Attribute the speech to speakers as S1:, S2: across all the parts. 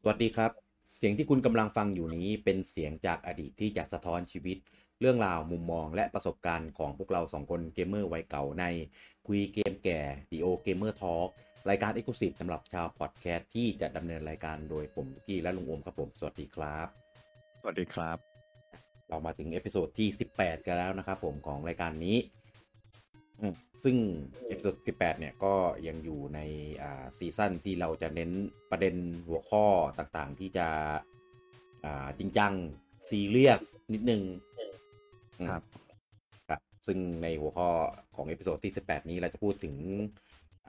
S1: สวัสดีครับ เสียงที่คุณกำลังฟังอยู่นี้เป็นเสียงจากอดีตที่จะสะท้อนชีวิต เรื่องราวมุมมองและประสบการณ์ของพวกเราสองคนเกมเมอร์วัยเก่าใน คุยเกมแก่ d ีโอเกมเมอร์ทอล์รายการ e อ c l u s i v e สำหรับชาวพอดแคสต์ที่จะดำเนินรายการโดยผมลูกกี้และลุงโอมครับผม สวัสดีครับ
S2: สวัสดีครับ
S1: เรามาถึงเอพิโซดที่ 18 กันแล้วนะครับผมของรายการนี้อืมซึ่งเอพิโซด18 เนี่ยก็ยังอยู่ในอ่าซีซั่นที่เราจะเน้นประเด็นหัวข้อต่างๆ ที่จะอ่าจริงจังซีเรียสนิดนึงอืม
S2: ครับ
S1: ครับซึ่งในหัวข้อของเอพิโซดที่ 18 นี้เราจะพูดถึง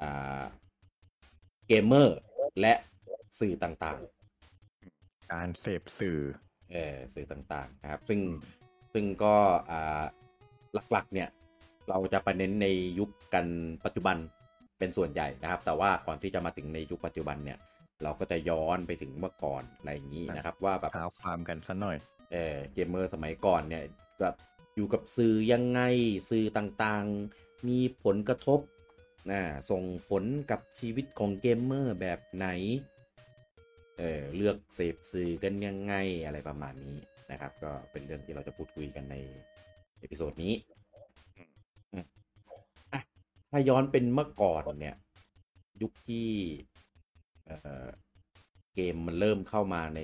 S1: อ่าเกมเมอร์และสื่อต่างๆ
S2: การเสพสื่อ
S1: เอ่อสื่อต่างๆนะครับ ซึ่งซึ่งก็อ่าหลักๆเนี่ยเราจะไปเน้นในยุคกันปัจจุบันเป็นส่วนใหญ่นะครับ แต่ว่าก่อนที่จะมาถึงในยุคปัจจุบันเนี่ย เราก็จะย้อนไปถึงเมื่อก่อนอะไรอย่างนี้นะครับ ว่าแบบ
S2: เท้าความกันสัหน่อย
S1: เอ่อเกมเมอร์สมัยก่อนเนี่ยจะอยู่กับสื่อยังไงสื่อต่างๆ มีผลกระทบนะส่งผลกับชีวิตของเกมเมอร์แบบไหนเออเลือกเสพสื่อกันยังไงอะไรประมาณนี้นะครับ ก็เป็นเรื่องที่เราจะพูดคุยกันในเอพิโซดนี้อืมอ่ะถ้าย้อนเป็นเมื่อก่อนเนี่ย ยุคที่เอ่อเกมมันเริ่มเข้ามาใน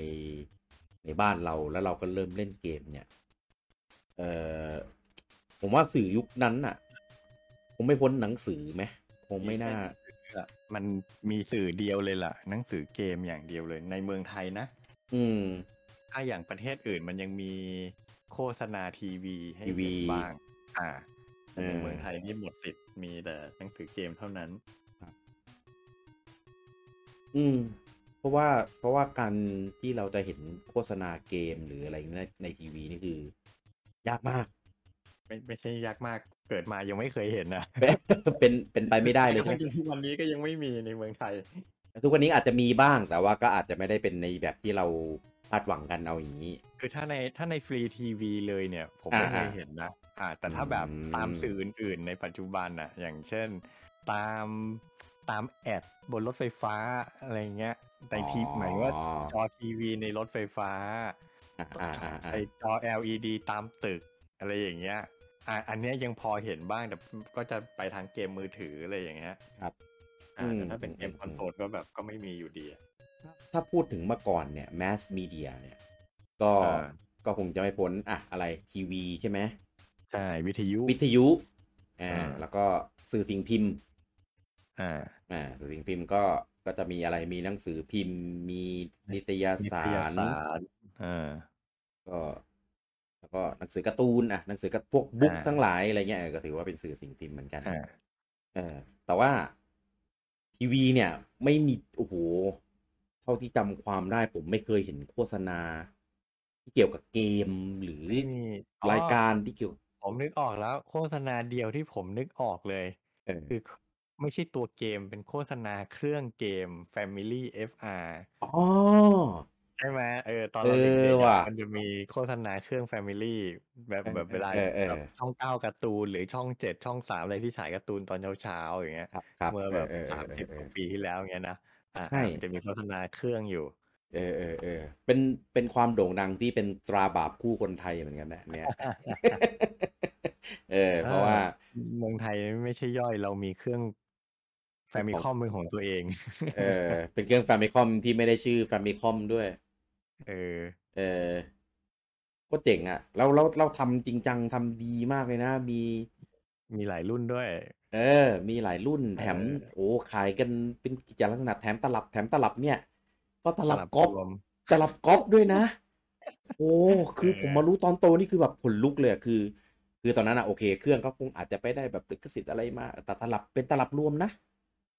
S1: ในบ้านเราแล้วเราก็เริ่มเล่นเกมเนี่ยเอ่อผมว่าสื่อยุคนั้นน่ะ คงไม่พ้นหนังสือไหมคงไม่น่า
S2: มันมีสื่อเดียวเลยล่ะ หนังสือเกมอย่างเดียวเลย ในเมืองไทยนะ
S1: อืม
S2: ถ้าอย่างประเทศอื่นมันยังมีโฆษณาทีวีให้
S1: ทีวี
S2: เห็นบ้าง อ่าแต่
S1: เอ
S2: ใน
S1: อ
S2: เมืองไทยนี่หมดสิทธิ์มีแต่หนังสือเกมเท่านั้น
S1: อืม เพราะว่าเพราะว่าการที่เราจะเห็นโฆษณาเกมหรืออะไรในในทีวีนี่คือ ยากม าก
S2: ไม่ไม่ใช่ยากมากเกิดมายังไม่เคยเห็นนะ
S1: เป็นเป็นไปไม่ได้เลยใช่ไหม
S2: ทุก วันนี้ก็ยังไม่มีในเมืองไทย
S1: ทุกวันนี้อาจจะมีบ้างแต่ว่าก็อาจจะไม่ได้เป็นในแบบที่เราคาดหวังกันเอาอย่างนี้
S2: คือถ้าในถ้าในฟรีทีวีเลยเนี่ย ผมไม่
S1: อ่า
S2: เคยเห็นนะ อ่า แต่ถ้าแบบ
S1: อืม
S2: ตามสื่ออื่นๆในปัจจุบันน่ะ อย่างเช่น ตามตามแอดบนรถไฟฟ้าอะไรเงี้ยในทีหมายว่าจอทีวีในรถไฟฟ้า
S1: อ่าอ่าอ่าอ่า
S2: ไอจอ LED ตามตึกอะไรอย่างเงี้ย อ่า อันเนี้ยยังพอเห็นบ้างแต่ก็จะไปทางเกมมือถืออะไรอย่างเงี้ย
S1: ครับ
S2: อ่าแต่ถ้า
S1: อืม
S2: เป็นเกม
S1: อืม
S2: คอนโซลก็แบบก็ไม่มีอยู่ดีอะ
S1: ถ้าถ้าพูดถึงเมื่อก่อนเนี่ย mass media เนี่ย ก็
S2: อ่า
S1: ก็คงจะไม่พ้นอ่ะอะไรทีวีใช่ไหม
S2: ใช่วิทยุ
S1: วิทยุอ่า
S2: อ่า
S1: แล้วก็สื่อสิ่งพิมพ์
S2: อ่า
S1: อ่าสื่อสิ่งพิมพ์ก็ก็จะมีอะไรมีหนังสือพิมพ์มีนิตย
S2: นิ
S1: สา
S2: ตย
S1: ร
S2: สารอ่า
S1: ก็แล้วก็หนังสือการ์ตูนอ่ะหนังสือการ์พวกบุ๊ก
S2: อ่า
S1: ทั้งหลายอะไรเงี้ยเออก็ถือว่าเป็นสื่อสิ่งพิมพ์เหมือนกัน
S2: อ่า
S1: เออ แต่ว่าทีวีเนี่ย ไม่มีโอ้โหเท่าที่จำความได้ผมไม่เคยเห็นโฆษณา ที่เกี่ยวกับเกมหรือ
S2: ไม่มีอ๋อ
S1: รายการที่เกี่ยว
S2: ผมนึกออกแล้ว โฆษณาเดียวที่ผมนึกออกเลย
S1: เออ
S2: คือไม่ใช่ตัวเกมเป็นโฆษณาเครื่องเกม Family FR
S1: อ๋อ
S2: ใช่ไหมเออตอนเราเด็
S1: เอกอ
S2: ๆ
S1: ว่ะ
S2: อะมันจะมีโฆษณาเครื่อง Family แบบ
S1: เออ
S2: แบบเวลา
S1: เออเออ
S2: แบบช่องเก้าการ์ตูนหรือช่องเจ็ดช่องสามอะไรที่ฉายการ์ตูนตอนเช้าๆอย่างเงี้ย
S1: ครับครับ
S2: เมื่อ
S1: เอ
S2: แบ
S1: อบ เออ
S2: สาม
S1: เอ
S2: สิ
S1: อบ เอกอ
S2: ว่าปีที่แล้วเงี้ยนะอ่า
S1: ใช่
S2: มันจะมีโฆษณาเครื่องอยู่
S1: เออเออเออเป็นเป็นความโด่งดังที่เป็นตราบาปคู่คนไทยเหมือนกันนะเนี่ย เออ เพราะว่า
S2: เมืองไทยไม่ใช่ย่อยเรามีเครื่องแฟมิคอมเป็นของตัวเอง
S1: เออเป็นเครื่องแฟมิคอมที่ไม่ได้ชื่อแฟมิคอมด้วย
S2: เออ
S1: เออก็เจ๋งอะ่ะเราเราเราทำจริงจังทำดีมากเลยนะ มี
S2: มีหลายรุ่นด้วย
S1: เออ มีหลายรุ่นแถม
S2: เออ
S1: โอ้ขายกันเป็นกิจลักษณะแถมตลับแถมตลับเนี่ย ก็ตลับก๊อป
S2: รวม
S1: ตลับก๊อปด้วยนะ โอ้คือ
S2: เออ
S1: ผมมารู้ตอนโตนี่คือแบบขนลุกเลยอะคือ คือตอนนั้นอะโอเค เครื่องก็คงอาจจะไปได้แบบลิขสิทธิ์อะไรมาแต่ตลับเป็นตลับรวมนะ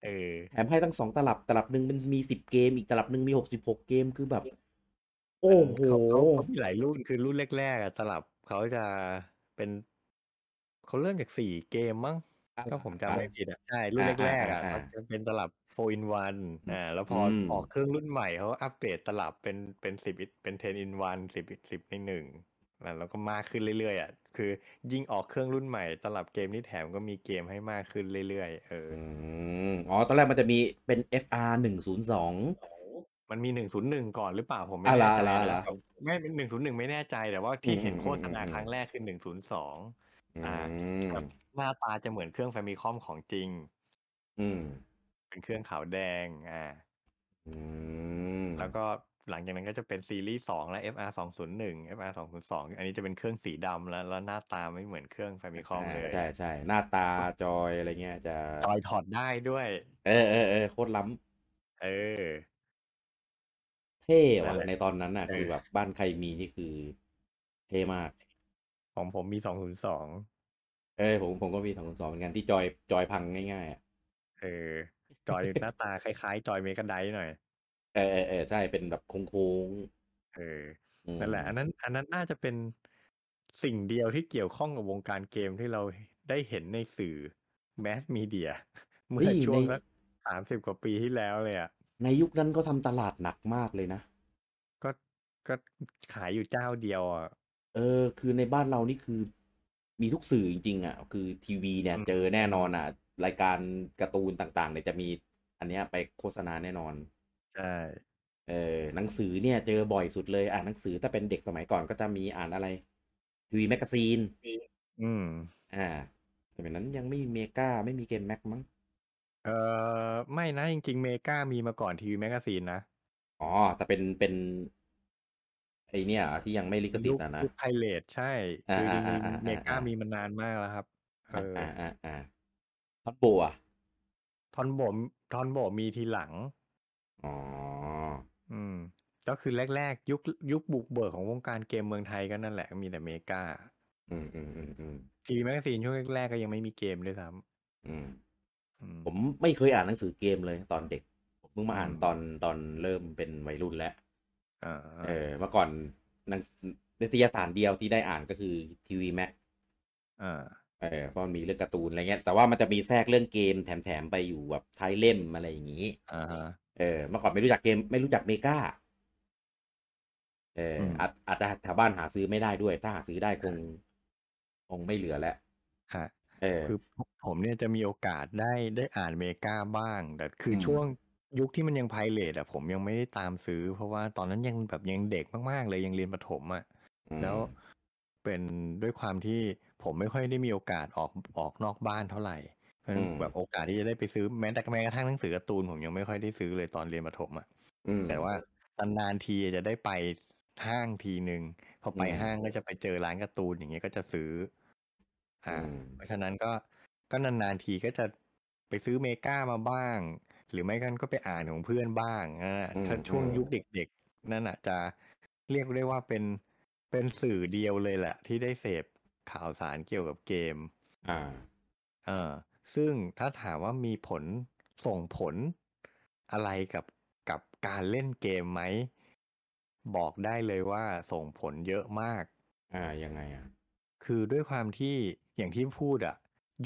S2: เออ
S1: แถมให้ตั้งสองตลับ ตลับหนึ่งมันมีสิบเกม อีกตลับหนึ่งมีหกสิบหกเกมคือแบบ โอ้โห
S2: เขาเขาเขามีหลายรุ่นคือรุ่นแรกๆอะตลับเขาจะเป็นเขาเริ่มจากสี่เกมมั้งถ้าผมจำไม่ผิดอ่ะใช่รุ่น
S1: อ่า
S2: แรกๆอ่ะ
S1: อ่าอ่า
S2: เขาจะเป็นตลับ 4 in 1อ่าแล้วพออ
S1: ม
S2: ออกเครื่องรุ่นใหม่เขาอัปเกรดตลับเป็นเป็น10เป็น10 in 1 10 10ในหนึ่งอ่ะแล้วก็มากขึ้นเรื่อยๆอ่ะคือยิ่งออกเครื่องรุ่นใหม่ ตลับเกมนี่แถมก็มีเกมให้มากขึ้นเรื่อยๆเออ
S1: อืมอ๋อ ตอนแรกมันจะมีเป็น FR หนึ่งศูนย์สอง
S2: มันมีหนึ่งศูนย์หนึ่งก่อนหรือเปล่าผมไม่
S1: อะไร
S2: แน่
S1: อะ
S2: ใจ
S1: ไรอะไร
S2: นะไม่เป็นหนึ่งศูนย์หนึ่งไม่แน่ใจแต่ว่าที่เห็น
S1: อืม
S2: โฆษณา
S1: อืม
S2: ครั้งแรกคือหนึ่งศูนย์สอง
S1: อื
S2: อ่า
S1: ม
S2: หน้าตาจะเหมือนเครื่องแฟมิคอมของจริง
S1: อืม
S2: เป็นเครื่องขาวแดงอ่า
S1: อืม
S2: แล้วก็หลังจากนั้นก็จะเป็นซีรีส์สองและ FR สองศูนย์หนึ่ง FR สองศูนย์สองอันนี้จะเป็นเครื่องสีดำแล้วแล้วหน้าตาไม่เหมือนเครื่องแฟมิคอมเลย
S1: ใช่ใช่หน้าตาจอยอะไรเงี้ยจะ
S2: จอยถอดได้ด้วย
S1: เออเออเออโคตรล้
S2: เออ
S1: ำเท่
S2: นั่
S1: ว่ะ
S2: นแหละ
S1: ในตอนนั้นน่ะ
S2: เออ
S1: คือแบบบ้านใครมีนี่คือ เท่มาก
S2: ของผมมีสองศูนย์สอง
S1: เออผมผมก็มีสองคนสองเหมือนกันที่จอยจอยพังง่ายๆอ่ะ
S2: เออ จอย หน้าตาคล้ายๆ จอยเมกาไดซ์หน่อย
S1: เออเออเออใช่เป็นแบบโค้ง
S2: เออ
S1: ๆอืม
S2: นั่นแหละ อันนั้น อันนั้นน่าจะเป็นสิ่งเดียวที่เกี่ยวข้องกับวงการเกมที่เราได้เห็นในสื่อแมสมีเดีย เมื่อ
S1: เฮ้ย
S2: ช่วง
S1: ใน
S2: สักสามสิบกว่าปีที่แล้วเลยอ่ะ
S1: ในยุคนั้นก็ทำตลาดหนักมากเลยนะ
S2: ก็ก็ขายอยู่เจ้าเดียวอ่ะ
S1: เออ คือในบ้านเรานี่คือมีทุกสื่อจริงๆอ่ะ คือทีวีเนี่ย
S2: อืม
S1: เจอแน่นอนอ่ะ รายการการ์ตูนต่างๆเนี่ยจะมีอันเนี้ยไปโฆษณาแน่นอน
S2: ใช่
S1: เออหนังสือเนี่ยเจอบ่อยสุดเลยอ่านหนังสือถ้าเป็นเด็กสมัยก่อนก็จะมีอ่านอะไรทีวีแมกกาซีน
S2: อืม
S1: อ่าแต่แบบนั้นยังไม่มีเมกาไม่มีเกมแม็กมั้ง
S2: เออไม่นะ จริงๆ เมกามีมาก่อนทีวีแมกกาซีนนะ
S1: อ๋อ แต่เป็นเป็นไอเนี่ยเหรอที่ยังไม่ลิขสิทธิ์อะนะ
S2: ยุคไพเรตใช่ คือจริง
S1: อ่าอ่าอ่าอ่า
S2: ๆเมกามีมานานมากแล้วครับ เอออ
S1: อ่าอ่าอ่าทอนโบอ่ะ
S2: ทอนโบมทอนโบมีทีหลัง
S1: อ๋อ
S2: อืม ก็คือแรกๆ ยุคยุคบุกเบิกของวงการเกมเมืองไทยก็นั่นแหละ มีแต่เมกา
S1: อืมอืมอืมอืม
S2: ทีวีแมกกาซีนช่วงแรกๆ ก็ยังไม่มีเกมด้วยซ้
S1: อืม
S2: ำอืม
S1: ผมไม่เคยอ่านหนังสือเกมเลยตอนเด็ก ผมเพิ่งมาอ่าน
S2: อืม
S1: ตอนตอนเริ่มเป็นวัยรุ่นแล้ว
S2: อ่า
S1: เออเมื่อก่อนหนังนิตยสารเดียวที่ได้อ่านก็คือทีวีแม็ก
S2: อ่า
S1: เออเพราะมันมีเรื่องการ์ตูนอะไรเงี้ย แต่ว่ามันจะมีแทรกเรื่องเกมแถมๆไปอยู่แบบท้ายเล่มอะไรอย่างนี้
S2: อ่าฮะ
S1: เออเมื่อก่อนไม่รู้จักเกมไม่รู้จักเมกาเอออ
S2: ม
S1: อาจอาจจะแถวบ้านหาซื้อไม่ได้ด้วย ถ้าหาซื้อได้คงคงไม่เหลือแล้ว
S2: ฮะ
S1: เออ
S2: คือผมเนี่ยจะมีโอกาสได้ได้อ่านเมกาบ้าง แต่คืออ
S1: ม
S2: ช่วงยุคที่มันยังไพเรตอะผมยังไม่ได้ตามซื้อ เพราะว่าตอนนั้นยังแบบยังเด็กมากๆ เลยยังเรียนประถมอะ
S1: ม
S2: แล้วเป็นด้วยความที่ผมไม่ค่อยได้มีโอกาสออกออกนอกบ้านเท่าไหร่เพราะฉะนั้นแบบโอกาสที่จะได้ไปซื้อแม้แต่แม้กระทั่งหนังสือการ์ตูนผมยังไม่ค่อยได้ซื้อเลยตอนเรียนประถมอะ
S1: อืม
S2: แต่ว่านานๆทีจะได้ไปห้างทีหนึ่งพอไป
S1: อืม
S2: ห้างก็จะไปเจอร้านการ์ตูนอย่างเงี้ยก็จะซื้อ อ่า
S1: อืม
S2: เพราะฉะนั้นก็ก็นานๆทีก็จะไปซื้อเมกามาบ้าง หรือไม่กันก็ไปอ่านของเพื่อนบ้างอ่า
S1: อืม
S2: ถ้าช่วง
S1: อืม
S2: ยุคเด็กๆ นั่นอ่ะจะเรียกได้ว่าเป็นเป็นสื่อเดียวเลยแหละ ที่ได้เสพข่าวสารเกี่ยวกับเกม
S1: อ่า
S2: เออซึ่งถ้าถามว่ามีผลส่งผลอะไรกับกับการเล่นเกมไหม บอกได้เลยว่าส่งผลเยอะมาก
S1: อ่ายังไงอ่ะ
S2: คือด้วยความที่อย่างที่พูดอะ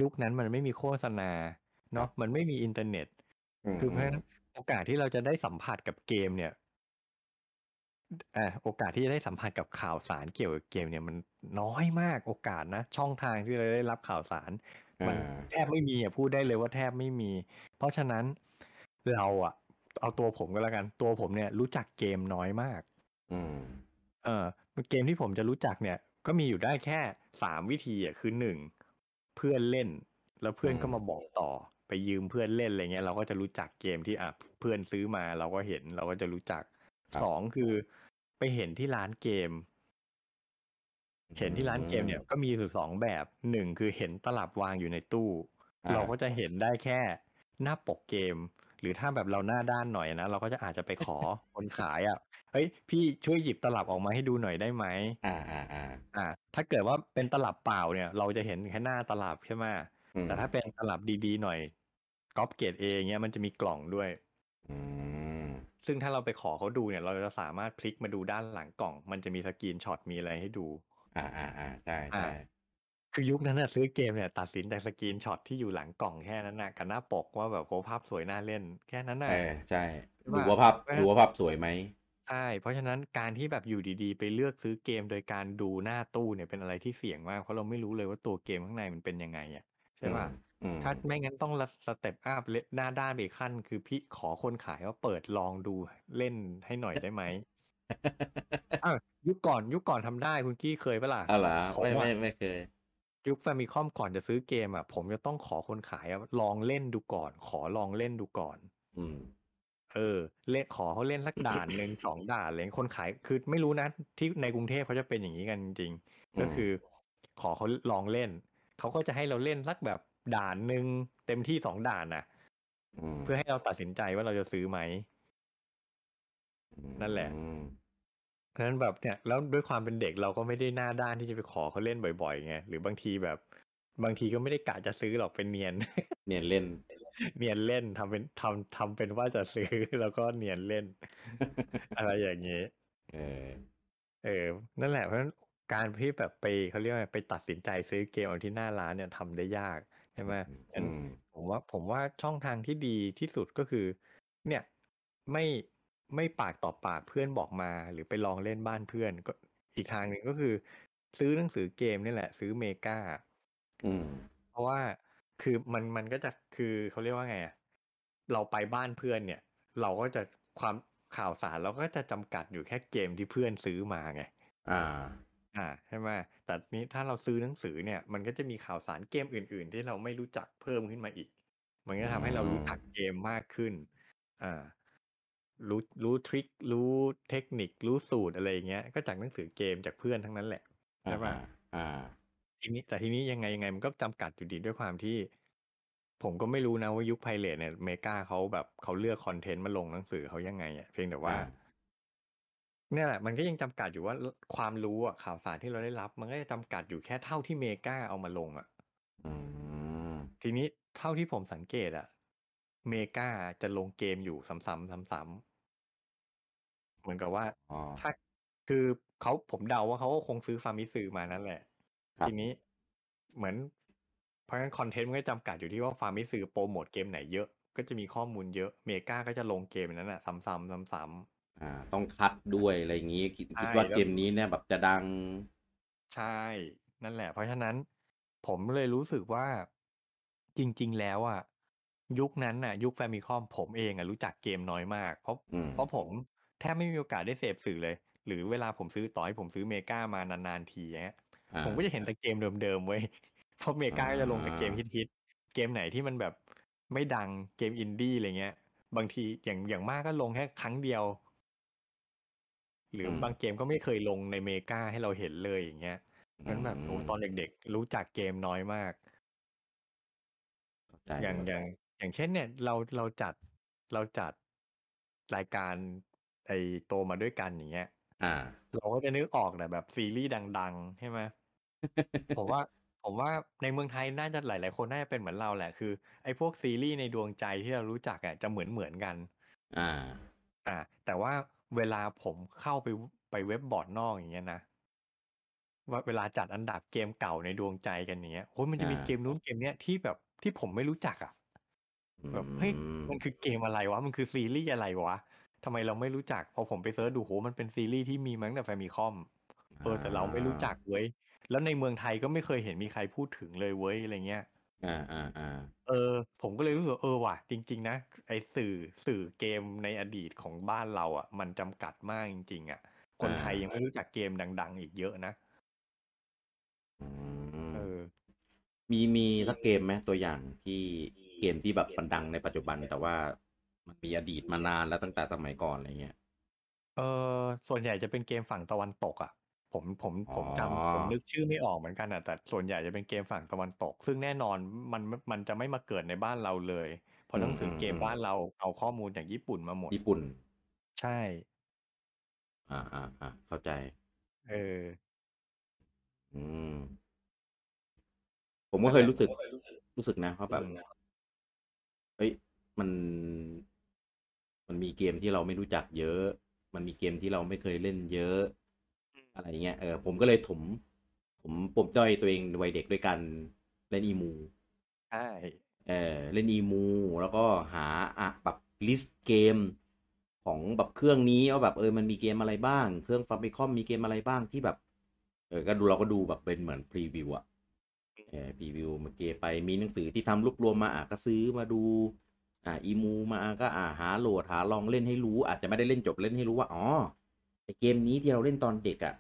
S2: ยุคนั้นมันไม่มีโฆษณาเนาะมันไม่มีอินเทอร์เน็ต
S1: ม
S2: คือเพราะฉะนั้นโอกาสที่เราจะได้สัมผัสกับเกมเนี่ยอ่าโอกาสที่จะได้สัมผัสกับข่าวสารเกี่ยวกับเกมเนี่ยมันน้อยมากโอกาสนะ ช่องทางที่เราได้รับข่าวสาร
S1: อ่า
S2: มันแทบไม่มีอ่ะพูดได้เลยว่าแทบไม่มี เพราะฉะนั้นเราอ่ะ เอาตัวผมก็แล้วกัน ตัวผมเนี่ยรู้จักเกมน้อยมาก
S1: อืม
S2: เออเกมที่ผมจะรู้จักเนี่ย ก็มีอยู่ได้แค่สามวิธีอ่ะคือหนึ่งเพื่อนเล่น แล้วเพื่อนก็มาบอกต่อ ไปยืมเพื่อนเล่นอะไรเงี้ยเราก็จะรู้จักเกมที่อ่ะเพื่อนซื้อมาเราก็เห็นเราก็จะรู้จักสองคือ ไปเห็นที่ร้านเกม เห็นที่ร้านเกมเนี่ยก็มีอยู่สองแบบหนึ่งคือเห็นตลับวางอยู่ในตู้
S1: อ่
S2: เราก็จะเห็นได้แค่หน้าปกเกม หรือถ้าแบบเราหน้าด้านหน่อยนะ เราก็จะอาจจะไปขอ คนขายอ่ะเฮ้ยพี่ช่วยหยิบตลับออกมาให้ดูหน่อยได้ไหม
S1: อ่าอ่าอ่า
S2: อ่า ถ้าเกิดว่าเป็นตลับเปล่าเนี่ย เราจะเห็นแค่หน้าตลับใช่ไหม
S1: อืม
S2: แต่ถ้าเป็นตลับดีๆหน่อยก๊อปเกรดเอย่างเงี้ยมันจะมีกล่องด้วย
S1: อืม
S2: ซึ่งถ้าเราไปขอเขาดูเนี่ย เราจะสามารถพลิกมาดูด้านหลังกล่อง มันจะมีสกรีนช็อตมีอะไรให้ดู
S1: อ่าอ่าอ่าใช่ใช่
S2: คือยุคนั้นน่ะซื้อเกมเนี่ยตัดสินจากสกรีนช็อตที่อยู่หลังกล่องแค่นั้นน่ะกับหน้าปกว่าแบบโหภาพสวยน่าเล่นแค่นั้นน่ะ
S1: เออใช่
S2: ว่า
S1: ดูว่าภาพ
S2: ว่า
S1: ดูว่าภาพสวยไหม
S2: ใช่เพราะฉะนั้นการที่แบบอยู่ดีๆ ไปเลือกซื้อเกมโดยการดูหน้าตู้เนี่ยเป็นอะไรที่เสี่ยงมากเพราะเราไม่รู้เลยว่าตัวเกมข้างในมันเป็นยังไงอ่ะใช่ป่ะ
S1: อืม อืม
S2: ถ้าไม่งั้นต้องสเต็ปอัพหน้าด้านไปอีกขั้น คือพี่ขอคนขายว่าเปิดลองดูเล่นให้หน่อยได้ไหม อ้าวยุคก่อนยุคก่อนทำได้คุณกี้เคยปะล่ะ
S1: เอาเหรอ
S2: ผม
S1: ไม่
S2: อะ
S1: ไม่ไม่เคย
S2: ยุคแฟมิคอมก่อนจะซื้อเกมอ่ะผมจะต้องขอคนขายอะลองเล่นดูก่อน ขอลองเล่นดูก่อน
S1: อืม
S2: เออ เล่นขอเขาเล่นสักด่านหนึ่ง สองด่านอะไรเงี้ยคนขายคือไม่รู้นะ ที่ในกรุงเทพเขาจะเป็นอย่างนี้กันจริงๆก็คือ ขอเขาลองเล่นเขาก็จะให้เราเล่นสักแบบด่านหนึ่งเต็มที่สองด่านน่ะ
S1: ม
S2: เพื่อให้เราตัดสินใจว่าเราจะซื้อไหม นั่นแหละ
S1: อืม
S2: เพราะฉะนั้นแบบเนี่ยแล้วด้วยความเป็นเด็กเราก็ไม่ได้หน้าด้านที่จะไปขอเขาเล่นบ่อยๆไงหรือบางทีแบบ บางทีก็ไม่ได้กะจะซื้อหรอกเป็นเนีย น
S1: เนี่ยเล่น
S2: เนียนเล่นทำเป็นทำทำเป็นว่าจะซื้อ แล้วก็เนียนเล่น อะไรอย่างนี้
S1: เออ
S2: เออ นั่นแหละเพราะฉะนั้นการที่แบบไปเขาเรียกว่าไงไปตัดสินใจซื้อเกมเอาที่หน้าร้านเนี่ยทำได้ยากใช่ไหมงั้
S1: อื
S2: น
S1: ม
S2: ผมว่าผมว่าช่องทางที่ดีที่สุดก็คือ เนี่ยไม่ไม่ปากต่อปากเพื่อนบอกมา หรือไปลองเล่นบ้านเพื่อนก็อีกทางหนึ่งก็คือ ซื้อหนังสือเกมนี่แหละ ซื้อเมกา
S1: อืม
S2: เพราะว่าคือมันมันก็จะคือเขาเรียกว่าไงอะเราไปบ้านเพื่อนเนี่ย เราก็จะความข่าวสารเราก็จะจำกัดอยู่แค่เกมที่เพื่อนซื้อมาไง
S1: อ่า
S2: อ่าใช่ไหมแต่นี้ถ้าเราซื้อหนังสือเนี่ย มันก็จะมีข่าวสารเกมอื่น ๆ ที่เราไม่รู้จักเพิ่มขึ้นมาอีก มันก็ทำให้เรา
S1: อืม
S2: รู้จักเกมมากขึ้น อ่า รู้รู้ทริครู้เทคนิครู้สูตรอะไรอย่างเงี้ย ก็จากหนังสือเกมจากเพื่อนทั้งนั้นแหละ ใช่ปะ
S1: อ่า
S2: ทีนี้แต่ทีนี้ยังไงยังไงมันก็จำกัดอยู่ดีด้วยความที่ ผมก็ไม่รู้นะว่ายุคไพเรตเนี่ยเมกาเขาแบบเขาเลือกคอนเทนต์มาลงหนังสือเขายังไงอะเพียงแต่ว่า
S1: อ่า
S2: เนี่ยแหละมันก็ยังจำกัดอยู่ว่าความรู้อ่ะข่าวสารที่เราได้รับ มันก็จะจำกัดอยู่แค่เท่าที่เมกาเอามาลงอ่ะ
S1: อืม
S2: ทีนี้เท่าที่ผมสังเกตอ่ะเมกาจะลงเกมอยู่ซ้ำๆซ้ำๆเหมือนกับว่า
S1: อ๋อ
S2: ถ้าคือเขาผมเดาว่าเขาก็คงซื้อฟาร์มิซื้อมานั่นแหละ
S1: ครับ
S2: ทีนี้เหมือนเพราะงั้นคอนเทนต์มันก็จำกัดอยู่ที่ว่าฟาร์มิซื้อโปรโมทเกมไหนเยอะ ก็จะมีข้อมูลเยอะเมกาก็จะลงเกมนั้นอ่ะซ้ำๆซ้ำๆ
S1: อ่า ต้องคัดด้วยอะไรอย่างงี้คิด
S2: ใช่
S1: คิดว่า
S2: แล้ว
S1: เกมนี้เนี่ยแบบจะดัง
S2: ใช่ นั่นแหละ เพราะฉะนั้น ผมเลยรู้สึกว่าจริง ๆ แล้วอ่ะยุคนั้นน่ะ ยุคแฟมิคอมผมเองอ่ะรู้จักเกมน้อยมาก เพราะ
S1: อืม
S2: เพราะผมแทบไม่มีโอกาสได้เสพสื่อเลย หรือเวลาผมซื้อต่อให้ผมซื้อเมกามานาน ๆ ทีอย่างเงี้ย
S1: อ่า
S2: ผมก็จะเห็นแต่เกมเดิม ๆ เว้ย เพราะเมกาก็จะลงแต่เกม
S1: อ่า
S2: ฮิตๆเกมไหนที่มันแบบไม่ดังเกมอินดี้อะไรเงี้ย บางทีอย่างอย่างมากก็ลงแค่ครั้งเดียว หรืออ
S1: ม
S2: บางเกมก็ไม่เคยลงในเมกาให้เราเห็นเลยอย่างเงี้ย
S1: มั
S2: นั้นแบบโอ้ตอนเด็กๆ รู้จักเกมน้อยมาก อย่างอย่างอย่างเช่นเนี่ย เราเราจัดเราจัดรายการไอโตมาด้วยกันอย่างเงี้ย
S1: อ่า
S2: เราก็จะนึกออกแต่แบบซีรีส์ดังๆ ใช่ไหม ผม ว่าผมว่าในเมืองไทยน่าจะหลาย ๆ คนน่าจะเป็นเหมือนเราแหละคือ ไอ้พวกซีรีส์ในดวงใจที่เรารู้จักอ่ะจะเหมือนเหมือนๆกัน
S1: อ่า
S2: อ่า แต่ว่าเวลาผมเข้าไปไปเว็บบอร์ดนอกอย่างเงี้ยนะว่าเวลาจัดอันดับเกมเก่าในดวงใจกันอย่างเงี้ยโอ้ยมันจะมี
S1: อ่า
S2: เกมนู้นเกมเนี้ยที่แบบที่ผมไม่รู้จักอ่ะ แบบเฮ้ย
S1: อืม
S2: มันคือเกมอะไรวะ มันคือซีรีส์อะไรวะทำไมเราไม่รู้จัก พอผมไปเซิร์ชดูโหมันเป็นซีรีส์ที่มีมั้งแต่แฟมิคอมเออแต่เราไม่รู้จักเว้ย แล้วในเมืองไทยก็ไม่เคยเห็นมีใครพูดถึงเลยเว้ยอะไรเงี้ย
S1: อ่า อ่า อ่า
S2: เออ ผมก็เลยรู้สึกว่าเออว่ะจริง ๆ นะไอสื่อสื่อเกมในอดีตของบ้านเราอ่ะ มันจำกัดมากจริง ๆ อ่ะ คนไทย
S1: อ่ายั
S2: ยังไม่รู้จักเกมดัง ๆ อีกเยอะนะ
S1: อืม
S2: เออ
S1: มีมีสักเกมไหมตัวอย่างที่เกมที่แบบมันดังในปัจจุบัน แต่ว่ามันมีอดีตมานานแล้วตั้งแต่สมัยก่อนอะไรเงี้ย
S2: เออส่วนใหญ่จะเป็นเกมฝั่งตะวันตกอ่ะ ผมผม
S1: อ๋อ
S2: ผมจำผมนึกชื่อไม่ออกเหมือนกันอ่ะแต่ส่วนใหญ่จะเป็นเกมฝั่งตะวันตก ซึ่งแน่นอนมันมันจะไม่มาเกิดในบ้านเราเลยเพราะหนังสือเกมบ้านเราเอาข้อมูลจากญี่ปุ่นมาหมด
S1: ญี่ปุ่น
S2: ใช่
S1: อ่า อ่า อ่า เข้าใจ
S2: เออ
S1: อืม ผมก็เคยรู้สึกรู้สึกนะว่าแบบ เอ้ยมัน มันมีเกมที่เราไม่รู้จักเยอะ มันมีเกมที่เราไม่เคยเล่นเยอะ อะไรเงี้ย เออ ผมก็เลยถม ผมปมจ้อยตัวเองวัยเด็กด้วยกันเล่นอีมู
S2: ใช่
S1: เออเล่นอีมู แล้วก็หาอ่ะแบบลิสต์เกมของแบบเครื่องนี้ว่าแบบเออมันมีเกมอะไรบ้าง เครื่องฟาร์มิคอมมีเกมอะไรบ้างที่แบบ เออก็ดูเราก็ดูแบบเป็นเหมือนพรีวิวอะเอ เออรีวิวมาเกไปมีหนังสือที่ทำรวบรวมมาอ่ะก็ซื้อมาดูอ่ะอีมูมาก็อ่ะหาโหลดหาลองเล่นให้รู้ อาจจะไม่ได้เล่นจบเล่นให้รู้ว่าอ๋อไอเกมนี้ที่เราเล่นตอนเด็กอะ่ะ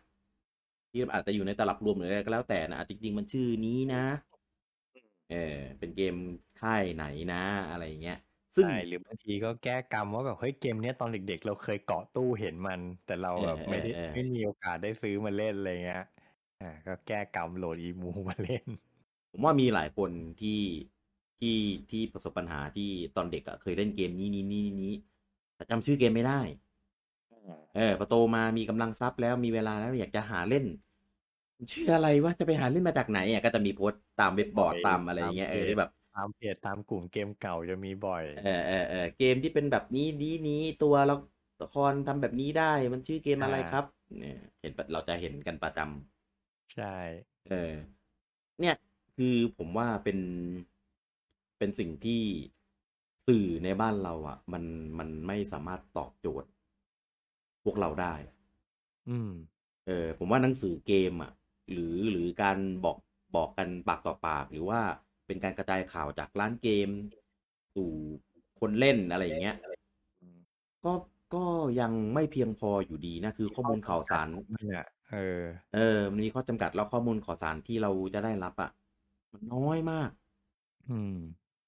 S1: ที่อาจจะอยู่ในตลับรวมหรืออะไรก็แล้วแต่นะอ่ะจริงๆมันชื่อนี้นะเออเป็นเกมค่ายไหนนะอะไรอย่างเงี้ย ซึ่ง
S2: ใช่หรือบางทีก็แก้กรรมว่าแบบเฮ้ยเกมเนี้ยตอนเด็ก ๆ เราเคยเกาะตู้เห็นมัน แต่เราแบบ
S1: เออ
S2: ไม่ได้
S1: เออเออ
S2: ไม่มีโอกาสได้ซื้อมาเล่นอะไรเงี้ยอ่าก็แก้กรรมโหลดอีมูมาเล่น
S1: ผมว่ามีหลายคนที่ที่ที่ประสบปัญหาที่ตอนเด็กอะเคยเล่นเกมนี้นี้นี้นี้แต่จำชื่อเกมไม่ได้ เออพอโตมามีกำลังทรัพย์แล้วมีเวลาแล้วอยากจะหาเล่นชื่ออะไรวะจะไปหาเล่นมาจากไหนอ่ะก็จะมีโพสต์ตามเว็บบอร์ด
S2: ไป
S1: ตามอะไรอย่างเงี้ยเออ
S2: ตามเพจ
S1: ได้แบบ
S2: ตามเพจตามกลุ่มเกมเก่าจะมีบ่อย
S1: เออเออเออเกมที่เป็นแบบนี้นี้นี้ตัวละครทำแบบนี้ได้มันชื่อเกมอะไร
S2: อ่า
S1: ครับเนี่ยเห็นปะเราจะเห็นกันประจำ
S2: ใช่
S1: เออเนี่ยคือผมว่าเป็นเป็นสิ่งที่สื่อในบ้านเราอะ่ะ มันมันไม่สามารถตอบโจทย์ พวกเราได้
S2: อืม
S1: เออผมว่าหนังสือเกมอะ่ะ หรือหรือการบอกบอกกันปากต่อปาก หรือว่าเป็นการกระจายข่าวจากร้านเกม สู่คนเล่นอะไรอย่างเงี้ยก็ก็ยังไม่เพียงพออยู่ดีนะ คือข้อมูลข่าวสาร
S2: มันอ่ะเออ
S1: เออมันมีข้อจำกัดแล้วข้อมูลข่าวสารที่เราจะได้รับอะ่ะ มันน้อยมาก
S2: อืม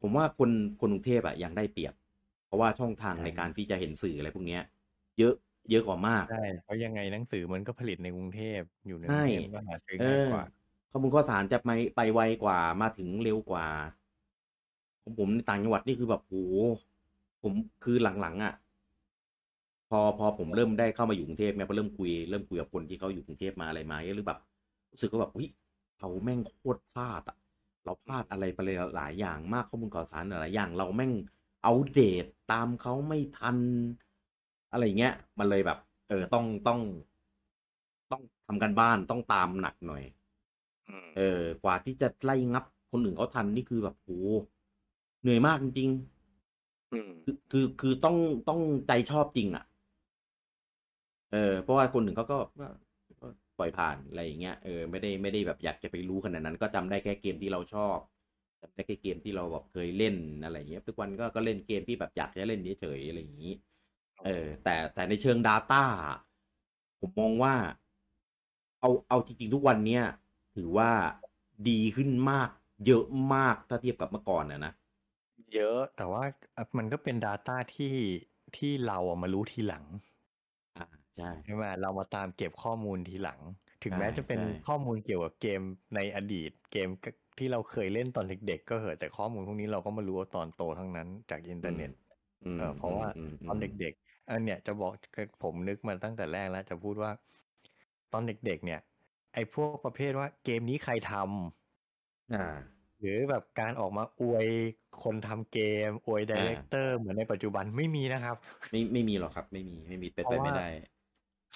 S1: ผมว่าคนคนกรุงเทพอะยังได้เปรียบ เพราะว่าช่องทาง
S2: ใช่
S1: ในการที่จะเห็นสื่ออะไรพวกเนี้ย เยอะเยอะกว่ามาก
S2: ใช่เพราะยังไงหนังสือมันก็ผลิตในกรุงเทพอยู่ในก
S1: ใช่
S2: รุงเทพก็หาซื้อ
S1: เอ
S2: ง่าย
S1: อก
S2: ว่า
S1: ข้อมูลข่าวสารจะไปไปไวกว่ามาถึงเร็วกว่าของผมในต่างจังหวัดนี่คือแบบโอ้โหผมคือหลังๆอะ่ะ พอพอผมเริ่มได้เข้ามาอยู่กรุงเทพเนี่ยพอเริ่มคุยเริ่มคุยกับคนที่เขาอยู่กรุงเทพมาอะไรมาเนี่ยหรือแบบรู้สึกว่าแบบวิเราแม่งโคตรพลาดอะ่ะ เราพลาดอะไรไปเลยหลายอย่างมากข้อมูลข่าวสารหลายอย่าง เราแม่งเอาเดตตามเขาไม่ทัน อะไรเงี้ย มันเลยแบบ เออต้องต้อง ต้องทำกันบ้านต้องตามหนักหน่อย
S2: อืม
S1: เออกว่าที่จะไล่งับคนอื่นเขาทันนี่คือแบบโหเหนื่อยมากจริง
S2: อืม
S1: ๆคือคือคือต้องต้องใจชอบจริงอะ่ะ เออ เพราะว่าคนหนึ่งเขาก็ก็ก็ปล่อยผ่านอะไรอย่างเงี้ยเออไม่ได้ไม่ได้แบบอยากจะไปรู้ขนาดนั้น ก็จำได้แค่เกมที่เราชอบจำได้แค่เกมที่เราแบบเคยเล่นอะไรอย่างเงี้ยทุกวันก็ก็เล่นเกมที่แบบอยากจะเล่นเฉยๆอะไรอย่างงี้ เออ แต่แต่ในเชิง Data อะผมมองว่า เอาเอาจริงๆทุกวันเนี้ยถือว่าดีขึ้นมาก เยอะมากถ้าเทียบกับเมื่อก่อนนะนะ
S2: เยอะแต่ว่าอ่ะมันก็เป็น Data ที่ที่เราอะมารู้ทีหลัง
S1: อ่าใช่
S2: ใช่ไหมเรามาตามเก็บข้อมูลทีหลัง ถึง
S1: ใช่
S2: แม้จะเป็น
S1: ใช่
S2: ข้อมูลเกี่ยวกับเกมในอดีต เกมที่เราเคยเล่นตอนเด็กๆก็เหอะแต่ข้อมูลพวกนี้เราก็มารู้เอาตอนโตทั้งนั้นจากอินเทอร์เน็ต
S1: อืม
S2: เออเพราะว่า
S1: มม
S2: ตอนเด็กๆอันเนี่ยจะบอกผมนึกมาตั้งแต่แรกแล้วจะพูดว่า ตอนเด็กๆเนี่ย ไอ้พวกประเภทว่าเกมนี้ใครทำ
S1: อ่า
S2: หรือแบบการออกมาอวยคนทำเกม อวยไดเรคเตอร์เหมือนในปัจจุบันไม่มีนะครับ
S1: ไม่ไม่มีหรอกครับ ไม่มีไม่มีเป็น
S2: เพ
S1: ไป
S2: ราะ
S1: ไม่
S2: ว่า
S1: ได้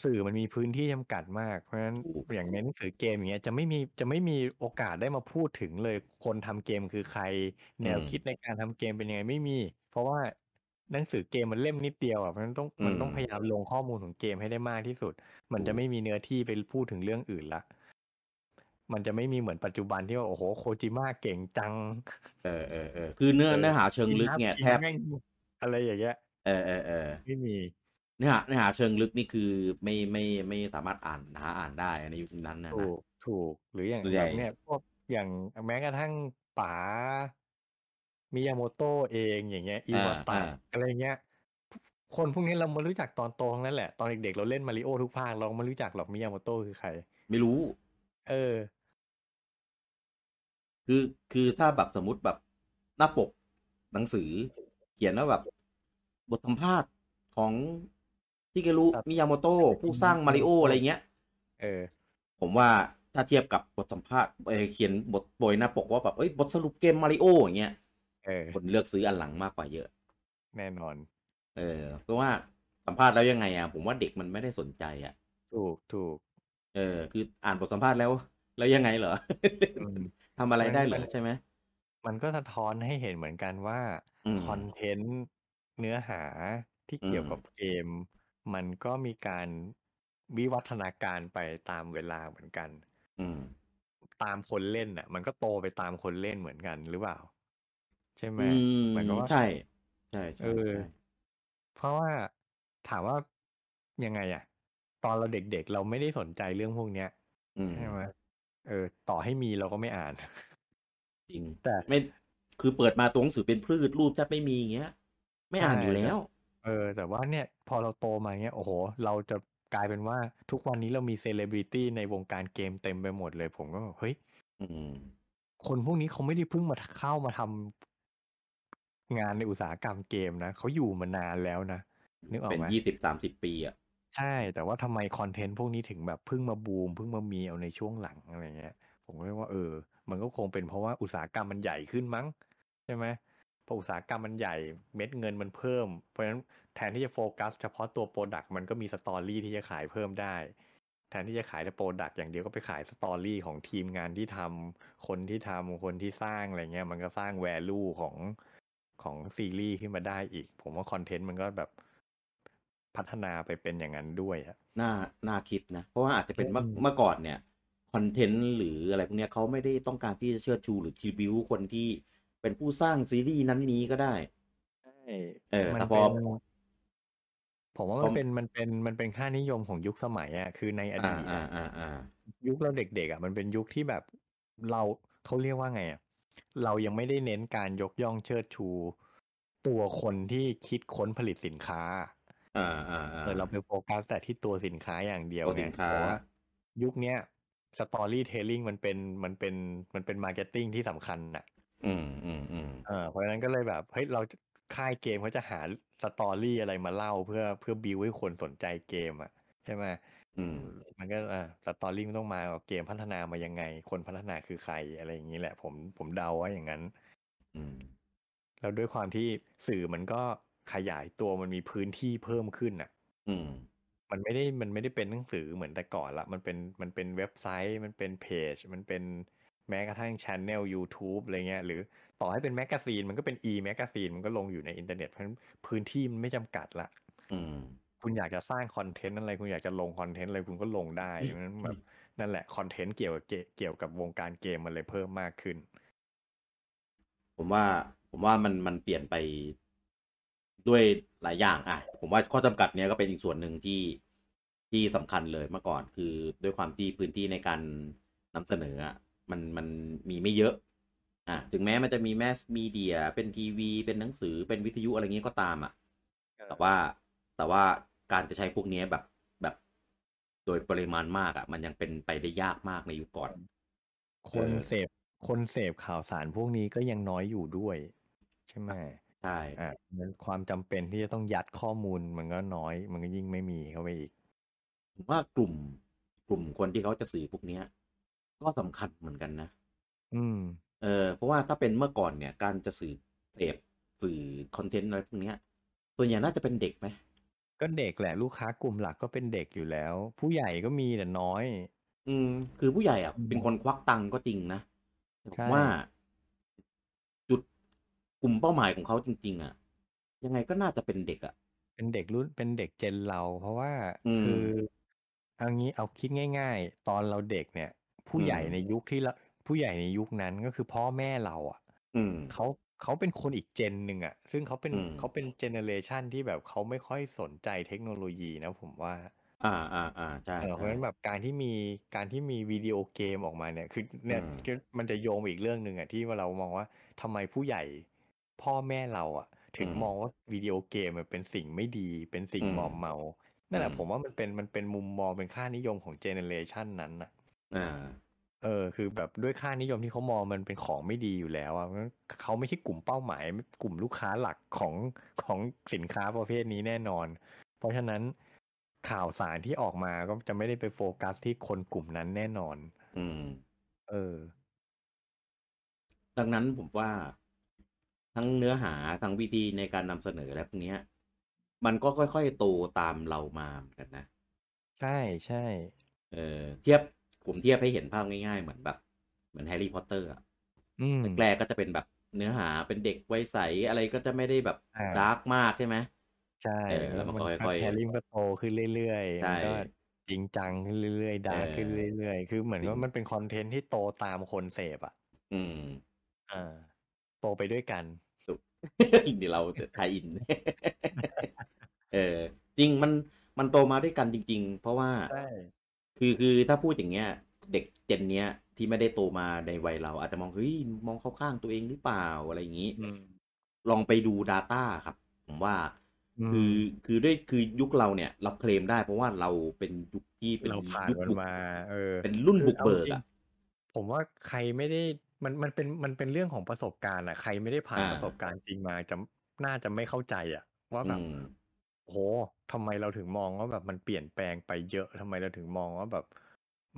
S2: สื่อมันมีพื้นที่จำกัดมาก เพราะฉะนั้น
S1: ถูก
S2: อย่างในหนังสือเกมอย่างเงี้ยจะไม่มีจะไม่มีโอกาสได้มาพูดถึงเลยคนทำเกมคือใคร แนวคิดในการทำเกมเป็นยังไงไม่มี เพราะว่าหนังสือเกมมันเล่มนิดเดียวอ่ะเพราะฉะนั้นต้องมันต้อง
S1: อืม
S2: พยายามลงข้อมูลของเกมให้ได้มากที่สุด มัน
S1: ถู
S2: จะ
S1: ก
S2: ไม่มีเนื้อที่ไปพูดถึงเรื่องอื่นละมันจะไม่มีเหมือนปัจจุบันที่ว่าโอ้โหโคจิมะเก่งจัง
S1: เออเออเออคือเนื้อเนื้อหาเชิงลึกเนี่ยแทบ
S2: แม่งอะไรอย่างเงี้ย
S1: เออเออเออ
S2: ไม่มี
S1: เนื้อหาเนื้อหาเชิงลึกนี่คือไม่ไม่ไม่สามารถอ่านหาอ่านได้ในยุคนั้นนะนะ
S2: ถูกถูกหรืออย่าง
S1: ส่วนให
S2: แบ
S1: ญ่
S2: บเนี่ยพวกอย่างแม้กระทั่งป๋ามิยาโมโตะเองอย่างเงี้ยอิวาตะ
S1: อ่า
S2: อะไรเงี้ย คนพวกนี้เรามารู้จักตอนโตทั้งนั้นแหละตอนเด็กๆเราเล่นมาริโอทุกภาคเราไม่รู้จักหรอกมิยาโมโตะคือใคร
S1: ไม่รู้
S2: เออ
S1: คือคือถ้าแบบสมมติแบบหน้าปกหนังสือ เขียนว่าแบบ บทสัมภาษณ์ของที่เกรุ
S2: ครับ
S1: มิยาโมโตะผู้สร้างมาริโอ
S2: Miyamoto
S1: อะไรเงี้ย
S2: เออ
S1: ผมว่าถ้าเทียบกับบทสัมภาษณ์เอ่อเขียนบทโปรยหน้าปกว่าแบบเอ้ยบทสรุปเกมมาริโออย่างเงี้ย
S2: เออ
S1: คนเลือกซื้ออันหลังมากกว่าเยอะ
S2: แน่นอน
S1: เออเพราะว่าสัมภาษณ์แล้วยังไงอ่ะผมว่าเด็กมันไม่ได้สนใจอ่ะ
S2: ถูกถูก
S1: เออคืออ่านบทสัมภาษณ์แล้ว แล้วยังไงเหรอ
S2: อืม
S1: ทำอะไรได้เหร
S2: มั
S1: อน ใช่ไหม
S2: มันก็สะท้อนให้เห็นเหมือนกันว่า
S1: อืม
S2: คอนเทนต์เนื้อหาที่
S1: อืม
S2: เกี่ยวกับเกม มันก็มีการวิวัฒนาการไปตามเวลาเหมือนกัน
S1: อืม
S2: ตามคนเล่นอ่ะ มันก็โตไปตามคนเล่นเหมือนกันหรือเปล่า ใช่ไหม
S1: อืม
S2: เหมือนกับว่า
S1: ใช่ใช่ใช่
S2: เออ
S1: ใช่
S2: เพราะว่าถามว่ายังไงอ่ะ ตอนเราเด็กๆ เราไม่ได้สนใจเรื่องพวกเนี้ย
S1: อืม
S2: ใช่ไหมเออ ต่อให้มีเราก็ไม่อ่าน
S1: จริง
S2: แต่
S1: ไม่คือเปิดมาตัวหนังสือเป็นพืชรูปแทบไม่มีอย่างเงี้ย ไม่อ่านอยู่แล้ว
S2: เออ แต่ว่าเนี่ย พอเราโตมาเนี้ยโอ้โห เราจะกลายเป็นว่าทุกวันนี้เรามีเซเลบริตี้ในวงการเกมเต็มไปหมดเลย ผมก็แบบเฮ้ย
S1: อืม
S2: คนพวกนี้เขาไม่ได้เพิ่งมาเข้ามาทำงานในอุตสาหกรรมเกมนะเขาอยู่มานานแล้วนะ นึกออก
S1: เป็น
S2: ไหม
S1: ยี่สิบสามสิบปีอ่ะ
S2: ใช่ แต่ว่าทำไมคอนเทนต์พวกนี้ถึงแบบเพิ่งมาบูมเพิ่งมามีเอาในช่วงหลังอะไรเงี้ย ผมก็เรียกว่าเออ มันก็คงเป็นเพราะว่าอุตสาหกรรมมันใหญ่ขึ้นมั้ง ใช่ไหมพออุตสาหกรรมมันใหญ่เม็ดเงินมันเพิ่ม เพราะฉะนั้นแทนที่จะโฟกัสเฉพาะตัวโปรดักต์มันก็มีสตอรี่ที่จะขายเพิ่มได้ แทนที่จะขายแต่โปรดักต์อย่างเดียวก็ไปขายสตอรี่ของทีมงานที่ทำคนที่ทำคนที่สร้างอะไรเงี้ยมันก็สร้างแวลูของของซีรีส์ขึ้นมาได้อีก ผมว่าคอนเทนต์มันก็แบบพัฒนาไปเป็นอย่างนั้นด้วยอะ
S1: น่า น่าคิดนะ เพราะว่าอาจจะเป็นเมื่อ
S2: อืม
S1: เมื่อก่อนเนี่ย คอนเทนต์หรืออะไรพวกเนี้ยเขาไม่ได้ต้องการที่จะเชื่อชูหรือทริบิวคนที่เป็นผู้สร้างซีรีส์นั้นนี้ก็ได้
S2: ใช่
S1: เออ
S2: มัน
S1: แต่พ
S2: เป็
S1: อ
S2: นผมว่า
S1: พ
S2: มั
S1: อ
S2: นเป็นมันเป็นมันเป็นค่านิยมของยุคสมัยอ่ะคือในอ
S1: อ่า
S2: ดีต
S1: อ่า
S2: อะ
S1: อ่าอ่า
S2: ยุคเราเด็กๆอ่ะมันเป็นยุคที่แบบเราเขาเรียกว่าไงอ่ะเรายังไม่ได้เน้นการยกย่องเชิดชู ตัวคนที่คิดค้นผลิตสินค้า
S1: อ่าอ่าอ่า
S2: เออเราไปโฟกัสแต่ที่ตัวสินค้าอย่างเดียว
S1: ตัวสิ
S2: ไง
S1: นค้า
S2: แต่ว่ายุคเนี้ยสตอรี่เทลลิ่งมันเป็นมันเป็นมันเป็นมาร์เก็ตติ้งที่สำคัญน่ะ
S1: อืมอืมอืม
S2: เออเพราะฉะนั้นก็เลยแบบเฮ้ยเราค่ายเกมเขาจะหาสตอรี่อะไรมาเล่าเพื่อเพื่อบิวให้คนสนใจเกมอ่ะใช่ไหม
S1: อืม
S2: มันก็อ่าสตอรี่มันต้องมาว่าเกมพัฒนามายังไง คนพัฒนาคือใครอะไรอย่างนี้แหละ ผมผมเดาว่าอย่างนั้น
S1: อืม
S2: แล้วด้วยความที่สื่อมันก็ขยายตัวมันมีพื้นที่เพิ่มขึ้นอ่ะ
S1: อืม
S2: มันไม่ได้มันไม่ได้เป็นหนังสือเหมือนแต่ก่อนละ มันเป็นมันเป็นเว็บไซต์ มันเป็นเพจ มันเป็นแม้กระทั่งช anel YouTube อะไรเงี้ย หรือต่อให้เป็นแมกกาซีนมันก็เป็น e แมกกาซีนมันก็ลงอยู่ในอินเทอร์เน็ตเพราะฉะนั้นพื้นที่มันไม่จำกัดละ
S1: อืม
S2: คุณอยากจะสร้างคอนเทนต์อะไร คุณอยากจะลงคอนเทนต์อะไรคุณก็ลงได้เพราะฉะนั้นแบบนั่นแหละคอนเทนต์เกี่ยวกับเกเกี่ยวกับวงการเกมมันเลยเพิ่มมากขึ้น
S1: ผมว่าผมว่ามันมันเปลี่ยนไปด้วยหลายอย่างอ่ะผมว่าข้อจำกัดเนี้ยก็เป็นอีกส่วนหนึ่งที่ที่สำคัญเลยเมื่อก่อน คือด้วยความที่พื้นที่ในการนำเสนออะมันมันมีไม่เยอะ อ่ะถึงแม้มันจะมีแมสมีเดีย เป็นทีวี เป็นหนังสือเป็นวิทยุอะไรเงี้ยก็ตามอ่ะ แต่ว่าแต่ว่าการจะใช้พวกเนี้ยแบบแบบโดยปริมาณมากอ่ะ มันยังเป็นไปได้ยากมากในยุคก่อน
S2: คน
S1: เออ
S2: เสพคนเสพข่าวสารพวกนี้ก็ยังน้อยอยู่ด้วย ใช่ไหม
S1: ใช่
S2: อ่ะมันความจำเป็นที่จะต้องยัดข้อมูลมันก็น้อย มันก็ยิ่งไม่มีเข้าไปอีก
S1: ผมว่ากลุ่มกลุ่มคนที่เขาจะสื่อพวกเนี้ย ก็สำคัญเหมือนกันนะ
S2: อืม
S1: เออเพราะว่าถ้าเป็นเมื่อก่อนเนี่ย การจะสื่อเสพสื่อคอนเทนต์อะไรพวกเนี้ยส่วนใหญ่น่าจะเป็นเด็กไหม
S2: ก็เด็กแหละลูกค้ากลุ่มหลักก็เป็นเด็กอยู่แล้ว ผู้ใหญ่ก็มีแต่น้อย
S1: อืม คือผู้ใหญ่อ่ะ
S2: อืม
S1: เป็นคนควักตังค์ก็จริงนะแต่ผ
S2: ใช่
S1: มว่าจุดกลุ่มเป้าหมายของเขาจริง ๆ อ่ะ ยังไงก็น่าจะเป็นเด็กอ่ะ
S2: เป็นเด็กรุ่นเป็นเด็กเจนเรา เพราะว่า
S1: อืม
S2: คือเอางี้เอาคิดง่าย ๆ ตอนเราเด็กเนี่ย ผู้
S1: อืม
S2: ใหญ่ในยุคที่เราผู้ใหญ่ในยุคนั้นก็คือพ่อแม่เราอ่ะ
S1: อืม
S2: เขาเขาเป็นคนอีกเจนหนึ่งอ่ะ ซึ่งเขาเป็น
S1: อืม
S2: เขาเป็นเจเนเรชันที่แบบเขาไม่ค่อยสนใจเทคโนโลยีนะผมว่า
S1: อ่าอ่าอ่าใช่
S2: เออเพราะ
S1: ใช่
S2: ฉะนั้นแบบการที่มีการที่มีวิดีโอเกมออกมาเนี่ย คือ
S1: อื
S2: เนี่ย
S1: ม
S2: ก็มันจะโยงไปอีกเรื่องหนึ่งอ่ะที่ว่าเรามองว่าทำไมผู้ใหญ่พ่อแม่เราอ่ะ ถึง
S1: อืม
S2: มองว่าวิดีโอเกมมันเป็นสิ่งไม่ดีเป็นสิ่ง
S1: อืม
S2: มอมเมานั่น
S1: อื
S2: แหละ
S1: ม
S2: ผมว่ามันเป็นมันเป็นมุมมองเป็นค่านิยมของเจเนเรชันนั้นอ่ะ
S1: อ่า
S2: เออคือแบบด้วยค่านิยมที่เขามองมันเป็นของไม่ดีอยู่แล้วอ่ะเพราะฉะนั้นเขาไม่ใช่กลุ่มเป้าหมายกลุ่มลูกค้าหลักของ ของสินค้าประเภทนี้แน่นอน เพราะฉะนั้นข่าวสารที่ออกมาก็จะไม่ได้ไปโฟกัสที่คนกลุ่มนั้นแน่นอน
S1: อืม
S2: เออ
S1: ดังนั้นผมว่าทั้งเนื้อหาทั้งวิธีในการนำเสนอและพวกเนี้ย มันก็ค่อยๆโตตามเรามาเหมือนกันนะ
S2: ใช่ใช่
S1: เออเทียบผมเทียบให้เห็นภาพง่ายๆ เหมือนแบบ เหมือนแฮร์รี่พอตเตอร์อะ
S2: อืม
S1: แรกๆก็จะเป็นแบบเนื้อหาเป็นเด็กวัยใสอะไรก็จะไม่ได้แบบ
S2: อ่า
S1: ดาร์กมากใช่ไหม
S2: ใช่
S1: เออ แล้วมัน
S2: มั
S1: ก็
S2: น
S1: ค่อย
S2: แฮร์รี่มันก็โตขึ้นเรื่อย
S1: ๆ
S2: ๆ มั
S1: ใช่
S2: นก็ จริงจังขึ้นเรื่อยๆดาร์ก
S1: เออ
S2: ขึ้นเรื่อยๆ คือเหมือน
S1: จริง
S2: ว่ามันเป็นคอนเทนต์ที่โตตามคนเสพอ่ะ
S1: อืม
S2: อ่าโตไปด้วยกัน
S1: เดี๋ยวเราทายอิน เออจริงมันมันโตมาด้วยกันจริง ๆ เพราะว่า คือคือถ้าพูดอย่างเงี้ย เด็กเจนเนี้ยที่ไม่ได้โตมาในวัยเรา อาจจะมองเฮ้ยมองเข้าข้างตัวเองหรือเปล่าอะไรอย่างนี้
S2: อืม
S1: ลองไปดู Data ครับ ผมว่า
S2: ม
S1: คือคือด้วยคือยุคเราเนี่ยเราเคลมได้เพราะว่าเราเป็นยุคที่เป็น
S2: เราผ่าน
S1: ยุค
S2: มัน
S1: บุก
S2: มา เออ
S1: เป็นรุ่น
S2: คื
S1: บุ
S2: อ
S1: ก
S2: อา
S1: เบิก
S2: จริง
S1: อ่ะ
S2: ผมว่าใครไม่ได้มันมันเป็นมันเป็นเรื่องของประสบการณ์อ่ะ ใครไม่ได้ผ่าน
S1: อ่า
S2: ประสบการณ์จริงมาจะน่าจะไม่เข้าใจอ่ะ ว่าแบ
S1: อื
S2: บ
S1: ม
S2: โหทำไมเราถึงมองว่าแบบมันเปลี่ยนแปลงไปเยอะทำไมเราถึงมองว่าแบบ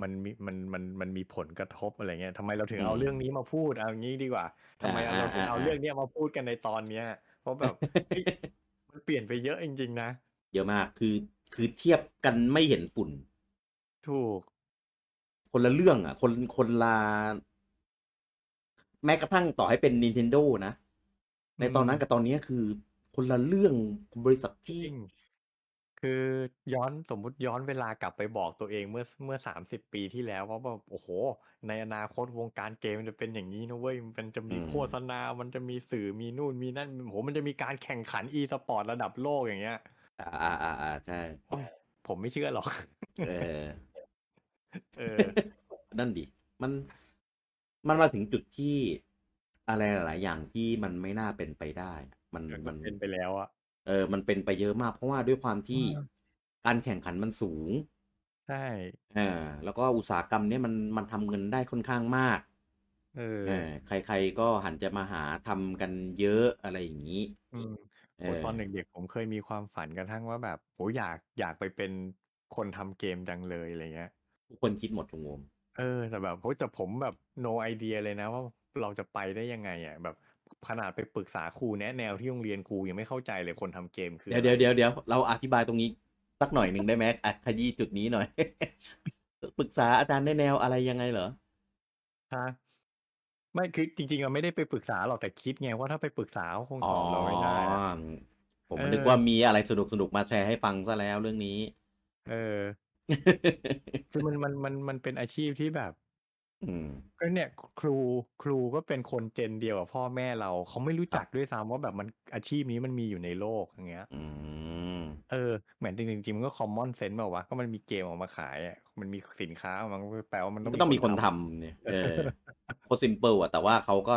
S2: มันมีมันมันมันมีผลกระทบอะไรเงี้ยทำไมเราถึงเอา
S1: อืม
S2: เรื่องนี้มาพูดเอางี้ดีกว่าทำไม
S1: อ่า
S2: เราถึงเอา
S1: อ่า
S2: เรื่องเนี้ยมาพูดกันในตอนเนี้ย เพราะแบบเฮ้ย มันเปลี่ยนไปเยอะจริงๆนะ
S1: เยอะมากคือคือเทียบกันไม่เห็นฝุ่น
S2: ถูก
S1: คนละเรื่องอ่ะ คนคนละ แม้กระทั่งต่อให้เป็น Nintendo นะ ในตอนนั้นกับตอนนี้คือ คนละเรื่องบริษัทที่
S2: จริงคือย้อนสมมุติย้อนเวลากลับไปบอกตัวเองเมื่อเมื่อสามสิบปีที่แล้วว่าแบบโอ้โห ในอนาคตวงการเกมมันจะเป็นอย่างนี้นะเว้ยมันจะมี
S1: อืม
S2: โฆษณา มันจะมีสื่อมีนู่นมีนั่นโอ้โหมันจะมีการแข่งขันอีสปอร์ตระดับโลกอย่างเงี้ย
S1: อ่าอ่าอ่าอ่าใช่
S2: ผมไม่เชื่อหรอก
S1: เออ
S2: เออ
S1: นั่นดิ มันมันมาถึงจุดที่อะไรหลาย ๆ อย่างที่มันไม่น่าเป็นไปได้ มัน
S2: มั
S1: มัน น
S2: เป็นไปแล้วอะ
S1: เออ มันเป็นไปเยอะมาก เพราะว่าด้วยความที่
S2: อืม
S1: การแข่งขันมันสูง
S2: ใช่
S1: อ่า แล้วก็อุตสาหกรรมเนี้ยมันมันทำเงินได้ค่อนข้างมาก
S2: เออ
S1: เออใครๆก็หันจะมาหาทำกันเยอะอะไรอย่างนี้
S2: อืม
S1: เอ
S2: โอ้
S1: อ
S2: ตอนเด็กๆผมเคยมีความฝันกระทั่งว่าแบบโอ้อยากอยากไปเป็นคนทำเกมจังเลยอะไรเงี้ย
S1: ทุกคนคิดหมดทุกงม
S2: เออแต่แบบโหแต่ผมแบบ no idea เลยนะว่าเราจะไปได้ยังไงอ่ะแบบขนาดไปปรึกษาครูแนะแนวที่โรงเรียนครูยังไม่เข้าใจเลยคนทำเกมคือ
S1: เดี๋ยว
S2: อะไร
S1: เดี๋ยวเดี๋ยวเดี๋ยวเราอธิบายตรงนี้สักหน่อยหนึ่งได้ไหมอ่ะขยี้จุดนี้หน่อย ปรึกษาอาจารย์ในแนวอะไรยังไงเหรอ
S2: ฮะไม่คือจริงๆอะไม่ได้ไปปรึกษาหรอกแต่คิดไงว่าถ้าไปปรึกษาเขาคง
S1: อ๋
S2: ส
S1: อ
S2: อนเราไม่ได้อะ
S1: ผม
S2: เออ
S1: นึกว่ามีอะไรสนุกสนุกมาแชร์ให้ฟังซะแล้วเรื่องนี้
S2: เออ คือมันมันมันมันเป็นอาชีพที่แบบ
S1: อืม
S2: ก็เนี่ยครูครูก็เป็นคนเจนเดียวกับพ่อแม่เราเขาไม่รู้จักด้วยซ้ำว่าแบบมันอาชีพนี้มันมีอยู่ในโลกอย่างเงี้ย
S1: อืม
S2: เออเหมือนจริงๆจริงๆมันก็คอมมอนเซนต์บอกว่าวะก็มันมีเกมออกมาขายอ่ะมันมีสินค้ามันก็แปลว่ามัน
S1: ก็ต้องมีคนทำเนี่ย เออ โคตรซิมเปิลอะแต่ว่าเขาก็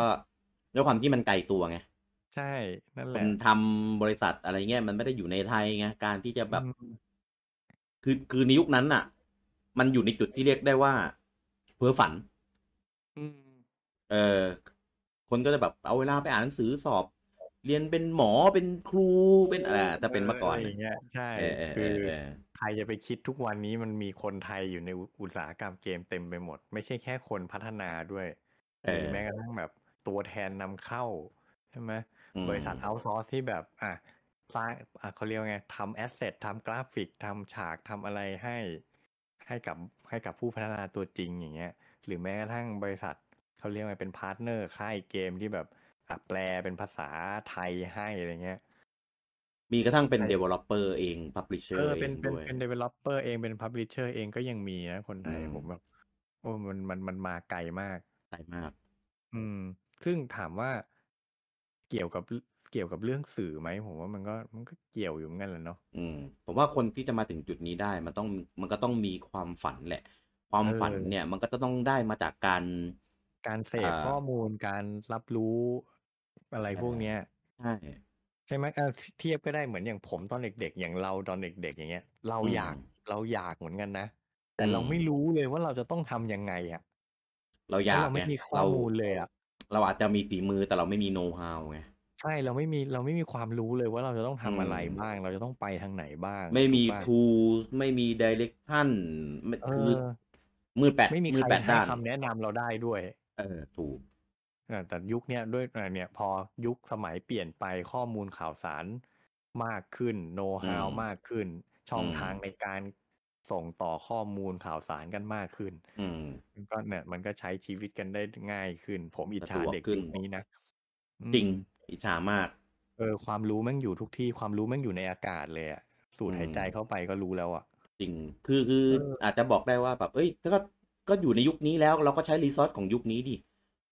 S1: ด้วยความที่มันไกลตัวไง
S2: ใช่ นั่น
S1: ค
S2: แห
S1: น
S2: ละ
S1: ทำบริษัทอะไรเงี้ยมันไม่ได้อยู่ในไทยไงการที่จะแบบ
S2: อืม
S1: คือคือในยุคนั้นน่ะ มันอยู่ในจุดที่เรียกได้ว่าเพ้อฝัน
S2: อืม
S1: เออคนก็จะแบบเอาเวลาไปอ่านหนังสือสอบ เรียนเป็นหมอเป็นครูเป็นอะไรแต่เป็นมาก่อน
S2: ไรอย่างเงี้ยใช่
S1: เออเออ
S2: คื
S1: เอ
S2: อ
S1: อเออ
S2: ใครจะไปคิดทุกวันนี้มันมีคนไทยอยู่ในอุตสาหกรรมเกมเต็มไปหมด ไม่ใช่แค่คนพัฒนาด้วย
S1: เอ
S2: มี
S1: อ
S2: แม้กระทั่งแบบตัวแทนนำเข้าใช่ไหม
S1: อืม
S2: บริษัทเอาซอร์สที่แบบ อ่ะสร้างอ่ะเขาเรียกว่าไงทำแอสเซททำกราฟิกทำฉากทำอะไรให้ ให้กับให้กับผู้พัฒนาตัวจริงอย่างเงี้ย หรือแม้กระทั่งบริษัทเขาเรียกว่าเป็นพาร์ทเนอร์ค่ายเกมที่แบบอ่ะแปลเป็นภาษาไทยให้อะไรเงี้ย
S1: มีกระทั่งเป็น developer เอง
S2: เอ
S1: publisher
S2: อ
S1: เอ
S2: เป็น
S1: ง
S2: เป็น
S1: ด้วย
S2: เป็น developer เองเป็น publisher เองก็ยังมีนะคนไทย
S1: อืม
S2: ผมแบบโอ้มันมันมันมาไกลมาก
S1: ใช่มาก
S2: อืม ซึ่งถามว่าเกี่ยวกับเกี่ยวกับเรื่องสื่อไหมผมว่ามันก็มันก็เกี่ยวอยู่เหมือนกันแหละเนาะ
S1: อืม ผมว่าคนที่จะมาถึงจุดนี้ได้ มันต้องมันก็ต้องมีความฝันแหละ ความ
S2: เอ
S1: ฝัน
S2: อ
S1: เนี่ย มันก็จะต้องได้มาจากการ
S2: การเสพ
S1: อ่า
S2: ข้อมูลการรับรู้อะไรพวกเนี้ย
S1: ใช่
S2: ใช่ไหมเออเทียบก็ได้เหมือนอย่างผมตอนเด็ก ๆ อย่างเราตอนเด็ก ๆ อย่างเงี้ย เรา
S1: อื
S2: อ
S1: ม
S2: ยากเราอยากเหมือนกันนะ แต่
S1: อื
S2: เรา
S1: ม
S2: ไม่รู้เลยว่าเราจะต้องทำยังไงอ่ะ
S1: เราอ
S2: เพราะ
S1: ยาก
S2: เราไม่
S1: ไง
S2: มีข้อ
S1: เรา
S2: มูลเลยอ่ะ
S1: เราอาจจะมีฝีมือแต่เราไม่มีโน้ต o w ไง
S2: ใช่เราไม่มีเราไม่มีความรู้เลยว่าเราจะต้อง
S1: อื
S2: ทำอะไร
S1: ม
S2: บ้าง เราจะต้องไปทางไหนบ้าง
S1: ไม่
S2: ถู
S1: มี
S2: กป่ะ
S1: ทูไม่มีดิเรกชัน
S2: เอ
S1: คือ
S2: อ
S1: มือแปด
S2: ไม่มี
S1: มื
S2: ใค
S1: อ
S2: ร
S1: แปด
S2: ให้
S1: ด้าน
S2: คำแนะนำเราได้ด้วย
S1: เออ ถูก
S2: เอ่อแต่ยุคเนี้ยด้วยเอ่อเนี่ยพอยุคสมัยเปลี่ยนไปข้อมูลข่าวสารมากขึ้นโน้ต
S1: อื
S2: ฮาว
S1: ม
S2: มากขึ้น ช่
S1: อื
S2: อง
S1: ม
S2: ทางในการส่งต่อข้อมูลข่าวสารกันมากขึ้น
S1: อืม
S2: มันก็เนี่ยมันก็ใช้ชีวิตกันได้ง่ายขึ้น ผมอิจ
S1: สะด
S2: ฉาว
S1: ก
S2: เด็ก
S1: ขึ้น
S2: ยุคนี้นะอื
S1: จริง
S2: ม
S1: อิจฉามาก
S2: เออความรู้แม่งอยู่ทุกที่ความรู้แม่งอยู่ในอากาศเลยอะสูด
S1: อื
S2: หาย
S1: ม
S2: ใจเข้าไปก็รู้แล้วอะ
S1: จริง คือคือ
S2: เอออ
S1: อาจจะบอกได้ว่าแบบ เอ้ย ก็ก็อยู่ในยุคนี้แล้วเราก็ใช้รีซอสของยุคนี้ดิ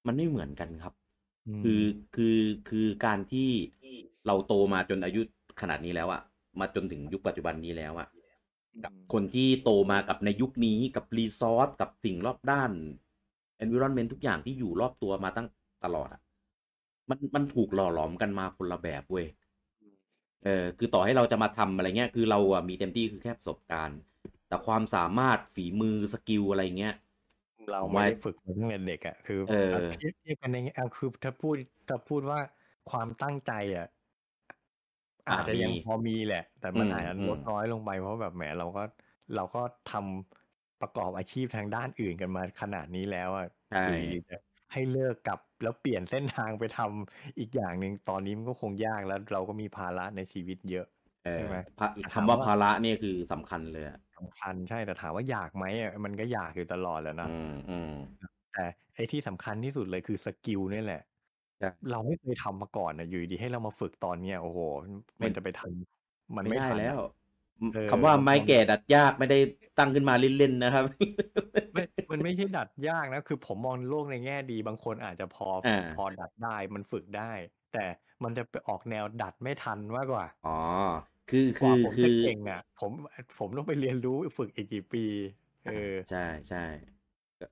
S1: มันไม่เหมือนกันครับ คือคือคือการที่เราโตมาจนอายุขนาดนี้แล้วอะมาจนถึงยุคปัจจุบันนี้แล้วอะกับคนที่โตมากับในยุคนี้กับรีซอสกับสิ่งรอบด้าน environment ทุกอย่างที่อยู่รอบตัวมาตั้งตลอดอะมันมันถูกหล่อหลอมกันมาคนละแบบเว้ยเออคือต่อให้เราจะมาทำอะไรเงี้ย คือเราอะมีเต็มที่คือแค่ประสบการณ์ แต่ความสามารถฝีมือสกิลอะไรเงี้ย
S2: เราไม่ได้ฝึกมาตั้งแต่เด็กอ่ะคือ
S1: เออ
S2: เทียบเทียบกันในแง่เอาคือถ้าพูดถ้าพูดว่าความตั้งใจอ่ะอาจจะยัง
S1: มี
S2: พอมีแหละ แต่มัน
S1: อืม
S2: อาจจะลด
S1: อืม
S2: น้อยลงไปเพราะแบบแหมเราก็เราก็ทำประกอบอาชีพทางด้านอื่นกันมาขนาดนี้แล้วอ่ะ
S1: ใช่
S2: อยู่ดีๆจะให้เลิกกลับแล้วเปลี่ยนเส้นทางไปทำอีกอย่างหนึ่งตอนนี้มันก็คงยากแล้ว เราก็มีภาระในชีวิตเยอะ
S1: เออ
S2: ใช่ไหม
S1: พะ
S2: ถาม
S1: คำว่า
S2: ว่า
S1: ภาระเนี่ยคือสำคัญเลยอะ
S2: สำคัญใช่แต่ถามว่าอยากไหมอ่ะมันก็อยากอยู่ตลอดแหละนะ
S1: อืมอืม
S2: แต่ไอ้ที่สำคัญที่สุดเลยคือสกิลนี่แหละ
S1: ใช่
S2: เราไม่เคยทำมาก่อนนะอยู่ดีๆให้เรามาฝึกตอนเนี้ยโอ้โห
S1: ไม่
S2: มันจะไปทันมัน
S1: ไม่
S2: ไม่
S1: ได้
S2: ทันอะ
S1: แล้ว
S2: เออ
S1: คำว่าไม้
S2: มัน
S1: แก่ดัดยากไม่ได้ตั้งขึ้นมาเล่นๆนะครับ
S2: ไม่มันไม่ใช่ดัดยากนะ คือผมมองโลกในแง่ดีบางคนอาจจะพอ
S1: อ่า
S2: พอดัดได้มันฝึกได้ แต่มันจะไปออกแนวดัดไม่ทันมากกว่า
S1: อ๋อ คือคือ
S2: คื
S1: อ
S2: ผม
S1: คื
S2: จะ
S1: อ
S2: เก่งอ่ะ ผมผมต้องไปเรียนรู้ฝึกอีกกี่ปี เออ
S1: ใช่ใช่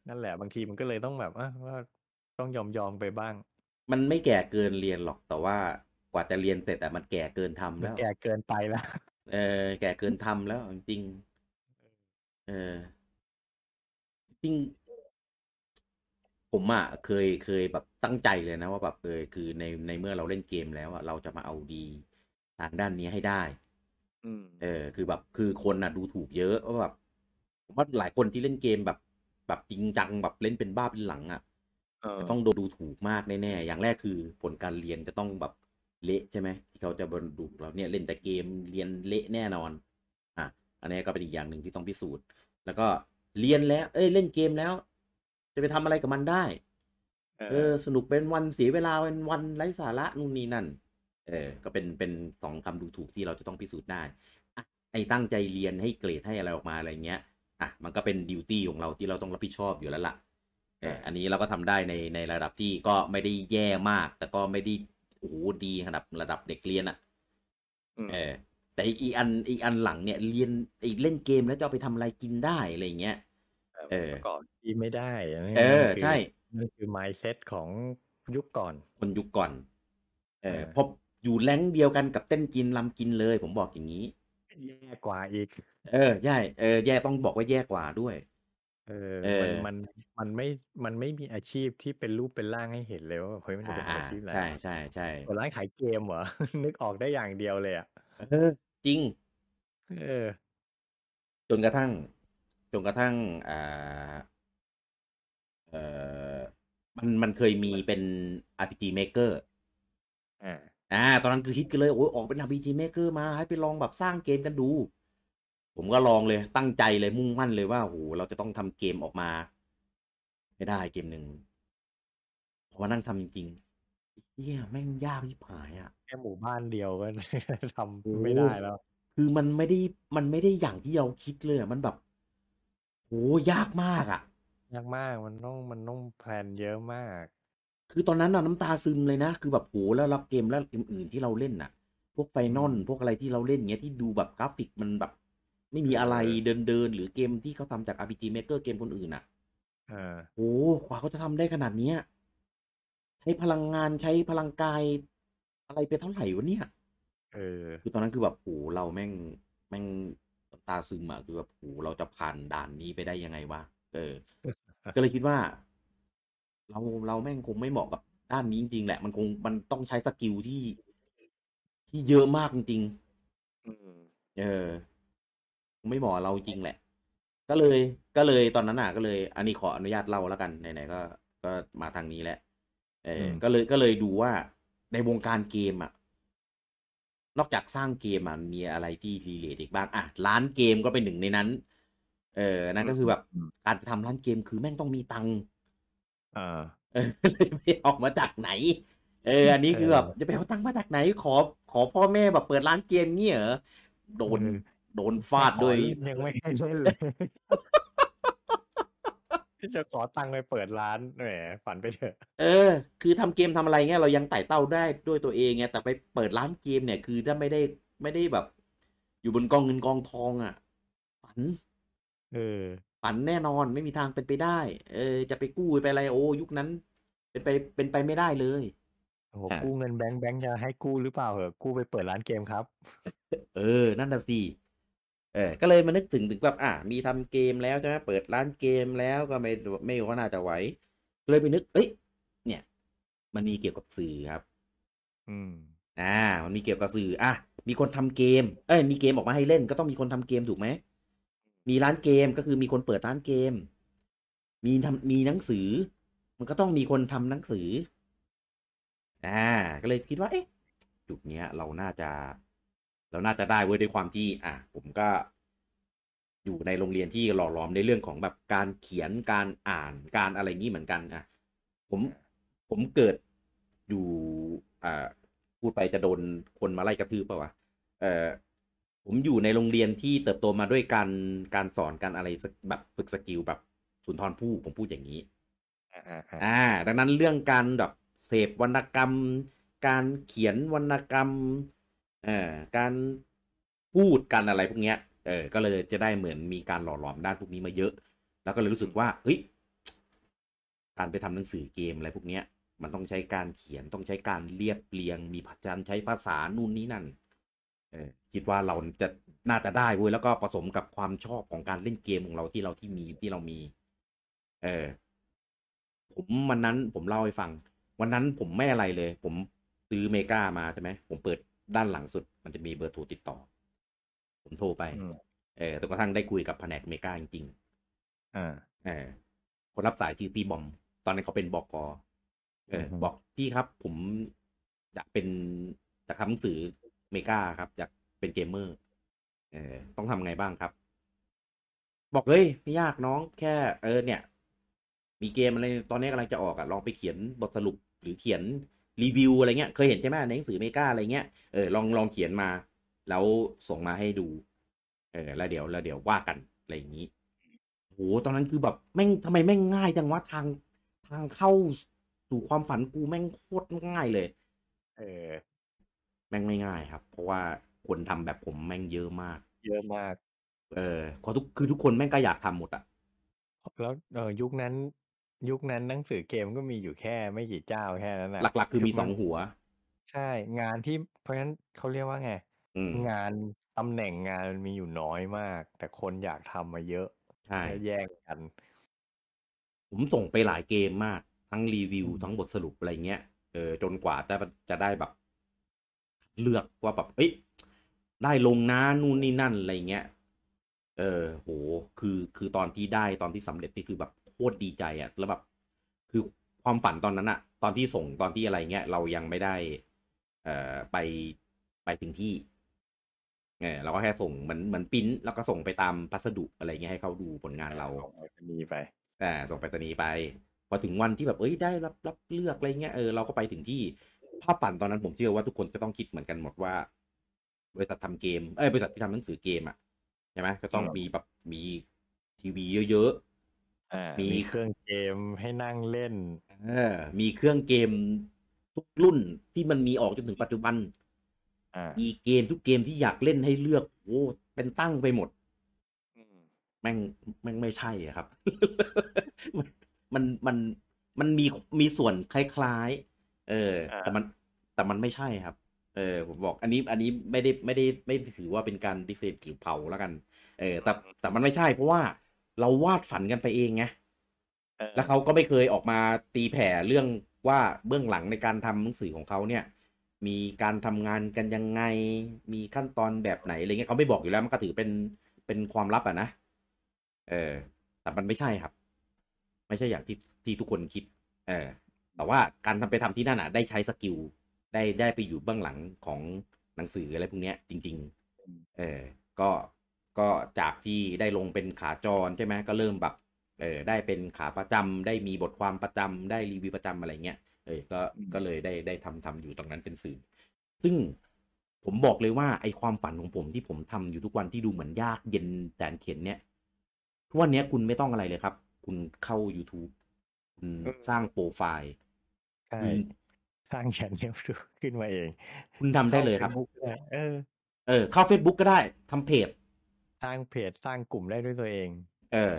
S2: นั่นแหละบางทีมันก็เลยต้องแบบอ่ะว่าต้องยอมยอมๆไปบ้าง
S1: มันไม่แก่เกินเรียนหรอกแต่ว่ากว่าจะเรียนเสร็จอะมันแก่เกินทำ
S2: มัน
S1: แล้ว
S2: แก่เกินไปแล้ว
S1: เออ แก่เกินทำแล้วจริงๆเออ จริง ผมอะเคยเคยแบบตั้งใจเลยนะว่าแบบเออคือในในเมื่อเราเล่นเกมแล้วอะเราจะมาเอาดีทางด้านนี้ให้ได้ เออคือแบบคือคนน่ะดูถูกเยอะว่าแบบผมว่าหลายคนที่เล่นเกมแบบ แบบจริงจังแบบเล่นเป็นบ้าเป็นหลังอะ่ะ
S2: เออ
S1: จะต้องโดนดูถูกมากแน่ๆอย่างแรกคือผลการเรียนจะต้องแบบเละใช่ไหมที่เขาจะบรรดุเราเนี่ยเล่นแต่เกมเรียนเละแน่นอน อ่ะอันนี้ก็เป็นอีกอย่างหนึ่งที่ต้องพิสูจน์ แล้วก็เรียนแล้ว เอ้ยเล่นเกมแล้ว จะไปทำอะไรกับมันได้ เออสนุกเป็นวันเสียเวลาเป็นวันไร้สาระนู่นนี่นั่น เออ ก็เป็นเป็นสองคำดูถูกที่เราจะต้องพิสูจน์ได้อะไอ้ตั้งใจเรียนให้เกรดให้อะไรออกมาอะไรเงี้ยอ่ะมันก็เป็นดิวตี้ของเราที่เราต้องรับผิดชอบอยู่แล้วล่ะเอออันนี้เราก็ทำได้ในในระดับที่ก็ไม่ได้แย่มาก แต่ก็ไม่ได้โอ้โหดีระดับระดับเด็กเรียนอะ่ะเออ แต่อีกอันอีกอันหลังเนี่ยเรียนไอ้เล่นเกมแล้วจะเอาไปทำอะไรกินได้อะไรเงี้ย เออ
S2: ประกอบที่ไม่ได้ะ
S1: เออ
S2: นั่นคื
S1: ใช่
S2: นั่นคือ mindset ของยุคก่อน
S1: คนยุคก่อน เออ
S2: เออ
S1: พออยู่แรงค์เดียวกันกับเต้นกินลำกินเลย ผมบอกอย่างนี้
S2: แย่กว่าอีก
S1: เออแย่เออแย่ต้องบอกว่าแย่กว่าด้วย
S2: เออ
S1: เออ
S2: มันมันมันไม่มันไม่มีอาชีพที่เป็นรูปเป็นร่างให้เห็นเลยว่าแบบเฮ้ยมันจะ
S1: อ่า
S2: เป็น
S1: อ่า
S2: อาชีพอะไร
S1: ใช่ใช่ใช่
S2: เปิดร้านขายเกมเหรอ นึกออกได้อย่างเดียวเลยอ่ะ
S1: เออจริง
S2: เออ
S1: จนกระทั่ง จนกระทั่งอ่าเออมันมันเคยมีเป็น RPG Maker
S2: อ่า
S1: อ่า ตอนนั้นคือฮิตกันเลย โอ้ยออกเป็น RPG Maker มา ให้ไปลองแบบสร้างเกมกันดู ผมก็ลองเลย ตั้งใจเลยมุ่งมั่นเลยว่าโอ้โหเราจะต้องทำเกมออกมา ไม่ได้เกมหนึ่งพอมานั่งทำจริงๆเฮียแม่งยากที่ผายอ่ะ
S2: แค่หมู่บ้านเดียวก็ ทำไม่ได้แล้ว
S1: คือมันไม่ได้ มันไม่ได้อย่างที่เราคิดเลยอะมันแบบโหยากมากอ่ะ
S2: ยากมากมันต้องมันต้องแพลนเยอะมาก
S1: คือตอนนั้นน่ะน้ำตาซึมเลยนะ คือแบบโหแล้วรับเกมแล้วเกมอื่นที่เราเล่นน่ะ พวกไฟนอล
S2: อืม
S1: พวกอะไรที่เราเล่นเงี้ยที่ดูแบบกราฟิกมันแบบ ไม่มีอะไร
S2: เออ
S1: เดินเดินๆหรือเกมที่เขาทำจาก RPG Maker เกมคนอื่นน่ะ
S2: เออ
S1: โหกว่าเขาจะทำได้ขนาดเนี้ยใช้พลังงานใช้พลังกาย อะไรไปเท่าไหร่วะเนี่ย
S2: เออ
S1: คือตอนนั้นคือแบบโหเราแม่งแม่งน้ำตาซึมอะคือแบบโหเราจะผ่านด่านนี้ไปได้ยังไงวะเออ ก็เลยคิดว่า เราเราแม่งคงไม่เหมาะกับด้านนี้จริงๆแหละ มันคงมันต้องใช้สกิลที่ ที่เยอะมากจริง
S2: อืม
S1: ๆเออ ไม่เหมาะเราจริงแหละ ก็เลยก็เลยตอนนั้นอ่ะ ก็เลย อันนี้ขออนุญาตเล่าแล้วกันไหนๆก็ ก็มาทางนี้แหละเอออ
S2: ม
S1: ก็เลยก็เลยดูว่าในวงการเกมอ่ะ นอกจากสร้างเกมอ่ะมีอะไรที่รีเลทอีกบ้างอ่ะร้านเกมก็เป็นหนึ่งในนั้น เออนั่นก็คือแบบ
S2: อืม
S1: การไปทำร้านเกมคือแม่งต้องมีตังค์
S2: อ่า
S1: เอ อเลยไปเออกมาจากไหน เออ อันนี้คือแบบจะไปเอาตังค์มาจากไหน ขอขอพ่อแม่แบบเปิดร้านเกมเงี้ยเหรอโดน
S2: เออ
S1: โดนฟาดด้วย
S2: ยังไม่ให้เล่นเลย จะขอตังค์ไปเปิดร้านแหมฝันไปเถอะ
S1: เออ คือทำเกมทำอะไรเงี้ยเรายังไต่เต้าได้ด้วยตัวเองไงแต่ไปเปิดร้านเกมเนี่ย คือถ้าไม่ได้ไม่ได้แบบ อยู่บนกองเงินกองทองอ่ะฝัน
S2: เออ
S1: ฝันแน่นอนไม่มีทางเป็นไปได้ เออ จะไปกู้ไปอะไรโอ้ยุคนั้น เป็นไปเป็นไปไม่ได้เลย
S2: โอ้โห
S1: อ่ะ
S2: กู้เงินแบงค์แบงค์จะให้กู้หรือเปล่าเหรอะกู้ไปเปิดร้านเกมครับ
S1: เออ นั่นน่ะสิ เออ ก็เลยมานึกถึงถึงแบบอ่ะมีทำเกมแล้วใช่ไหมเปิดร้านเกมแล้วก็ไม่ไม่ว่าน่าจะไหวเลยไปนึก เอ้ย เนี่ย มันมีเกี่ยวกับสื่อครับ
S2: อืม
S1: อ่า มันมีเกี่ยวกับสื่อ อ่ะ มีคนทำเกม เอ้ย มีเกมออกมาให้เล่น ก็ต้องมีคนทำเกมถูกไหม มีร้านเกมก็คือมีคนเปิดร้านเกม มีทำมีหนังสือ มันก็ต้องมีคนทำหนังสือ อ่า ก็เลยคิดว่า เอ๊ะ จุดเนี้ย เราน่าจะ เราน่าจะได้เว้ยด้วยความที่ อ่ะ ผมก็ อยู่ในโรงเรียนที่หล่อหลอมในเรื่องของแบบการเขียน การอ่าน การอะไรงี้เหมือนกัน อ่ะ ผม ผมเกิดอยู่ อ่า พูดไปจะโดนคนมาไล่กระทืบเปล่าวะ เออผมอยู่ในโรงเรียนที่เติบโตมาด้วยการการสอนการอะไรสักแบบฝึกสกิลแบบสุนทรภู่ผมพูดอย่างนี้
S2: อ่าอ่าอ่า
S1: อ่า ดังนั้นเรื่องการแบบเสพวรรณกรรม การเขียนวรรณกรรม เอ่อ การพูดการอะไรพวกเนี้ย เออ ก็เลยจะได้เหมือนมีการหล่อหลอมด้านพวกนี้มาเยอะ แล้วก็เลยรู้สึกว่า เฮ้ย การไปทำหนังสือเกมอะไรพวกเนี้ย มันต้องใช้การเขียน ต้องใช้การเรียบเรียง มีผัดจันใช้ภาษานู่นนี่นั่น เออ คิดว่าเราจะน่าจะได้เว้ย แล้วก็ผสมกับความชอบของการเล่นเกมของเราที่เราที่มีที่เรามี เออ ผมวันนั้นผมเล่าให้ฟัง วันนั้นผมไม่อะไรเลย ผมซื้อเมกามาใช่ไหม ผมเปิดด้านหลังสุด มันจะมีเบอร์โทรติดต่อ ผมโทรไป
S2: อืม
S1: เออจนกระทั่งได้คุยกับแผนกเมกาจริง
S2: อ่า
S1: ๆเออคนรับสายชื่อพี่บอม ตอนนั้นเขาเป็นบอกกอเออ
S2: อือฮึ
S1: บอกพี่ครับ ผมอยากเป็นอยากทำหนังสือเมกาครับอยากเป็นเกมเมอร์ เออ ต้องทำไงบ้างครับ บอกเลยไม่ยากน้องแค่ เออ เนี่ย มีเกมอะไรตอนนี้กำลังจะออกอะลองไปเขียนบทสรุปหรือเขียนรีวิวอะไรเงี้ย เคยเห็นใช่ไหมในหนังสือเมกาอะไรเงี้ยเออลองลองเขียนมา แล้วส่งมาให้ดู เออ แล้วเดี๋ยวแล้วเดี๋ยวว่ากันอะไรอย่างนี้โหตอนนั้นคือแบบแม่งทำไมแม่งง่ายจังวะทางทางเข้าสู่ความฝันกูแม่งโคตรง่ายเลย
S2: เออ
S1: แม่งไม่ง่ายครับ เพราะว่าคนทำแบบผมแม่งเยอะมาก
S2: เยอะมาก
S1: เออขอทุกคือทุกคนแม่งก็อยากทำหมดอะ
S2: แล้วเออยุคนั้น ยุคนั้นหนังสือเกมก็มีอยู่แค่ไม่กี่เจ้าแค่นั้นแหละ
S1: หลัก ๆ คือมีสอง
S2: น
S1: หัว
S2: ใช่ งานที่เพราะฉะนั้นเขาเรียกว่าไง
S1: อืม
S2: งานตำแหน่งงานมันมีอยู่น้อยมาก แต่คนอยากทำมาเยอะ
S1: ใช่
S2: แล้วแย่งกัน
S1: ผมส่งไปหลายเกมมาก ทั้งรีวิว
S2: อืม
S1: ทั้งบทสรุปอะไรเงี้ยเออจนกว่าจะจะได้แบบ เลือกว่าแบบ เอ้ยได้ลงนะนู่นนี่นั่นอะไรเงี้ยเออโหคือคือตอนที่ได้ตอนที่สำเร็จนี่คือแบบโคตรดีใจอะ่ะแล้วแบบคือความฝันตอนนั้นอะตอนที่ส่งตอนที่อะไรเงี้ยเรายังไม่ได้ เอ่อไปไปถึงที่เออเราก็แค่ส่งเหมือนเหมือนปริ้นแล้วก็ส่งไปตามพัสดุอะไรเงี้ยให้เขาดูผลงานเรา
S2: อไปนีไป
S1: อ่าส่งไปรษณีย์ไป พอถึงวันที่แบบเอ้ยได้รับรับเลือกอะไรเงี้ยเออเราก็ไปถึงที่ภาพปั่นตอนนั้นผมเชื่อว่าทุกคนจะต้องคิดเหมือนกันหมดว่า บริษัททำเกมเอ้ยบริษัทที่ทำหนังสือเกมอ่ะใช่ไหมก็ต้อง
S2: ครับ
S1: มีแบบมีทีวีเยอะ
S2: อ่า
S1: มี
S2: มีเครื่องเกมให้นั่งเล่น
S1: ๆเออมีเครื่องเกมทุกรุ่นที่มันมีออกจนถึงปัจจุบัน
S2: อ่า
S1: มีเกมทุกเกมที่อยากเล่นให้เลือกโอ้เป็นตั้งไปหมด แม่งแม่งไม่ใช่อะครับ มันมันมันมีมีส่วนคล้ายๆ เออ
S2: อ่า
S1: แต่มันแต่มันไม่ใช่ครับ เออ ผมบอก อันนี้อันนี้ไม่ได้ไม่ได้ไม่ได้ถือว่าเป็นการดิเซนหรือเผาแล้วกัน เออ แต่แต่มันไม่ใช่ เพราะว่าเราวาดฝันกันไปเองไง
S2: เออ
S1: แล้วเขาก็ไม่เคยออกมาตีแผ่เรื่องว่าเบื้องหลังในการทำหนังสือของเขาเนี่ย มีการทำงานกันยังไง มีขั้นตอนแบบไหนอะไรเงี้ยเขาไม่บอกอยู่แล้วมันก็ถือเป็นเป็นความลับอะนะเออ แต่มันไม่ใช่ครับ ไม่ใช่อย่างที่ที่ทุกคนคิด เออ แต่ว่าการทำไปทำที่นั่นอะได้ใช้สกิลได้ได้ไปอยู่เบื้องหลังของหนังสืออะไรพวกเนี้ย จริง ๆ เออ ก็ก็จากที่ได้ลงเป็นขาจรใช่ไหมก็เริ่มแบบ เออได้เป็นขาประจำได้มีบทความประจำได้รีวิวประจำอะไรเงี้ยเออก็ก็เลยได้ได้ทำทำอยู่ตรงนั้นเป็นสื่อ ซึ่ง ผมบอกเลยว่าไอความฝันของผมที่ผมทำอยู่ทุกวันที่ดูเหมือนยากเย็นแสนเข็นเนี่ยทุกวันเนี้ยคุณไม่ต้องอะไรเลยครับ คุณเข้า YouTube คุณ
S2: เออ
S1: สร้างโปรไฟล์
S2: ใช่
S1: คุณ
S2: สร้างแชนเนลขึ้นมาเอง
S1: คุณทำได้เลยครับ
S2: ข้า Facebook ได้เออ
S1: เออ เข้า Facebook ก็ได้ทำเพจ
S2: สร้างเพจสร้างกลุ่มได้ด้วยตัวเอง
S1: เออ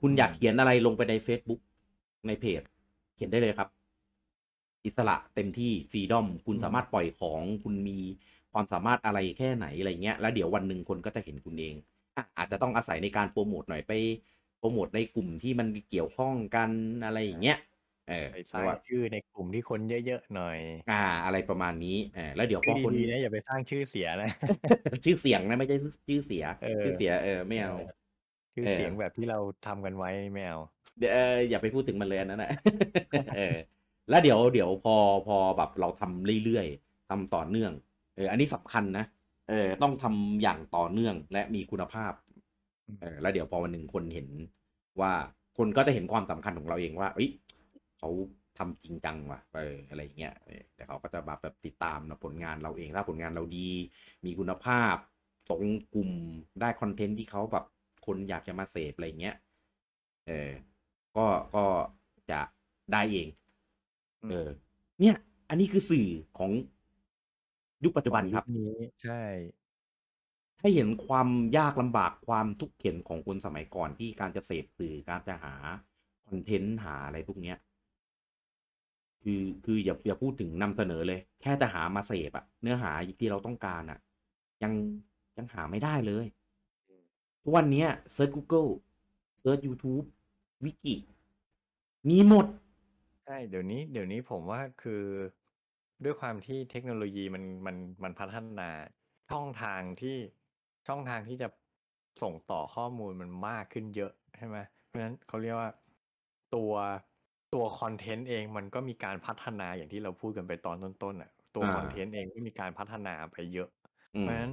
S1: คุณ
S2: อืม
S1: อยากเขียนอะไรลงไปใน Facebook ในเพจ เขียนได้เลยครับ อิสระเต็มที่ฟรีดอม คุณสามารถปล่อยของ คุณมีความสามารถอะไรแค่ไหนอะไรเงี้ย แล้วเดี๋ยววันหนึ่งคนก็จะเห็นคุณเองอ่ะอาจจะต้องอาศัยในการโปรโมทหน่อยไป โปรโมทในกลุ่มที่มันเกี่ยวข้องกันอะไรอย่างเงี้ย เออ
S2: ไปสร้าง
S1: ว่า
S2: ชื่อในกลุ่มที่คนเยอะๆหน่อย
S1: อ่า อะไรประมาณนี้เออแล้วเดี๋ยวพ
S2: ชื่
S1: อ
S2: อ
S1: คน
S2: ดีๆนะอย่าไปสร้างชื่อเสียนะ
S1: ชื่อเสียงนะไม่ใช่ชื่อเสีย
S2: เออ
S1: ชื่อเสียเออไม่เอา
S2: ชื่อ
S1: เออ
S2: เสียงแบบที่เราทำกันไว้นี่ไม่เอา
S1: เดี๋ยวเอออย่าไปพูดถึงมันเลยอันนั้นแหละ เออ แล้วเดี๋ยวเดี๋ยวพอพอแบบเราทำเรื่อยๆทำต่อเนื่อง เออ อันนี้สำคัญนะเออ ต้องทำอย่างต่อเนื่องและมีคุณภาพ เออ แล้วเดี๋ยวพอวันหนึ่งคนเห็นว่าคนก็จะเห็นความสำคัญของเราเองว่าเอ้ยเขาทำจริงจังว่ะเอออะไรอย่างเงี้ยเออแต่เขาก็จะแบบแบบติดตามนะผลงานเราเองถ้าผลงานเราดี มีคุณภาพ ตรงกลุ่มได้คอนเทนต์ที่เขาแบบคนอยากจะมาเสพอะไรอย่างเงี้ยเออ ก็ก็จะได้เอง เออ เนี่ย อันนี้คือสื่อของยุคปัจจุบันครับ
S2: ของยุนี้ใช่
S1: ให้เห็นความยากลำบากความทุกข์เข็นของคนสมัยก่อนที่การจะเสพสื่อการจะหาคอนเทนต์หาอะไรพวกเนี้ย คือคืออย่าอย่าพูดถึงนำเสนอเลย แค่จะหามาเสพอะเนื้อหาที่เราต้องการอะยังยังหาไม่ได้เลย ทุกวันเนี้ยเซิร์ช Google เซิร์ช YouTube วิกิ มีหมด
S2: ใช่เดี๋ยวนี้เดี๋ยวนี้ผมว่าคือด้วยความที่เทคโนโลยีมันมันมันพัฒนาช่องทางที่ช่องทางที่จะส่งต่อข้อมูลมันมากขึ้นเยอะใช่ไหมเพราะฉะนั้นเขาเรียกว่าตัวตัวคอนเทนต์เองมันก็มีการพัฒนาอย่างที่เราพูดกันไปตอนต้นๆอ่ะตัว
S1: อ่า
S2: คอนเทนต์เองก็มีการพัฒนาไปเยอะ
S1: อืม
S2: เพราะฉะนั้น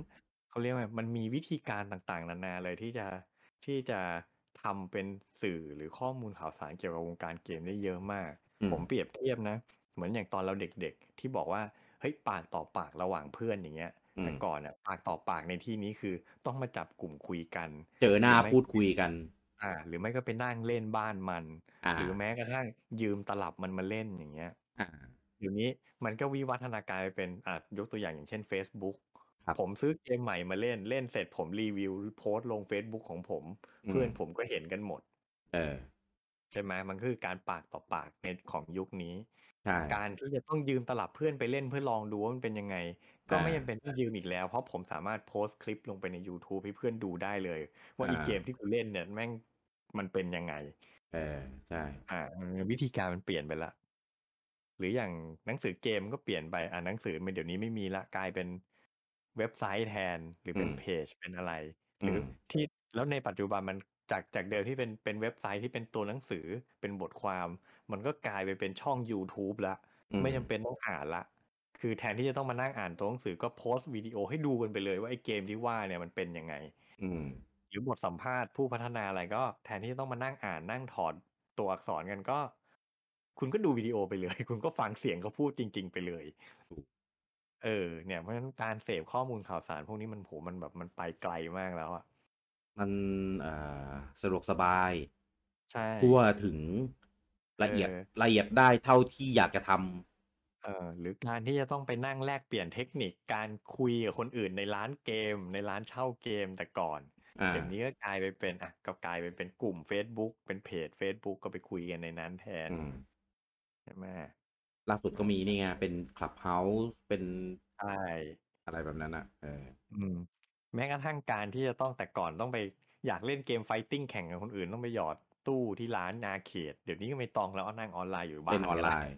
S2: เขาเรียกว่ามันมีวิธีการต่างๆ นานาเลยที่จะที่จะทำเป็นสื่อหรือข้อมูลข่าวสารเกี่ยวกับวงการเกมได้เยอะมาก
S1: อืม
S2: ผมเปรียบเทียบนะ เหมือนอย่างตอนเราเด็กๆ ที่บอกว่าเฮ้ยปากต่อปากระหว่างเพื่อนอย่างเงี้ย
S1: อื
S2: แต่
S1: ม
S2: ก่อนอ่ะปากต่อปากในที่นี้คือต้องมาจับกลุ่มคุยกัน
S1: เจอหน้าพูดคุยกัน
S2: อ่า หรือไม่ก็ไปนั่งเล่นบ้านมัน
S1: อ่า
S2: หรือแม้กระทั่งยืมตลับมันมาเล่นอย่างเงี้ย
S1: อ่า
S2: เดี๋ยวนี้มันก็วิวัฒนาการไปเป็นอ่ะยกตัวอย่างอย่างเช่น Facebook
S1: ครับ
S2: ผมซื้อเกมใหม่มาเล่นเล่นเสร็จผมรีวิวโพสต์ลง Facebook ของผม
S1: อืม
S2: เพื่อนผมก็เห็นกันหมด
S1: เออ
S2: ใช่ไหมมันคือการปากต่อปากในของยุคนี้
S1: ใช่
S2: การที่จะต้องยืมตลับเพื่อนไปเล่นเพื่อลองดูว่ามันเป็นยังไง ก็ไม่
S1: อ่า
S2: จำเป็นต้องยืมอีกแล้ว เพราะผมสามารถโพสต์คลิปลงไปใน YouTube ให้เพื่อนดูได้เลย ว่า
S1: อ่า
S2: ไอีเกมที่กูเล่นเนี่ยแม่งมันเป็นยังไง
S1: เออ ใช่
S2: อ่าวิธีการมันเปลี่ยนไปละ หรืออย่างหนังสือเกมก็เปลี่ยนไปอ่าหนังสือมันเดี๋ยวนี้ไม่มีละกลายเป็นเว็บไซต์แทนหรือเป็น
S1: อืม
S2: เพจเป็นอะไร
S1: อื
S2: หรือ
S1: ม
S2: ที่แล้วในปัจจุบันมันจากจากเดิมที่เป็นเป็นเว็บไซต์ที่เป็นตัวหนังสือเป็นบทความ มันก็กลายไปเป็นช่อง YouTube ละ
S1: อื
S2: ไม่จำเป็นต้องอ่านละ คือแทนที่จะต้องมานั่งอ่านตัวหนังสือก็โพสต์วิดีโอให้ดูกันไปเลยว่าไอ้เกมที่ว่าเนี่ยมันเป็นยังไง
S1: อืม
S2: หรือบทสัมภาษณ์ผู้พัฒนาอะไรก็แทนที่จะต้องมานั่งอ่านนั่งถอดตัวอักษรกันก็ คุณก็ดูวิดีโอไปเลย คุณก็ฟังเสียงเขาพูดจริง ๆ ไปเลย
S1: ถูก
S2: เออ เนี่ยเพราะฉะนั้นการเสพข้อมูลข่าวสารพวกนี้มันโหมันแบบมันไปไกลมากแล้วอ่ะ
S1: มันเอ่อสะดวกสบาย
S2: ใช่
S1: ทั่วถึงละเอียด
S2: เออ
S1: ละเอียดได้เท่าที่อยากจะท
S2: เออหรือการที่จะต้องไปนั่งแลกเปลี่ยนเทคนิคการคุยกับคนอื่นในร้านเกม ในร้านเช่าเกมแต่ก่อน
S1: ำอ่า
S2: เดี๋ยวนี้ก็กลายไปเป็นอ่ะก็กลายไปเป็นกลุ่ม Facebook เป็นเพจ Facebook ก็ไปคุยกันในนั้นแทน
S1: อืม
S2: ใช่ไหม
S1: ล่าสุดก็มีนี่ไงเป็นคลับเฮาส์เป็น
S2: ใช่
S1: อะไรแบบนั้นอ่ะเออ
S2: อืมแม้กระทั่งการที่จะต้องแต่ก่อนต้องไปอยากเล่นเกมไฟติ้งแข่งกับคนอื่นต้องไปหยอดตู้ที่ร้านนาเขต เดี๋ยวนี้ก็ไม่ต้องแล้วเอานั่งออนไลน์อยู่บ้าน
S1: เป็นออนไล
S2: ก็ด้
S1: น์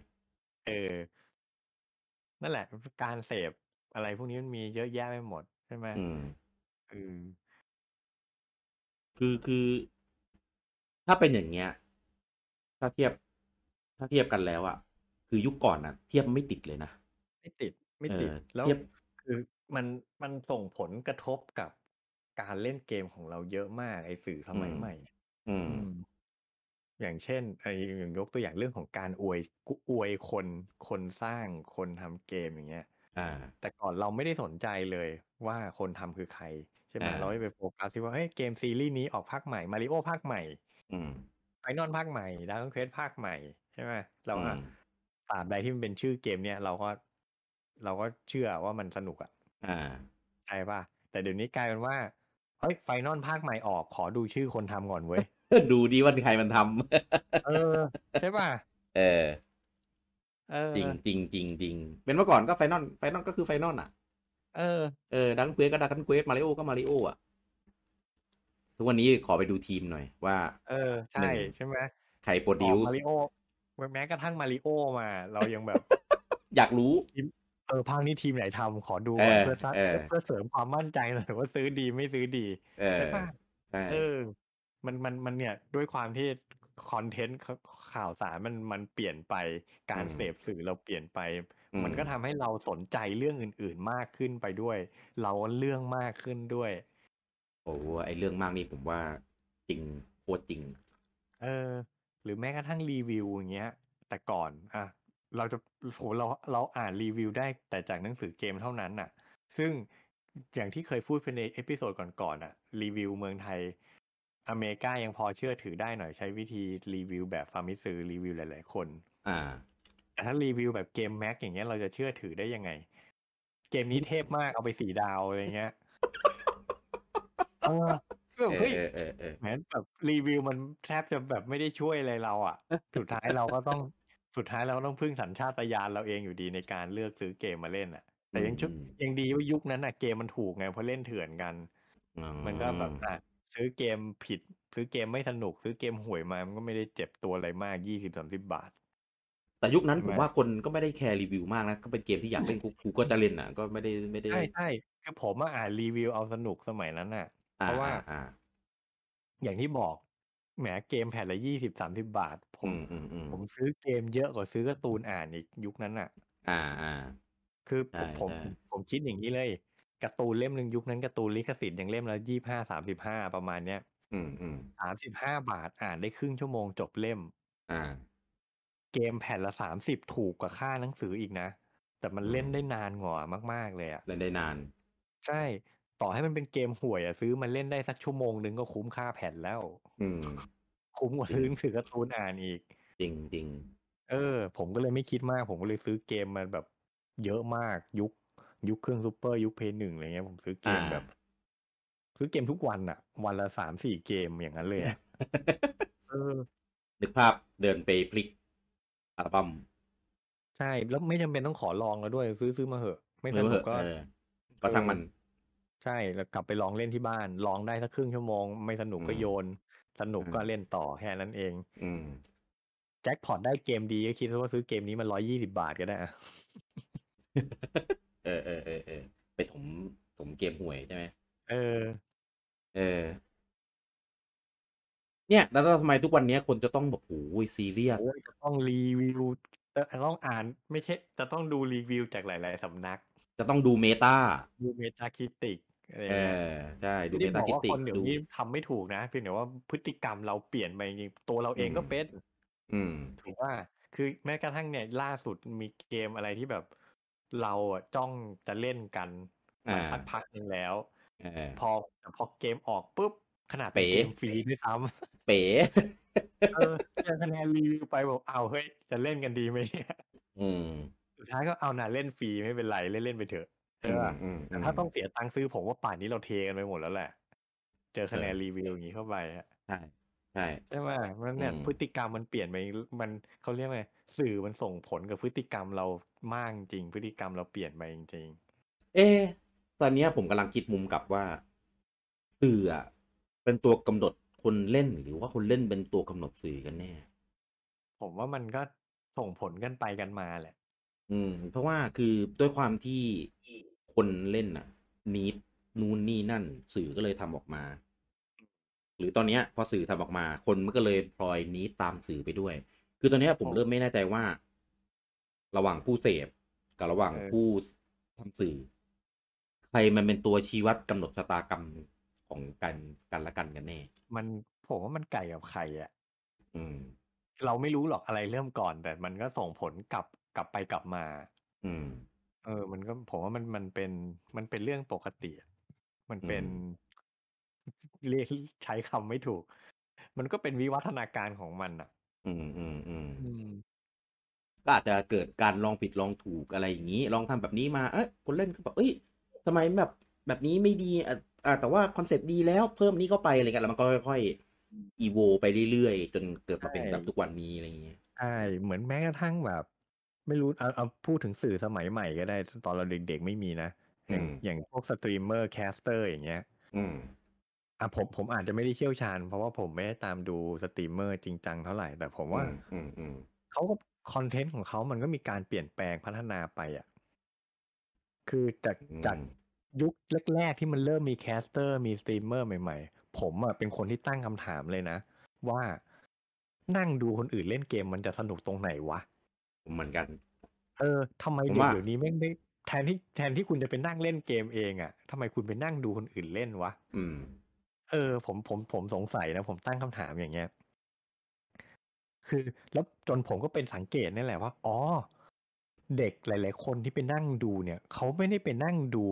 S2: เออ นั่นแหละ การเสพอะไรพวกนี้มันมีเยอะแยะไปหมดใช่ไหม
S1: อืม
S2: เออ
S1: คือคือ ถ้าเป็นอย่างเงี้ย ถ้าเทียบ ถ้าเทียบกันแล้วอ่ะ คือยุคก่อนอ่ะ เทียบไม่ติดเลยนะ
S2: ไม่ติดไม่ติด
S1: เออ
S2: แล้ว
S1: เทียบ
S2: คือมันมันส่งผลกระทบกับการเล่นเกมของเราเยอะมากไอ้สื่อสมัย
S1: อืม
S2: ใหม่
S1: อืม
S2: อืมอย่างเช่นไอ้อย่างยกตัวอย่างเรื่องของการอวยกุอวยคนคนสร้างคนทำเกมอย่างเงี้ย
S1: อ่า
S2: แต่ก่อนเราไม่ได้สนใจเลยว่าคนทำคือใครใช่ไหม
S1: อ่า
S2: เราไม่ไปโฟกัสที่ว่าเฮ้ยเกมซีรีส์นี้ออกภาคใหม่มาริโอภาคใหม่
S1: อืม
S2: ไ i นอนภาคใหม่ดาร์คเควสภาคใหม่ใช่ไหมเราอะ
S1: อืม
S2: ตราบใดที่มันเป็นชื่อเกมเนี่ยเราก็เราก็เชื่อว่ามันสนุกอะ
S1: อ่า
S2: ใช่ป่ะ แต่เดี๋ยวนี้กลายเป็นว่าเฮ้ยไฟนอลภาคใหม่ออกขอดูชื่อคนทำก่อนเว้ย
S1: ดูดีว่าใครมันทำ
S2: เออใช่ป่ะ
S1: เออ
S2: เออ
S1: จริงจริงจริงจริงเป็นเมื่อก่อนก็ไฟนอลไฟนอลก็คือไฟนอลอ่ะ
S2: เออ
S1: เออดังเควสก็ดังเควสมาริโอก็มาริโออ่ะ ทุกวันนี้ขอไปดูทีมหน่อยว่า
S2: เออ
S1: หนึ่
S2: ใช่
S1: ง
S2: ใช่ไหม
S1: ใครโปรดิว
S2: ออกมา
S1: ส์
S2: ริโอแม้กระทั่งมาริโอมา เรายังแบบ
S1: อยากรู้
S2: เออภาคนี้ทีมไหนทำขอดู
S1: เอ
S2: ก่อน
S1: อ
S2: เพื่อสร้าง
S1: เออ
S2: เพื่อเสริมความมั่นใจหน่อยว่าซื้อดีไม่ซื้อดี
S1: เออ
S2: ใช่ป่ะ
S1: ใช่
S2: เออ มันมันมันเนี่ยด้วยความที่คอนเทนต์ข่าวสารมันมันเปลี่ยนไปการเสพสื่อเราเปลี่ยนไป มันก็ทำให้เราสนใจเรื่องอื่น ๆมากขึ้นไปด้วย เราเรื่องมากขึ้นด้วย
S1: โอ้โหไอเรื่องมากนี่ผมว่าจริงโคตรจริง
S2: เออหรือแม้กระทั่งรีวิวอย่างเงี้ย แต่ก่อนอ่ะเราจะโหเราเราอ่านรีวิวได้แต่จากหนังสือเกมเท่านั้นน่ะ ซึ่งอย่างที่เคยพูดไปในเอพิโซดก่อนๆอ่ะรีวิวเมืองไทย อเมริกายังพอเชื่อถือได้หน่อยใช้วิธีรีวิวแบบฟาร์มิซือรีวิวหลายๆคน
S1: อ่า
S2: แต่ถ้ารีวิวแบบเกมแม็กอย่างเงี้ยเราจะเชื่อถือได้ยังไง เกมนี้เทพมากเอาไปสี่ดาวอะไรเงี้ยเออคือแบบ
S1: เอ
S2: เฮ้
S1: อย เออเออเออ
S2: แหมแบบรีวิวมันแทบจะแบบไม่ได้ช่วยอะไรเราอ่ะ สุดท้ายเราก็ต้องสุดท้ายเราต้องพึ่งสัญชาตญาณเราเองอยู่ดีในการเลือกซื้อเกมมาเล่นอ่ะ แต่ยังชุด
S1: อืม
S2: ยังดีว่ายุคนั้นอ่ะเกมมันถูกไงเพราะเล่นเถื่อนกัน
S1: อ๋อ
S2: มันก็แบบอ่ะซื้อเกมผิด ซื้อเกมไม่สนุก ซื้อเกมห่วยมามันก็ไม่ได้เจ็บตัวอะไรมากยี่สิบสามสิบบาท
S1: แต่ยุคนั้นผม
S2: ไม่
S1: ว่าคนก็ไม่ได้แคร์รีวิวมากนะ ก็เป็นเกมที่อยากเล่นกูกูก็จะเล่นอ่ะ ก็ไม่ได้ไม่ได้
S2: ใช่ใช่คือผมมาอ่านรีวิวเอาสนุกสมัยนั้นอ่ะ
S1: อ่
S2: เพราะว่า
S1: อ่า
S2: อย่างที่บอกแหมเกมแผ่นละยี่สิบสามสิบบาท ผ
S1: อื
S2: ม
S1: มอืมอืม
S2: ผมซื้อเกมเยอะกว่าซื้อการ์ตูนอ่านอีกยุคนั้นอ่ะ
S1: อ่าอ่า
S2: คือผ
S1: ใช่
S2: มผม
S1: ใช่
S2: ผมคิดอย่างนี้เลยการ์ตูนเล่มหนึ่งยุคนั้นการ์ตูนลิขสิทธิ์อย่างเล่มละยี่ห้าสามสิบห้าประมาณเนี้ย
S1: อืมอืม
S2: สามสิบห้าบาทอ่านได้ครึ่งชั่วโมงจบเล่ม
S1: อ่า
S2: เกมแผ่นละสามสิบถูกกว่าค่าหนังสืออีกนะ แต่มัน
S1: อืม
S2: เล่นได้นานกว่ามาก ๆ เลยอ่ะ
S1: เล่นได้นาน
S2: ใช่ ต่อให้มันเป็นเกมห่วยอ่ะซื้อมันเล่นได้สักชั่วโมงหนึ่งก็คุ้มค่าแผ่นแล้ว
S1: อืม
S2: คุ้มกว่า ซื้อหนังสือการ์ตูนอ่านอีก
S1: จริงจริง
S2: เออ ผมก็เลยไม่คิดมาก ผมก็เลยซื้อเกมมาแบบ เยอะมากยุค ยุคเครื่องซูเปอร์ยุคเพย์หนึ่งอะไรเงี้ยผมซื้อเก
S1: อ่า
S2: มแบบ ซื้อเกมทุกวันอะวันละสามสี่เกมอย่างนั้น เลยอะ เออ
S1: นึกภาพเดินไปพลิกอัลบั้ม
S2: ใช่ แล้วไม่จำเป็นต้องขอลองแล้วด้วย ซื้อซื้อมาเหอะ ไม่สนุกก็
S1: เออก็ช่างมัน
S2: ใช่แล้วกลับไปลองเล่นที่บ้าน ลองได้สักครึ่งชั่วโมง ไม่สนุกก็
S1: อืม
S2: โยน สนุก
S1: อืม
S2: ก็เล่นต่อแค่นั้นเอง
S1: อืม
S2: แจ็คพอตได้เกมดีก็คิดซะว่าซื้อเกมนี้มันร้อยี่สิบาทก็ได้อะ
S1: เออเออเออเออไปถมถมเกมห่วยใช่ไหม
S2: เออ
S1: เออ เนี่ย แล้วทำไมทุกวันเนี้ยคนจะต้องแบบโอ้ยซีเรียส
S2: โอ้ยจะต้องรีวิวเอ่อต้องอ่านไม่ใช่จะต้องดูรีวิวจากหลาย ๆ สำนัก
S1: จะต้องดูเมตา
S2: ดูเมตาคิติกอะไร
S1: เอ
S2: เงี้ย
S1: อ ใช่ ดู
S2: ไม่
S1: เม
S2: ได้บ
S1: ตา
S2: อก
S1: คิ
S2: ว่า
S1: ติ
S2: คนเดี๋ย
S1: ดู
S2: วนี้ทำไม่ถูกนะเพียงแต่ว่าพฤติกรรมเราเปลี่ยนไปจริงๆตัวเราเองก็
S1: อืม
S2: เป็น
S1: อืม
S2: ถูกว่าคือแม้กระทั่งเนี่ยล่าสุดมีเกมอะไรที่แบบ เราอะจ้องจะเล่นกัน
S1: อ่า
S2: สักพักหนึ่งแล้ว
S1: เออ
S2: พอแต่พอเกมออกปุ๊บขนาดเป็น
S1: เป๋
S2: เกมฟรีด้วยซ้
S1: เป๋
S2: ำเออ เจอคะแนนรีวิวไปบอกเอาวเฮ้ยจะเล่นกันดีไหมเนี่ย
S1: อืม
S2: สุดท้ายก็เอาน่ะเล่นฟรีไม่เป็นไรเล่นเล่นๆไปเถอะใช่
S1: อืม
S2: ป่ะ
S1: อืม
S2: แต่ถ้าต้องเสียตังค์ซื้อผมว่าป่านนี้เราเทกันไปหมดแล้วแหละ เจอคะแนนรีวิวอย่างนี้เข้าไปอะ
S1: ใช่ใช่
S2: ใช่ไหมมันเนี่ย
S1: อืม
S2: พฤติกรรมมันเปลี่ยนไปมันเขาเรียกไงสื่อมันส่งผลกับพฤติกรรมเรามากจริง พฤติกรรมเราเปลี่ยนไปจริง
S1: เอ๊ะตอนเนี้ยผมกำลังคิดมุมกลับว่าสื่ออะเป็นตัวกำหนดคนเล่นหรือว่าคนเล่นเป็นตัวกำหนดสื่อกันแน่
S2: ๆ ผมว่ามันก็ส่งผลกันไปกันมาแหละ
S1: อืม เพราะว่าคือด้วยความที่คนเล่นน่ะนิดนู่นนี่นั่น สื่อก็เลยทำออกมา หรือตอนเนี้ย พอสื่อทำออกมา คนมันก็เลยพลอยนี้ตามสื่อไปด้วย คือตอนเนี้ยผม
S2: โอ้
S1: เริ่มไม่แน่ใจว่า ระหว่างผู้เสพกับระหว่าง
S2: เออ
S1: ผู้ทำสื่อ ใครมันเป็นตัวชี้วัดกำหนดชะตากรรมของกันกันและกันกันแน่
S2: มันผมว่ามันไก่กับไข่อะ
S1: อืม
S2: เราไม่รู้หรอกอะไรเริ่มก่อน แต่มันก็ส่งผลกลับกลับไปกลับมา
S1: อืม
S2: เออ มันก็ผมว่ามันมันเป็นมันเป็นเรื่องปกติอะมันเป็น เรียกใช้คำไม่ถูก มันก็เป็นวิวัฒนาการของมันอ่ะ
S1: อืมอืมอืม
S2: อืม
S1: ก็อาจจะเกิดการลองผิดลองถูกอะไรอย่างนี้ ลองทำแบบนี้มาเอ้ยคนเล่นก็แบบเอ้ยทำไมแบบแบบนี้ไม่ดีอ่ะอ่ะแต่ว่าคอนเซปต์ดีแล้วเพิ่มนี้เข้าไปอะไรกันแล้วมันก็ค่อยๆอีโวไปเรื่อยๆ จนเกิดมาเป็น
S2: ใช่
S1: แบบทุกวันนี้อะไรอย่างเงี้ย
S2: ใช่เหมือนแม้กระทั่งแบบ ไม่รู้เอาเอาพูดถึงสื่อสมัยใหม่ก็ได้ ตอนเราเด็กๆไม่มีนะ อย่างอย่างพวกสตรีมเมอร์แคสเตอร์อย่างเงี้ย
S1: อืม
S2: อ่ะผมผมอาจจะไม่ได้เชี่ยวชาญ เพราะว่าผมไม่ได้ตามดูสตรีมเมอร์จริงจังเท่าไหร่ แต่ผมว่า
S1: อืมอืม
S2: เขาก็คอนเทนต์ของเขามันก็มีการเปลี่ยนแปลงพัฒนาไปอ่ะคือจาก
S1: อืม
S2: จากยุคแรก ๆ ที่มันเริ่มมีแคสเตอร์มีสตรีมเมอร์ใหม่ๆ ผมอ่ะเป็นคนที่ตั้งคำถามเลยนะ ว่านั่งดูคนอื่นเล่นเกมมันจะสนุกตรงไหนวะ
S1: เหมือนกัน
S2: เออทำไม
S1: ผม
S2: เด็ก
S1: ว่า
S2: เดี๋ยวนี้แม่งไม่แทนที่แทนที่คุณจะไปนั่งเล่นเกมเองอะ่ะทำไมคุณไปนั่งดูคนอื่นเล่นวะ
S1: อืม
S2: เออ ผมผมผมสงสัยนะ ผมตั้งคำถามอย่างเงี้ย คือแล้วจนผมก็เป็นสังเกตนี่แหละว่าอ๋อ เด็กหลาย ๆ คนที่ไปนั่งดูเนี่ย เขาไม่ได้ไปนั่งดู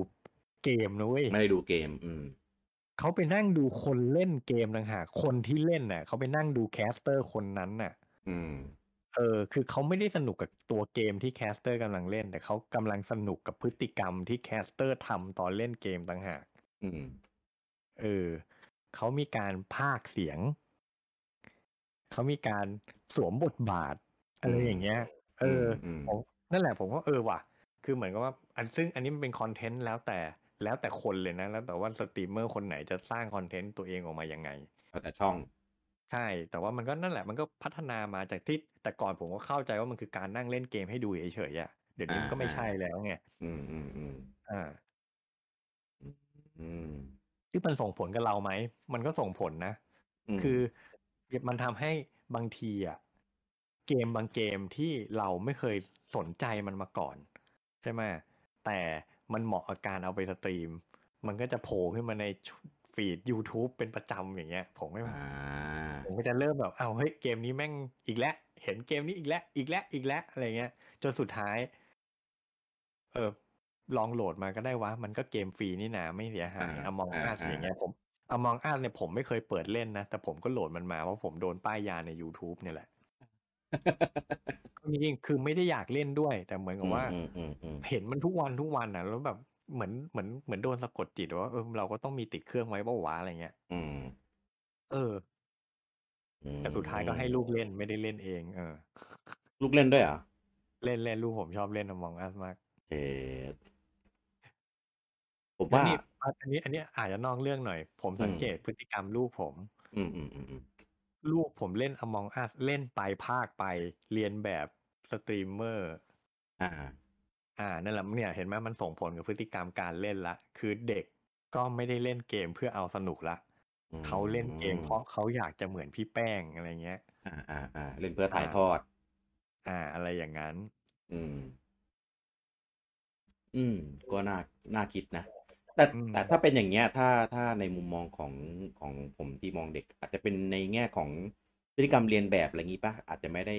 S2: เกมนะเว้ย
S1: ไม่ได้ดูเกม อืม
S2: เขาไปนั่งดูคนเล่นเกมต่างหากคนที่เล่นน่ะเขาไปนั่งดูแคสเตอร์คนนั้นน่ะ
S1: อืม
S2: เออ คือเขาไม่ได้สนุกกับตัวเกมที่แคสเตอร์กำลังเล่น แต่เขากำลังสนุกกับพฤติกรรมที่แคสเตอร์ทำตอนเล่นเกมต่างหาก
S1: อืม
S2: เออ เขามีการพากย์เสียง เขามีการสวมบทบาท อะไร
S1: อืม
S2: อย่างเงี้ย เออ
S1: อืม
S2: อผมนั่นแหละผมว่าเออว่ะ คือเหมือนกับว่า อันซึ่งอันนี้มันเป็นคอนเทนต์แล้วแต่ แล้วแต่คนเลยนะ แล้วแต่ว่าสตรีมเมอร์คนไหนจะสร้างคอนเทนต์ตัวเองออกมายังไง
S1: แล้วแต่ช่อง
S2: ใช่ แต่ว่ามันก็นั่นแหละ มันก็พัฒนามาจากที่ แต่ก่อนผมก็เข้าใจว่ามันคือการนั่งเล่นเกมให้ดูเฉยๆอ่ะ เดี๋ยวนี้มันก็ไม่ใช่แล้วไง
S1: อืมอืมอืม
S2: อ่า
S1: อืม
S2: ที่มันส่งผลกับเราไหม มันก็ส่งผลนะ
S1: อืม
S2: คือมันทำให้บางทีอ่ะ เกมบางเกมที่เราไม่เคยสนใจมันมาก่อน ใช่ไหมแต่มันเหมาะกับการเอาไปสตรีม มันก็จะโผล่ขึ้นมาในฟีด YouTube เป็นประจำอย่างเงี้ย ผมไม่
S1: อ่า
S2: ผมก็จะเริ่มแบบเอาวเฮ้ยเกมนี้แม่งอีกแล้ว เห็นเกมนี้อีกแล้ว อีกแล้ว อีกแล้ว อะไรเงี้ย จนสุดท้าย เออ ลองโหลดมาก็ได้วะ มันก็เกมฟรีนี่นาไม่เสียหาย
S1: อ่า
S2: อมอง
S1: อ่า
S2: อาร์
S1: อ่า
S2: อย่างเงี้ย ผมอมองอาร์เนี่ยผมไม่เคยเปิดเล่นนะ แต่ผมก็โหลดมันมาเพราะผมโดนป้ายยาใน YouTube เนี่ยแหละจริงๆคือไม่ได้อยากเล่นด้วย แต่เหมือนกับว่า
S1: อืมอืมอืม
S2: เห็นมันทุกวันทุกวันอ่ะ แล้วแบบเหมือนเหมือนเหมือนโดนสะกดจิตว่าเออเราก็ต้องมีติดเครื่องไว้เบ้าวะอะไรเงี้ย
S1: อืม
S2: เออ
S1: อืม
S2: แต่สุดท้ายก็ให้ลูกเล่นไม่ได้เล่นเอง เออ
S1: ลูกเล่นด้วยเหรอ
S2: เล่นเล่นลูกผมชอบเล่นอมองอัสมาก
S1: เออผม
S2: แล้ว
S1: ว่า
S2: นี่อันอันนี้อันนี้อาจจะนอกเรื่องหน่อย ผมสังเกตพฤติกรรมลูกผม
S1: อืมอืมอืมอืม
S2: ลูกผมเล่นอมองอัสเล่นไปภาคไป เรียนแบบสตรีมเมอร์
S1: อ่า
S2: อ่านั่นแหละเนี่ยเห็นไหมมันส่งผลกับพฤติกรรมการเล่นละ คือเด็กก็ไม่ได้เล่นเกมเพื่อเอาสนุกละ
S1: อืม
S2: เขาเล่นเกมเพราะเขาอยากจะเหมือนพี่แป้งอะไรเงี้ย
S1: อ่าอ่าอ่าเล่นเพื่อถ่ายทอด
S2: อ่า อะไรอย่างนั้น
S1: อืม อืม ก็น่าน่าคิดนะ แต่
S2: อืม
S1: แต่ถ้าเป็นอย่างเงี้ย ถ้าถ้าในมุมมองของของผมที่มองเด็ก อาจจะเป็นในแง่ของพฤติกรรมเรียนแบบอะไรงี้ปะอาจจะไม่ได้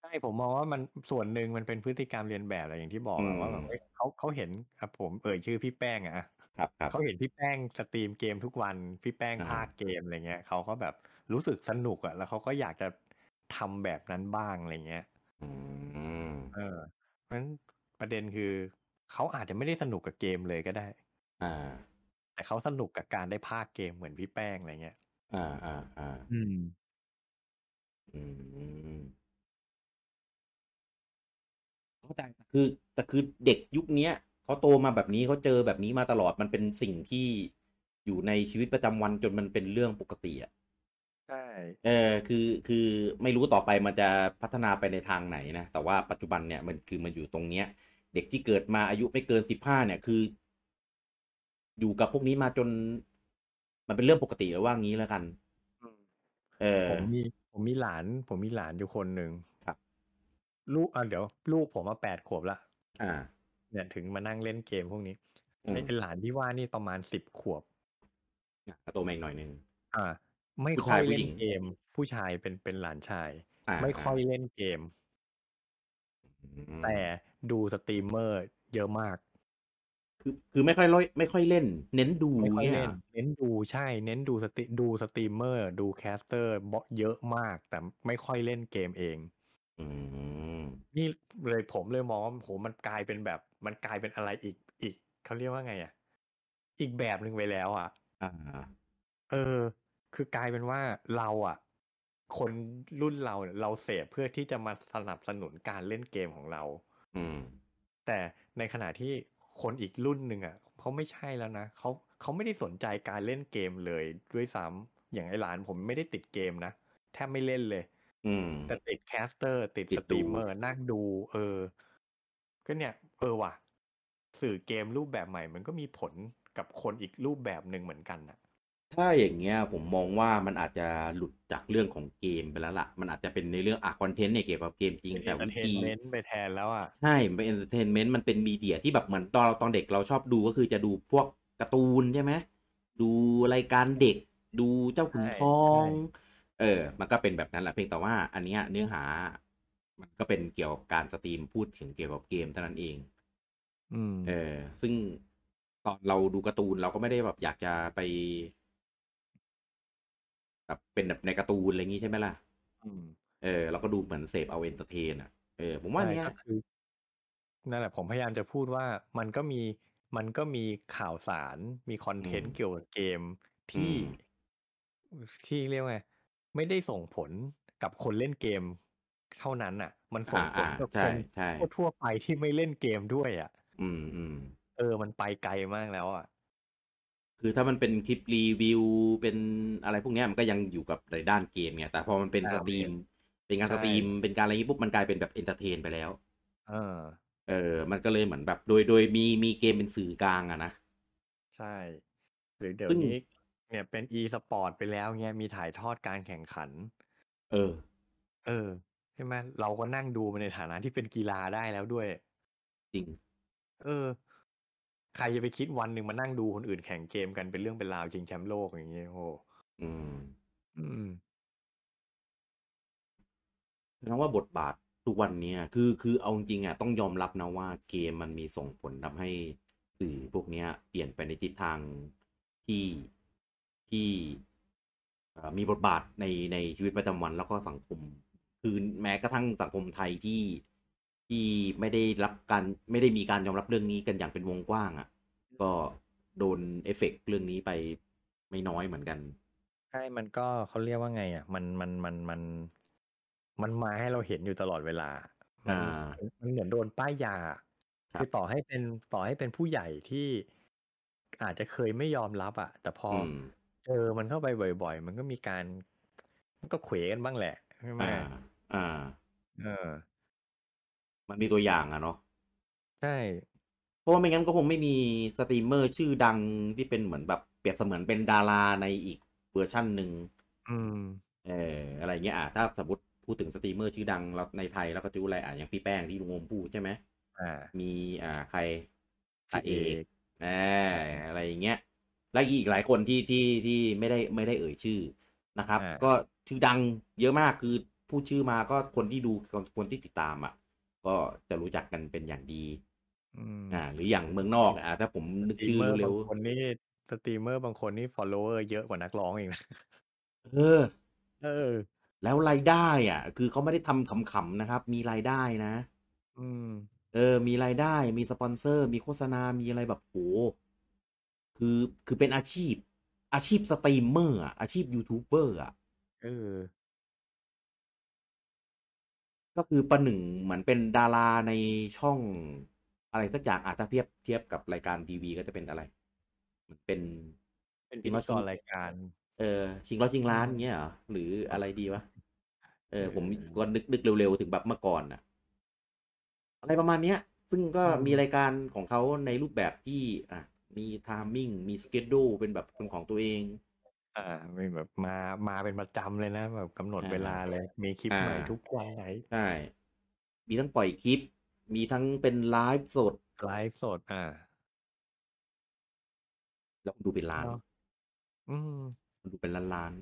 S2: ใช่ผมมองว่ามันส่วนหนึ่งมันเป็นพฤติกรรมเรียนแบบอะไรอย่างที่บอก
S1: อื
S2: อะ
S1: ม
S2: ว่าแบบเอ้ยเขาเขาเห็นอ่ะผมเอ่ยชื่อพี่แป้งอะอะ
S1: ครับครับ
S2: เขาเห็นพี่แป้งสตรีมเกมทุกวันพี่แป้ง
S1: อ่า
S2: ภาคเกมอะไรเงี้ยเขาก็แบบรู้สึกสนุกอะแล้วเขาก็อยากจะทำแบบนั้นบ้างอะไรเงี้ย
S1: อืม
S2: เออเพราะฉะนั้นประเด็นคือเขาอาจจะไม่ได้สนุกกับเกมเลยก็ได้
S1: อ่า
S2: แต่เขาสนุกกับการได้ภาคเกมเหมือนพี่แป้งอะไรเงี้ย
S1: อ่าอ่าอ่า
S2: อืม
S1: อืม เข้าใจคือแต่คือเด็กยุคเนี้ยเขาโตมาแบบนี้เขาเจอแบบนี้มาตลอดมันเป็นสิ่งที่อยู่ในชีวิตประจำวันจนมันเป็นเรื่องปกติอ่ะ
S2: ใช่
S1: เออคือคือไม่รู้ต่อไปมันจะพัฒนาไปในทางไหนนะ แต่ว่าปัจจุบันเนี่ยมันคือมันอยู่ตรงเนี้ย เด็กที่เกิดมาอายุไม่เกินสิบห้าเนี่ยคือ อยู่กับพวกนี้มาจน มันเป็นเรื่องปกติแล้วว่างี้แล้วกัน
S2: อืม
S1: เออ
S2: ผมมีผมมีหลาน ผมมีหลานอยู่คนหนึ่ง
S1: ครับ
S2: ลูกอ่ะเดี๋ยว ลูกผมมาแปดขวบละ
S1: อ่า
S2: เนี่ยถึงมานั่งเล่นเกมพวกนี้
S1: อืม
S2: ไอ้ไอ้หลานที่ว่านี่ประมาณสิบขวบ
S1: โตมาอีกหน่อยนึง
S2: อ่า ไม่
S1: ผู้
S2: ค่
S1: ชา
S2: อย ย
S1: ผู้ห
S2: เล่น
S1: ญิง
S2: เกม ผู้ชายเป็นเป็นหลานชาย
S1: อ่า
S2: ไม่ค่อยเล่นเกม
S1: อืม
S2: แต่ดูสตรีมเมอร์ เยอะมาก
S1: คือคือไม่ค่อยเล่นไม่ค่อยเล่น เน้นดู
S2: ไม่ค่อย
S1: เนี่ย
S2: เล่นเน้นดูใช่ เน้นดูสติดูสตรีมเมอร์ ดูแคสเตอร์เบาะเยอะมาก แต่ไม่ค่อยเล่นเกมเอง
S1: อืม
S2: นี่เลยผมเลยมองว่าโหมันกลายเป็นแบบ มันกลายเป็นอะไรอีกอีกเขาเรียกว่าไงอ่ะ อีกแบบหนึ่งไปแล้วอ่ะ
S1: อ่า
S2: เออ คือกลายเป็นว่าเราอ่ะ คนรุ่นเราเนี่ยเราเสพเพื่อที่จะมาสนับสนุนการเล่นเกมของเรา
S1: อืม
S2: แต่ในขณะที่คนอีกรุ่นหนึ่งอ่ะเขาไม่ใช่แล้วนะเขาเขาไม่ได้สนใจการเล่นเกมเลยด้วยซ้ำอย่างไอหลานผมไม่ได้ติดเกมนะแทบไม่เล่นเลย
S1: อืม
S2: แต่ติดแคสเตอร์ติด
S1: ติ
S2: ส
S1: ดดู
S2: ตรีมเมอร์นั่งดู เออ ก็เนี่ย เออว่ะ สื่อเกมรูปแบบใหม่ มันก็มีผลกับคนอีกรูปแบบหนึ่งเหมือนกันอ่ะ
S1: ถ้าอย่างเงี้ยผมมองว่ามันอาจจะหลุดจากเรื่องของเกมไปแล้วล่ะ มันอาจจะเป็นในเรื่องอะคอนเทนต์เนี่ยเกี่ยวกับเกมจริง
S2: เป็น
S1: แต่
S2: เอนเตอ
S1: วิธี
S2: ร์เทนเมนต์ไปแทนแล้วอ่ะ
S1: ใช่มันเป็นเอนเตอร์เทนเมนต์มันเป็นมีเดียที่แบบเหมือนตอนเราตอนเด็กเราชอบดูก็คือจะดูพวกการ์ตูนใช่ไหมดูรายการเด็ก ดูเจ้าขุนทอง
S2: ใช่
S1: เออ มันก็เป็นแบบนั้นแหละเพียงแต่ว่า อันเนี้ยเนื้อหา มันก็เป็นเกี่ยวกับการสตรีมพูดถึงเกี่ยวกับเกมเท่านั้นเอง
S2: อืม
S1: เออซึ่งตอนเราดูการ์ตูนเราก็ไม่ได้แบบอยากจะไปแบบเป็นแบบในการ์ตูนอะไรอย่างงี้ใช่ไหมล่ะ
S2: อืม
S1: เออเราก็ดูเหมือนเสพเอาเอนเตอร์เทนอ่ะเออผมว่าเนี้ย
S2: ใช่ก็คือนั่นแหละผมพยายามจะพูดว่ามันก็มีมันก็มีข่าวสารมีคอนเทนต์เกี่ยวกับเกมที่ที่เรียกว่าไงไม่ได้ส่งผลกับคนเล่นเกมเท่านั้นอ่ะ มันส่ง
S1: อ่า
S2: ผล
S1: อ่า
S2: กับ
S1: ใช่
S2: คน
S1: ใช่
S2: ทั่วๆไปที่ไม่เล่นเกมด้วยอ่ะ
S1: อืมอืม
S2: เออ มันไปไกลมากแล้วอ่ะ
S1: คือถ้ามันเป็นคลิปรีวิวเป็นอะไรพวกเนี้ยมันก็ยังอยู่กับในด้านเกมไงแต่พอมันเป็น
S2: อ่า
S1: สตรีม
S2: โอ
S1: เป็นงาน
S2: ใช่
S1: สตรีมเป็นการอะไรอย่างงี้ปุ๊บมันกลายเป็นแบบเอนเตอร์เทนไปแล้ว
S2: เออ
S1: เออ มันก็เลยเหมือนแบบโดยโดยมีมีเกมเป็นสื่อกลางอะนะ
S2: ใช่ หรือเดี๋ยว
S1: ซึ่ง
S2: นี้ เนี่ยเป็น e สปอร์ตไปแล้วเงี้ยมีถ่ายทอดการแข่งขัน
S1: เออ
S2: เออใช่ไหมเราก็นั่งดูมันในฐานะที่เป็นกีฬาได้แล้วด้วย
S1: จริง
S2: เออ ใครจะไปคิดวันหนึ่งมานั่งดูคนอื่นแข่งเกมกันเป็นเรื่องเป็นราวชิงแชมป์โลกอย่างเงี้ยโอ้
S1: อืม
S2: อืม
S1: แสดงว่าบทบาททุกวันเนี้ยคือคือเอาจริงๆอ่ะต้องยอมรับนะว่าเกมมันมีส่งผลทำให้สื่อพวกเนี้ย เปลี่ยนไปในทิศทางที่ที่เอ่อมีบทบาทในในชีวิตประจำวันแล้วก็สังคม คือแม้กระทั่งสังคมไทยที่ที่ไม่ได้รับการไม่ได้มีการยอมรับเรื่องนี้กันอย่างเป็นวงกว้างอ่ะ ก็โดนเอฟเฟกต์เรื่องนี้ไปไม่น้อยเหมือนกัน
S2: ใช่ มันก็เขาเรียกว่าไง อ่ะ มันมันมันมัน มันมาให้เราเห็นอยู่ตลอดเวลา มัน
S1: อ่า
S2: มันเหมือนโดนป้ายยา
S1: ครับ
S2: คือต่อให้เป็นต่อให้เป็นผู้ใหญ่ที่อาจจะเคยไม่ยอมรับอ่ะ แต่พอ
S1: อื
S2: อ
S1: ม
S2: เจอมันเข้าไปบ่อย ๆ มันก็มีการ มันก็เขวกันบ้างแหละใช่ไหม
S1: อ่า อ่า
S2: เออ
S1: มันมีตัวอย่างอะเนาะ
S2: ใช่
S1: เพราะว่าไม่งั้นก็คงไม่มีสตรีมเมอร์ชื่อดังที่เป็นเหมือนแบบเปรียบเสมือนเป็นดาราในอีกเวอร์ชั่นหนึ่ง
S2: อืม
S1: เอออะไรเงี้ยอ่ะถ้าสมมติพูดถึงสตรีมเมอร์ชื่อดังเราในไทยเราก็จะรู้อะไรอ่ะอย่างพี่แป้งที่ลุงโอมพูดใช่ไหม
S2: อ่า
S1: มีอ่าใครพระเอ
S2: พี่เอก ก
S1: แหมอะไรอย่างเงี้ยและอีกหลายคนที่ที่ที่ไม่ได้ไม่ได้เอ่ยชื่อนะครับ
S2: อ่า
S1: ก็ชื่อดังเยอะมากคือพูดชื่อมาก็คนที่ดูคนคนที่ติดตามอ่ะ ก็จะรู้จักกันเป็นอย่างดี
S2: อืม
S1: อ่า หรืออย่างเมืองนอกอ่ะถ้าผมนึก
S2: สตรี
S1: ชื่
S2: ม
S1: อ
S2: เมอร์
S1: เร็
S2: บาว ง
S1: ๆ
S2: คนนี่สตรีมเมอร์บางคนนี่ follower เยอะกว่านักร้องอีกนะ
S1: เออ
S2: เออ
S1: แล้วรายได้อ่ะ คือเขาไม่ได้ทำขำๆนะครับ มีรายได้นะ
S2: อืม
S1: เออ มีรายได้ มีสปอนเซอร์ มีโฆษณา มีอะไรแบบโห คือ คือเป็นอาชีพ อาชีพสตรีมเมอร์อ่ะ อาชีพยูทูบเบอร์อ่ะ
S2: เออ
S1: ก็คือประหนึ่งเหมือนเป็นดาราในช่องอะไรสักอย่างอาจจะถ้าเทียบเทียบกับรายการทีวีก็จะเป็นอะไรเหมือนเป็น
S2: เป็นพิธีกรรายการ
S1: เออชิงร้อยชิงล้าน
S2: อืม
S1: เงี้ยเหรอหรืออะไรดีวะเออ
S2: เออ
S1: ผมก็นึกนึกเร็วๆ ถึงแบบเมื่อก่อนน่ะ อะไรประมาณเนี้ย ซึ่งก็
S2: อืม
S1: มีรายการของเขาในรูปแบบที่อ่ะมีไทมิ่งมีสเกจดูเป็นแบบเป็นของตัวเอง
S2: อ่ามีแบบมามาเป็นประจำเลยนะ แบบกำหนด
S1: อ่า
S2: เวลาเลย มีคลิป
S1: อ่า
S2: ใหม่ทุกวันไหน
S1: ใช่มีทั้งปล่อยคลิป มีทั้งเป็นไลฟ์สด
S2: ไลฟ์สด อ่า
S1: แล้วคนดูเป็นล้าน
S2: เนาะอืม
S1: คนดูเป็นล้านล้าน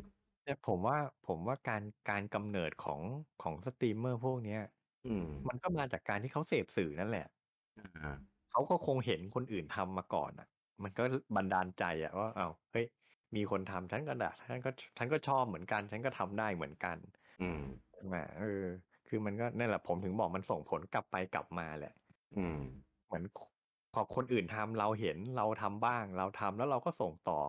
S2: แต่ผมว่าผมว่าการการกำเนิดของของสตรีมเมอร์พวกเนี้ย
S1: ๆอืม
S2: มันก็มาจากการที่เขาเสพสื่อนั่นแหละ
S1: อ่า
S2: เขาก็คงเห็นคนอื่นทำมาก่อนอ่ะ มันก็บันดาลใจอ่ะว่าเอา้าวเฮ้ยมีคนทำฉันก็ด่าฉันก็ฉันก็ชอบเหมือนกัน ฉันก็ทำได้เหมือนกัน
S1: อืม
S2: ใช่ไหมเออ คือมันก็นั่นแหละผมถึงบอกมันส่งผลกลับไปกลับมาแหละ
S1: อืม
S2: เหมือนพอคนอื่นทำเราเห็นเราทำบ้าง เราทำแล้วเราก็ส่งต่อ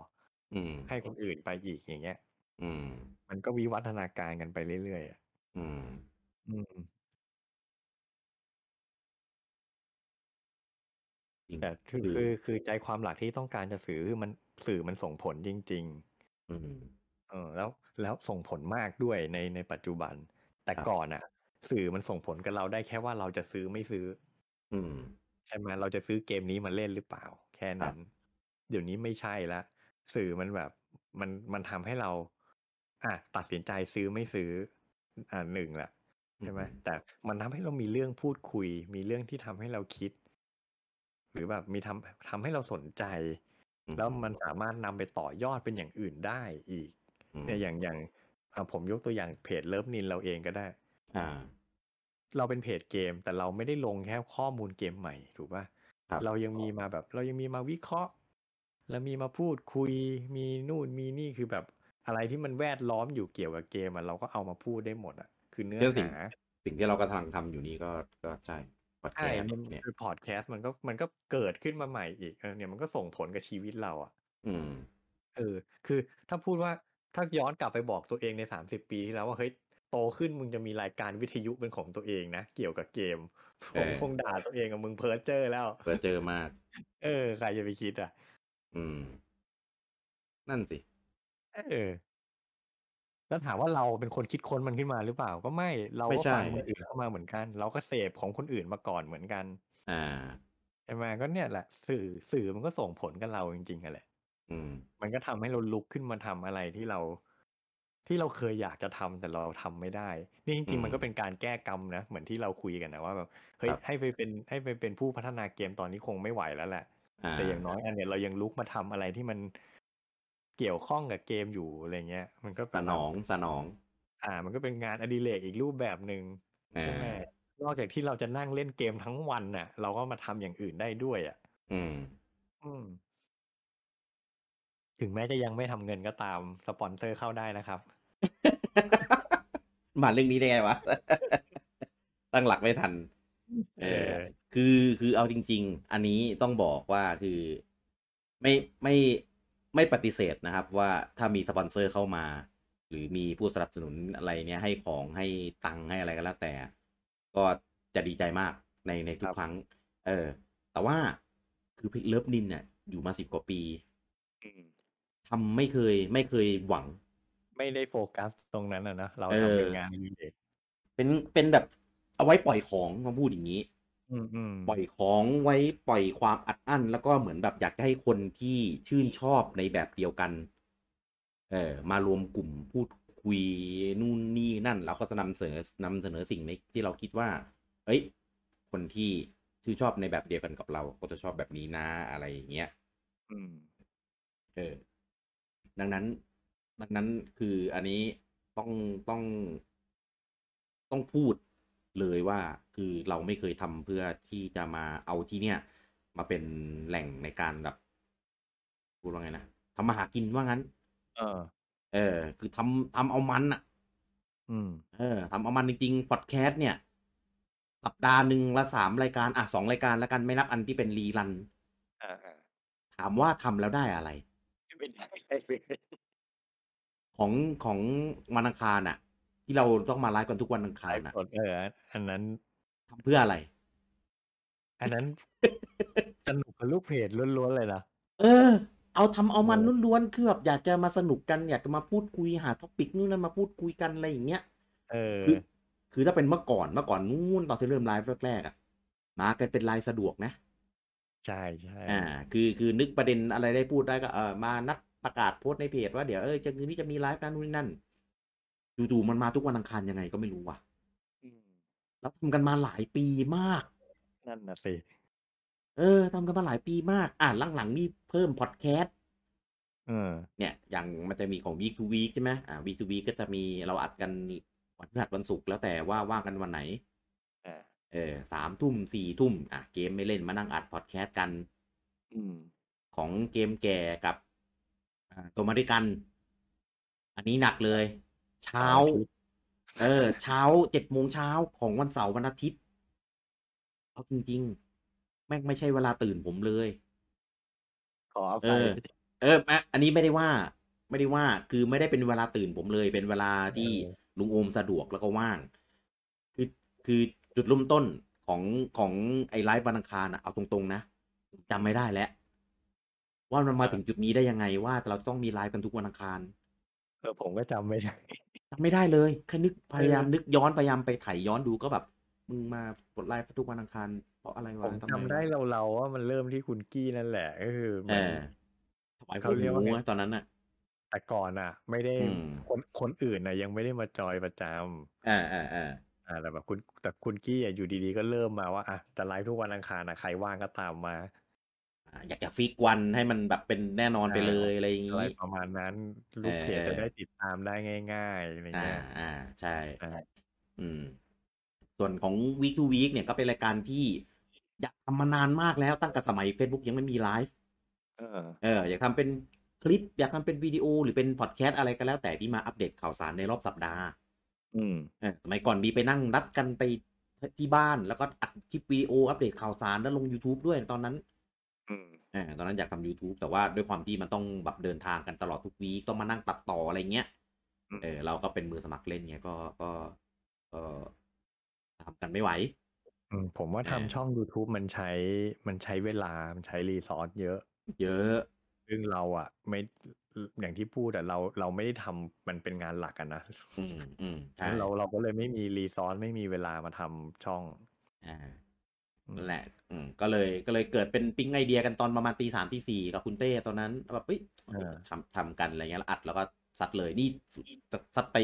S1: อืม
S2: ให้คนอื่นไปอีกอย่างเงี้ย
S1: อืม
S2: มันก็วิวัฒนาการกันไปเรื่อยๆอะ
S1: อืม
S2: อืม
S1: จริง
S2: แต่คือ
S1: คือ
S2: คือคือใจความหลักที่ต้องการจะสื่อคือมันสื่อมันส่งผลจริง
S1: อืม
S2: ๆ เออ แล้วแล้วส่งผลมากด้วยในในปัจจุบัน แต่
S1: ครับ
S2: ก่อนอ่ะ สื่อมันส่งผลกับเราได้แค่ว่าเราจะซื้อไม่ซื้อ
S1: อืม
S2: ใช่ไหมเราจะซื้อเกมนี้มาเล่นหรือเปล่า แค่นั้น เดี๋ยวนี้ไม่ใช่ละสื่อมันแบบมันมันทำให้เราอ่ะตัดสินใจซื้อไม่ซื้อ อ่าหนึ่งละใช่ไหม
S1: อืม
S2: แต่มันทำให้เรามีเรื่องพูดคุย มีเรื่องที่ทำให้เราคิด หรือแบบมีทำทำให้เราสนใจ
S1: อื
S2: แล้วมันสามารถนำไปต่อยอดเป็นอย่างอื่นได้อีก
S1: อืม
S2: เนี่ยอย่างอย่างอ่ะผมยกตัวอย่างเพจเลิฟนินเราเองก็ได้
S1: อ่า
S2: เราเป็นเพจเกมแต่เราไม่ได้ลงแค่ข้อมูลเกมใหม่ถูกป่ะ
S1: ครับ
S2: เรายังมีมาแบบ เรายังมีมาวิเคราะห์ แล้วมีมาพูดคุย มีนู่นมีนี่คือแบบอะไรที่มันแวดล้อมอยู่เกี่ยวกับเกมอะเราก็เอามาพูดได้หมดอะคือเนื้อ
S1: แล้วสิ่ง
S2: หา
S1: สิ่งที่เรากำลังทำอยู่นี่ก็ก็ใช่พอดแค
S2: ใช่
S1: สต์
S2: มัน
S1: เนี่ย
S2: คือพอดแคสต์มันก็มันก็เกิดขึ้นมาใหม่อีกเออเนี่ยมันก็ส่งผลกับชีวิตเราอะ
S1: อืม
S2: เออ คือถ้าพูดว่าถ้าย้อนกลับไปบอกตัวเองในสามสิบปีที่แล้วว่าเฮ้ยโตขึ้นมึงจะมีรายการวิทยุเป็นของตัวเองนะเกี่ยวกับเกม ผ
S1: เอ
S2: ม
S1: อ
S2: คงด่าตัวเองกับมึงเพ้อเจ้อแล้ว
S1: เพื่อเจอมาก
S2: เออใครจะไปคิดอ่ะ
S1: อืม นั่นสิ
S2: เออ แล้วถามว่าเราเป็นคนคิดค้นมันขึ้นมาหรือเปล่า ก็ไม่เรา
S1: ไม่
S2: ก็
S1: ใช่
S2: ฟังคนอื่นเข้ามาเหมือนกัน เราก็เสพของคนอื่นมาก่อนเหมือนกัน
S1: อ่า
S2: ใช่ไหมก็เนี่ยแหละ สื่อสื่อมันก็ส่งผลกับเราจริงๆอะแหละ
S1: อืม
S2: มันก็ทำให้เราลุกขึ้นมาทำอะไรที่เรา ที่เราเคยอยากจะทำแต่เราทำไม่ได้ นี่จ
S1: อื
S2: ริง
S1: ม
S2: ๆมันก็เป็นการแก้กรรมนะเหมือนที่เราคุยกันนะว่าแบบ
S1: ค
S2: เฮ้ย
S1: รับ
S2: ให้ไปเป็นให้ไปเป็นผู้พัฒนาเกมตอนนี้คงไม่ไหวแล้วแหละ
S1: อ่า
S2: แต่อย่างน้อยอันเนี้ยเรายังลุกมาทำอะไรที่มันเกี่ยวข้องกับเกมอยู่อะไรเงี้ย มันก็
S1: ส
S2: เป็น
S1: น
S2: แบบ
S1: อง สนอง
S2: อ่า มันก็เป็นงานอดิเรกอีกรูปแบบหนึ่ง
S1: อ่า
S2: ใช่ไหมนอกจากที่เราจะนั่งเล่นเกมทั้งวันน่ะ เราก็มาทำอย่างอื่นได้ด้วยอ่ะ
S1: อืม
S2: อืม ถึงแม้จะยังไม่ทำเงินก็ตามสปอนเซอร์เข้าได้นะครับ
S1: มาเรื่องนี้ได้ไงวะ ตั้งหลักไม่ทัน เออ คือคือเอาจริง ๆ อันนี้ต้องบอกว่าคือไม่ไม่ไม่ปฏิเสธนะครับ ว่าถ้ามีสปอนเซอร์เข้ามา หรือมีผู้สนับสนุนอะไรเนี่ยให้ของให้ตังค์ให้อะไรก็แล้วแต่ ก็จะดีใจมากในในทุ
S2: ค
S1: ก
S2: รับ
S1: ครั้ง เออ แต่ว่าคือเลิฟนินเนี่ยอยู่มาสิบกว่าปี
S2: อืม
S1: ทำไม่เคยไม่เคยหวัง
S2: ไม่ได้โฟกัสตรงนั้นอ่ะนะเรา
S1: เอ
S2: ทำ
S1: อ
S2: เป็นงานอดิเรก
S1: เป็นเป็นแบบเอาไว้ปล่อยของมาพูดอย่างนี้
S2: อืมอืม
S1: ปล่อยของไว้ปล่อยความอัดอั้น แล้วก็เหมือนแบบอยากจะให้คนที่ชื่นชอบในแบบเดียวกัน เออมารวมกลุ่มพูดคุยนู่นนี่นั่น เราก็จะนำเสนอนำเสนอสิ่งในที่เราคิดว่า เอ้ย คนที่ชื่นชอบในแบบเดียวกันกับเราก็จะชอบแบบนี้นะอะไรอย่างเงี้ย
S2: อืม
S1: เออ ดังนั้น ดังนั้นคืออันนี้ต้องต้องต้องพูดเลยว่าคือเราไม่เคยทำเพื่อที่จะมาเอาที่เนี่ย มาเป็นแหล่งในการแบบพูดว่าไงนะทำมาหากินว่างั้น
S2: เออ
S1: เออ คือทำทำเอามันอะ
S2: อืม
S1: เออทำเอามันจริงๆพอดแคสต์เนี่ย สัปดาห์หนึ่งละสามรายการอ่ะสองรายการแล้วกันไม่นับอันที่เป็นรีรัน
S2: อ่าอ่า
S1: ถามว่าทำแล้วได้อะไร
S2: ไม่ได้เลย
S1: ของของวันอังคารน่ะ ที่เราต้องมาไลฟ์กันทุกวันอังคา
S2: ไล
S1: ร
S2: ฟ์
S1: น่ะ
S2: สดเออ อัน นั้น
S1: ทำเพื่ออะไร
S2: อันนั้นสนุกกับลูกเพจล้วนๆเลยนะ
S1: เออ เอาทำเอามัน
S2: เออ
S1: ล้วนๆคือแบบอยากจะมาสนุกกัน อยากจะมาพูดคุยหาท็อปิกนู่นนั่นมาพูดคุยกันอะไรอย่างเงี้ย
S2: เออ
S1: คือ คือถ้าเป็นเมื่อก่อนเมื่อก่อนนู้นตอนที่เริ่มไลฟ์แรกๆอ่ะมากันเป็นไลน์สะดวกนะ
S2: ใช่ใช่
S1: อ่า คือคือนึกประเด็นอะไรได้พูดได้ก็เออมานัดประกาศโพสต์ในเพจว่าเดี๋ยวเออจะคืนนี้จะมีไลฟ์นั่นนู่นนนั่นจู่ๆมันมาทุกวันอังคารยังไงก็ไม่รู้ว่ะ
S2: อืม
S1: แล้วทำกันมาหลายปีมาก
S2: นั่นน่ะสิ
S1: เออทำกันมาหลายปีมาก อ่าหลังๆนี่เพิ่มพอดแคสต์
S2: เออ
S1: เนี่ย อย่างมันจะมีของ week to week ใช่ไหมอ่า week to week ก็จะมีเราอัดกันวันพฤหัสวันศุกร์แล้วแต่ว่าว่างกันวันไหน
S2: อ่า
S1: เออสามทุ่มสี่ทุ่มอ่ะเกมไม่เล่นมานั่งอัดพอดแคสต์กัน
S2: อืม
S1: ของเกมแก่กับตัวมาริกัน อันนี้หนักเลย เช้า
S2: วันอาทิตย์
S1: เออ เช้าเจ็ดโมงเช้าของวันเสาร์วันอาทิตย์เอาจริง ๆ แม่งไม่ใช่เวลาตื่นผมเลย
S2: ขออ
S1: เอ
S2: ภัย
S1: อ เอออ่ะอันนี้ไม่ได้ว่า ไม่ได้ว่า คือไม่ได้เป็นเวลาตื่นผมเลย เป็นเวลาที่ลุงโอมสะดวกแล้วก็ว่าง คือคือจุดเริ่มต้นของของไอ้ไลฟ์วันอังคารนะเอาตรงๆนะจำไม่ได้แล้ว ว่ามันมาถึงจุดนี้ได้ยังไงว่าเราต้องมีไลฟ์กันทุกวันอังคาร
S2: เออผมก็จำไม่ได้
S1: จำไม่ได้เลยแค่นึกพยายามนึกย้อนพยายามไปไถย้อนดูก็แบบมึงมากดไลฟ์ทุกวันอังคารเพราะอะไร
S2: ผ
S1: วะ
S2: ม
S1: ทำ
S2: จำ
S1: ไม
S2: ได้
S1: วะ
S2: เราๆว่ามันเริ่มที่คุณกี้นั่นแหละก็คือ
S1: เอ
S2: มัน
S1: อถวาย
S2: เขา
S1: เขา
S2: เรี
S1: เรี
S2: ย
S1: ย
S2: ก
S1: ก
S2: ว่าไง
S1: ว่าตอนนั้นอ่ะ
S2: แต่ก่อนอ่ะ ไม่ได้
S1: อืม
S2: คนคนอื่นนะยังไม่ได้มาจอยประจำ
S1: อ่าอ่าอ่า
S2: อ่าแต่แบบคุณแต่คุณกี้อะอยู่ดีๆก็เริ่มมาว่าอ่ะจะไลฟ์ทุกวันอังคารนะใครว่างก็ตามมา
S1: อ่าอยากจะฟิกวันให้มันแบบเป็นแน่นอนไปเลยอะไรอย่าง
S2: อะไร
S1: นี้
S2: ประมาณนั้นลูกเพจ
S1: เออ
S2: จะได้ติดตามได้ง่ายๆอะไร
S1: อ่า
S2: เงี้ย
S1: อ่าใช่
S2: ใช่
S1: อืม ส่วนของ week to week เนี่ยก็เป็นรายการที่ อยากทำมานานมากแล้วตั้งแต่สมัย Facebook ยังไม่มีไลฟ์
S2: เออ
S1: เอออยากทำเป็นคลิป อยากทำเป็นวิดีโอหรือเป็นพอดแคสต์อะไรก็แล้วแต่ที่มาอัปเดตข่าวสารในรอบสัปดาห์
S2: อืม
S1: เออสมัยก่อนมีไปนั่งนัดกันไปที่บ้าน แล้วก็อัดคลิปวิดีโออัปเดตข่าวสารแล้วลง YouTube ด้วยตอนนั้น
S2: อืม
S1: เออตอนนั้นอยากทำ YouTube แต่ว่าด้วยความที่มันต้องแบบเดินทางกันตลอดทุกวีคต้องมานั่งตัดต่ออะไรเงี้ย
S2: อืม
S1: เออเราก็เป็นมือสมัครเล่นเงี้ยก็ก็ก็ทำกันไม่ไหว
S2: อืมผมว่า
S1: เออ
S2: ทำช่อง YouTube มันใช้มันใช้เวลา มันใช้รีซอสเยอะ
S1: เยอะ
S2: ซึ่งเราอ่ะ ไม่อย่างที่พูดอ่ะเราเราไม่ได้ทำมันเป็นงานหลักกันนะ
S1: อืมอืมใช่
S2: เราเราก็เลยไม่มีรีซอสไม่มีเวลามาทำช่อง
S1: อ่า
S2: อืม
S1: นั่นแหละอืมก็เลยก็เลยเกิดเป็นปิ๊งไอเดียกันตอนประมาณตีสามตีสี่กับคุณเต้ตอนนั้นแบบเฮ้ย
S2: เออ
S1: ทำทำกันอะไรเงี้ยแล้วอัดแล้วก็ซัดเลยนี่ซัดไป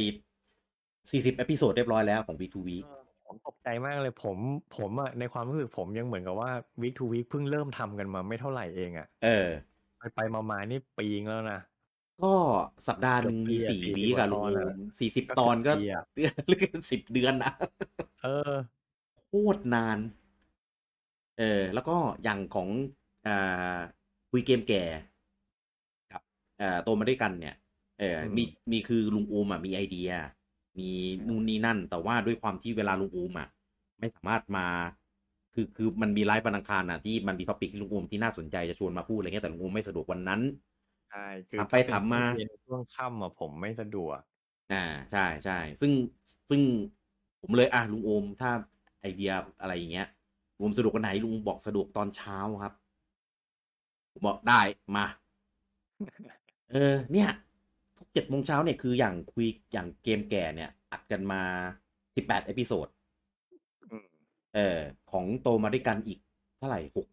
S1: สี่สิบเอพิโซดเรียบร้อยแล้วของ week to week
S2: ผมตกใจมากเลยผมผมอ่ะในความรู้สึกผมยังเหมือนกับว่า week to week เพิ่งเริ่มทำกันมาไม่เท่าไหร่เองอ่ะ
S1: เออ
S2: ไปไปมามานี่ปีงแล้วนะ
S1: ก็สัปดาห์หนึ่งมี
S2: เกือบ
S1: สี่
S2: ปี
S1: วี
S2: ก
S1: กับลุ
S2: ว่าต
S1: ง
S2: อนอะ
S1: สี่สิบ
S2: ก็
S1: ตอนก็
S2: เกือบปีอะ
S1: เดือนหรือสิบเดือนนะ
S2: เออ
S1: โคตรนาน เออ แล้วก็อย่างของอ่าคุยเกมแก่ กับเอ่อโตมาด้วยกันเนี่ย เออ
S2: อืม
S1: มีมีคือลุงอูมอ่ะมีไอเดีย มีนู่นนี่นั่น แต่ว่าด้วยความที่เวลาลุงอูมอ่ะ ไม่สามารถมา คือคือมันมีไลฟ์วันอังคารอ่ะที่มันมีท็อปิกที่ลุงอูมที่น่าสนใจจะชวนมาพูดอะไรเงี้ยแต่ลุงอูมไม่สะดวกวันนั้น
S2: ใช่คือ
S1: ถามไปถามมา
S2: เย็นช่วงค่ำอ่ะผมไม่สะดวก
S1: อ่าใช่ใช่ซึ่งซึ่งผมเลยอ่ะลุงโอมถ้าไอเดียอะไรอย่างเงี้ยลุงโอมสะดวกวันไหนลุงบอกสะดวกตอนเช้าครับ ผมบอกได้มา เออ เนี่ยทุกเจ็ดโมงเช้าเนี่ยคืออย่างคุยอย่างเกมแก่เนี่ย อัดกันมาสิบแปดเอพิโซด
S2: อืม
S1: เออ ของโตมาด้วยกันอีกเท่าไหร่หก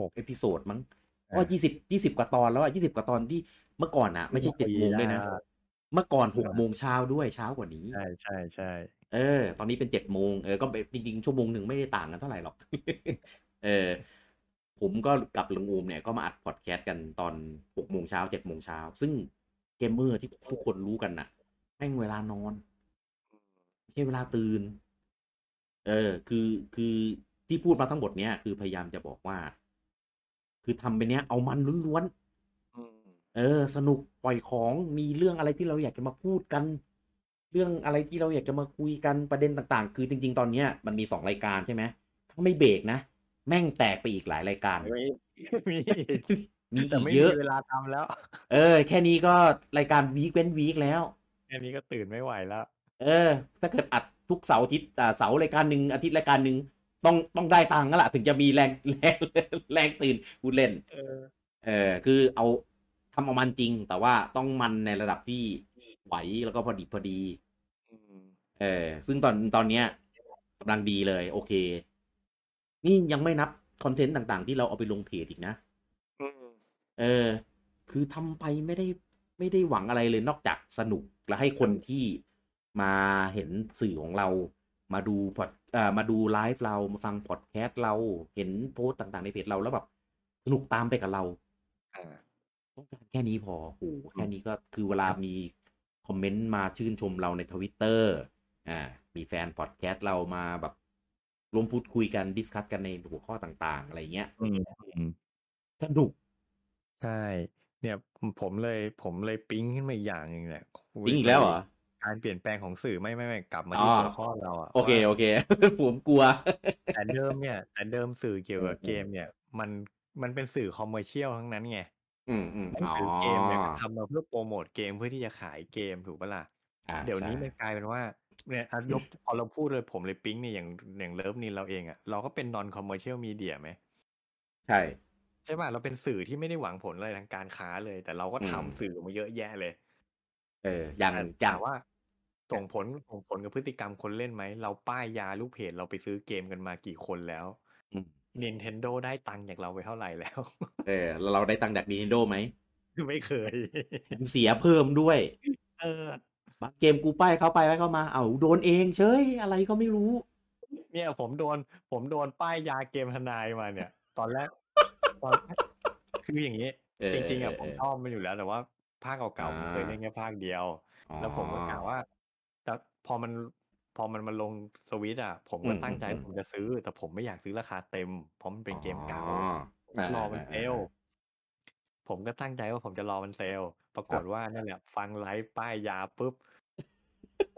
S2: หก
S1: เอพิโซดมั้งเพราะ
S2: อ่า
S1: ว่ายี่สิบยี่สิบกว่าตอนแล้วอ่ะยี่สิบกว่าตอนที่เมื่อก่อนอ่ะ ไม่ใช่เจ็ดโมงด้วยนะ
S2: คุยยาก
S1: เมื่อก่อนหกโมงเช้าด้วยเช้ากว่านี้
S2: ใช่ใช่ใช่
S1: เออ ตอนนี้เป็นเจ็ดโมงเออ ก็เป็นจริงๆ ชั่วโมงหนึ่งไม่ได้ต่างกันเท่าไหร่หรอก เออ ผมก็กับลุงอูมเนี่ยก็มาอัดพอดแคสต์กันตอนหกโมงเช้าเจ็ดโมงเช้า ซึ่งเกมเมอร์ที่ทุกคนรู้กันน่ะแม่งเวลานอนไม่ใช่เวลาตื่น เออ คือคือที่พูดมาทั้งหมดเนี่ยคือพยายามจะบอกว่า คือทำไปเนี้ยเอามันล้วนๆ เออสนุกปล่อยของมีเรื่องอะไรที่เราอยากจะมาพูดกัน เรื่องอะไรที่เราอยากจะมาคุยกันประเด็นต่างๆ คือจริง ๆ ตอนเนี้ยมันมีสองรายการใช่ไหมถ้าไม่เบรกนะ แม่งแตกไปอีกหลายรายการ
S2: มี มี
S1: มี
S2: แต่
S1: อีก
S2: ไม่
S1: เย
S2: มี
S1: อะ
S2: เวลาทำแล้ว
S1: เออ แค่นี้ก็รายการวีคเว้นวีคแล้ว
S2: แค่นี้ก็ตื่นไม่ไหวแล้ว
S1: เออ ถ้าเกิดอัดทุกเสาร์อาทิตย์อ่าเสาร์รายการหนึ่งอาทิตย์รายการหนึ่งต้องต้องได้ตังค์แล้วล่ะถึงจะมีแรง แรงแรงตื่นพูดเล่น
S2: เออ
S1: เออคือเอาทำเอามันจริง แต่ว่าต้องมันในระดับที่ไหวแล้วก็พอดีพอดี
S2: อืม
S1: เออซึ่งตอนตอนเนี้ยกำลังดีเลย โอเค นี่ยังไม่นับคอนเทนต์ต่างๆ ที่เราเอาไปลงเพจอีกนะ
S2: อืม
S1: เออ คือทำไปไม่ได้ไม่ได้หวังอะไรเลยนอกจากสนุกและให้คนที่มาเห็นสื่อของเรา มาดูพอดเอ่อมาดูไลฟ์เรามาฟังพอดแคสต์เราเห็นโพสต์ต่างๆในเพจเราแล้วแบบสนุกตามไปกับเรา
S2: อ่า
S1: ต้องการแค่นี้พอโอ้โหแค่นี้ก็คือเวลามีคอมเมนต์มาชื่นชมเราในทวิตเตอร์อ่า มีแฟนพอดแคสต์เรามาแบบ รวมพูดคุยกันดิสคัตกันในหัวข้อต่างๆ อะไรเงี้ย
S2: อืม
S1: สนุก
S2: ใช่ เนี่ยผมเลยผมเลยปิ๊งขึ้นมาอีกอย่างหนึ่งเนี่ย
S1: ปิ๊งอีกแล้วเหรอ
S2: การเปลี่ยนแปลงของสื่อไม่ไม่ไม่กลับมาที่
S1: อ๋อ
S2: หัวข้อเราอะ
S1: โอเค
S2: ว่า
S1: โอเค ผมกลัว
S2: แต่เดิมเนี่ยแต่เดิมสื่อเกี่ยวกับ
S1: อืม
S2: เกมเนี่ย มันมันเป็นสื่อคอมเมอร์เชียลทั้งนั้นไง
S1: อืมอืม
S2: หนัง
S1: อ๋อ
S2: สือเกมเนี่ยก็ทำมาเพื่อโปรโมทเกมเพื่อที่จะขายเกมถูกปะล่ะ
S1: อ่า
S2: เดี๋ยวนี้
S1: ใช่
S2: มันกลายเป็นว่าเนี่ยอ่ะยกพอเราพูดเลยผมเลยปิ๊งเนี่ยอย่างอย่างเลิฟนี่เราเองอะเราก็เป็น non commercial media ไหม
S1: ใช่
S2: ใช่ป่ะเราเป็นสื่อที่ไม่ได้หวังผลอะไรทางการค้าเลย แต่เราก็
S1: อื
S2: ทำ
S1: ม
S2: สื่อออกมาเยอะแยะเลย
S1: เอออย่าง
S2: แต่
S1: อย่า
S2: ถาง มว่า ส่งผลส่งผลกับพฤติกรรมคนเล่นไหม เราป้ายยาลูกเพจเราไปซื้อเกมกันมากี่คนแล้ว
S1: อืม
S2: Nintendo ได้ตังค์จากเราไปเท่าไหร่แล้ว
S1: เออแล้วเราได้ตังค์จาก Nintendo ไหม
S2: ไม่เคย
S1: ผมเสียเพิ่มด้วย
S2: เออบ
S1: างเกมกูป้ายเข้าไปไว้เข้ามา เอาโดนเองเฉยอะไรก็ไม่รู้
S2: เนี่ยผมโดน ผมโดนป้ายยาเกมทนายมาเนี่ย ตอนแรกตอนแรกคืออย่างนี้
S1: เออ
S2: จริงๆอ่ะ
S1: เออ
S2: ผม
S1: เออ
S2: ชอบมันอยู่แล้วแต่ว่าภาคเก่าๆผมเคย
S1: อ่า
S2: เล่นแค่ภาคเดียว แล้วผมก็กล่าวว่า แต่พอมันพอมันมาลงสวิตช์อ่ะ ผมก็
S1: อืม
S2: ตั้งใจ
S1: อืม
S2: ผมจะซื้อ แต่ผมไม่อยากซื้อราคาเต็ม เพราะมันเป็นเกมเก่า
S1: อ๋ออ่าร
S2: อมันเซลล์
S1: อ่า
S2: ผมก็ตั้งใจว่าผมจะรอมันเซลล์ปรากฏว่านั่นแหละ ฟังไลฟ์ป้ายยาปุ๊บ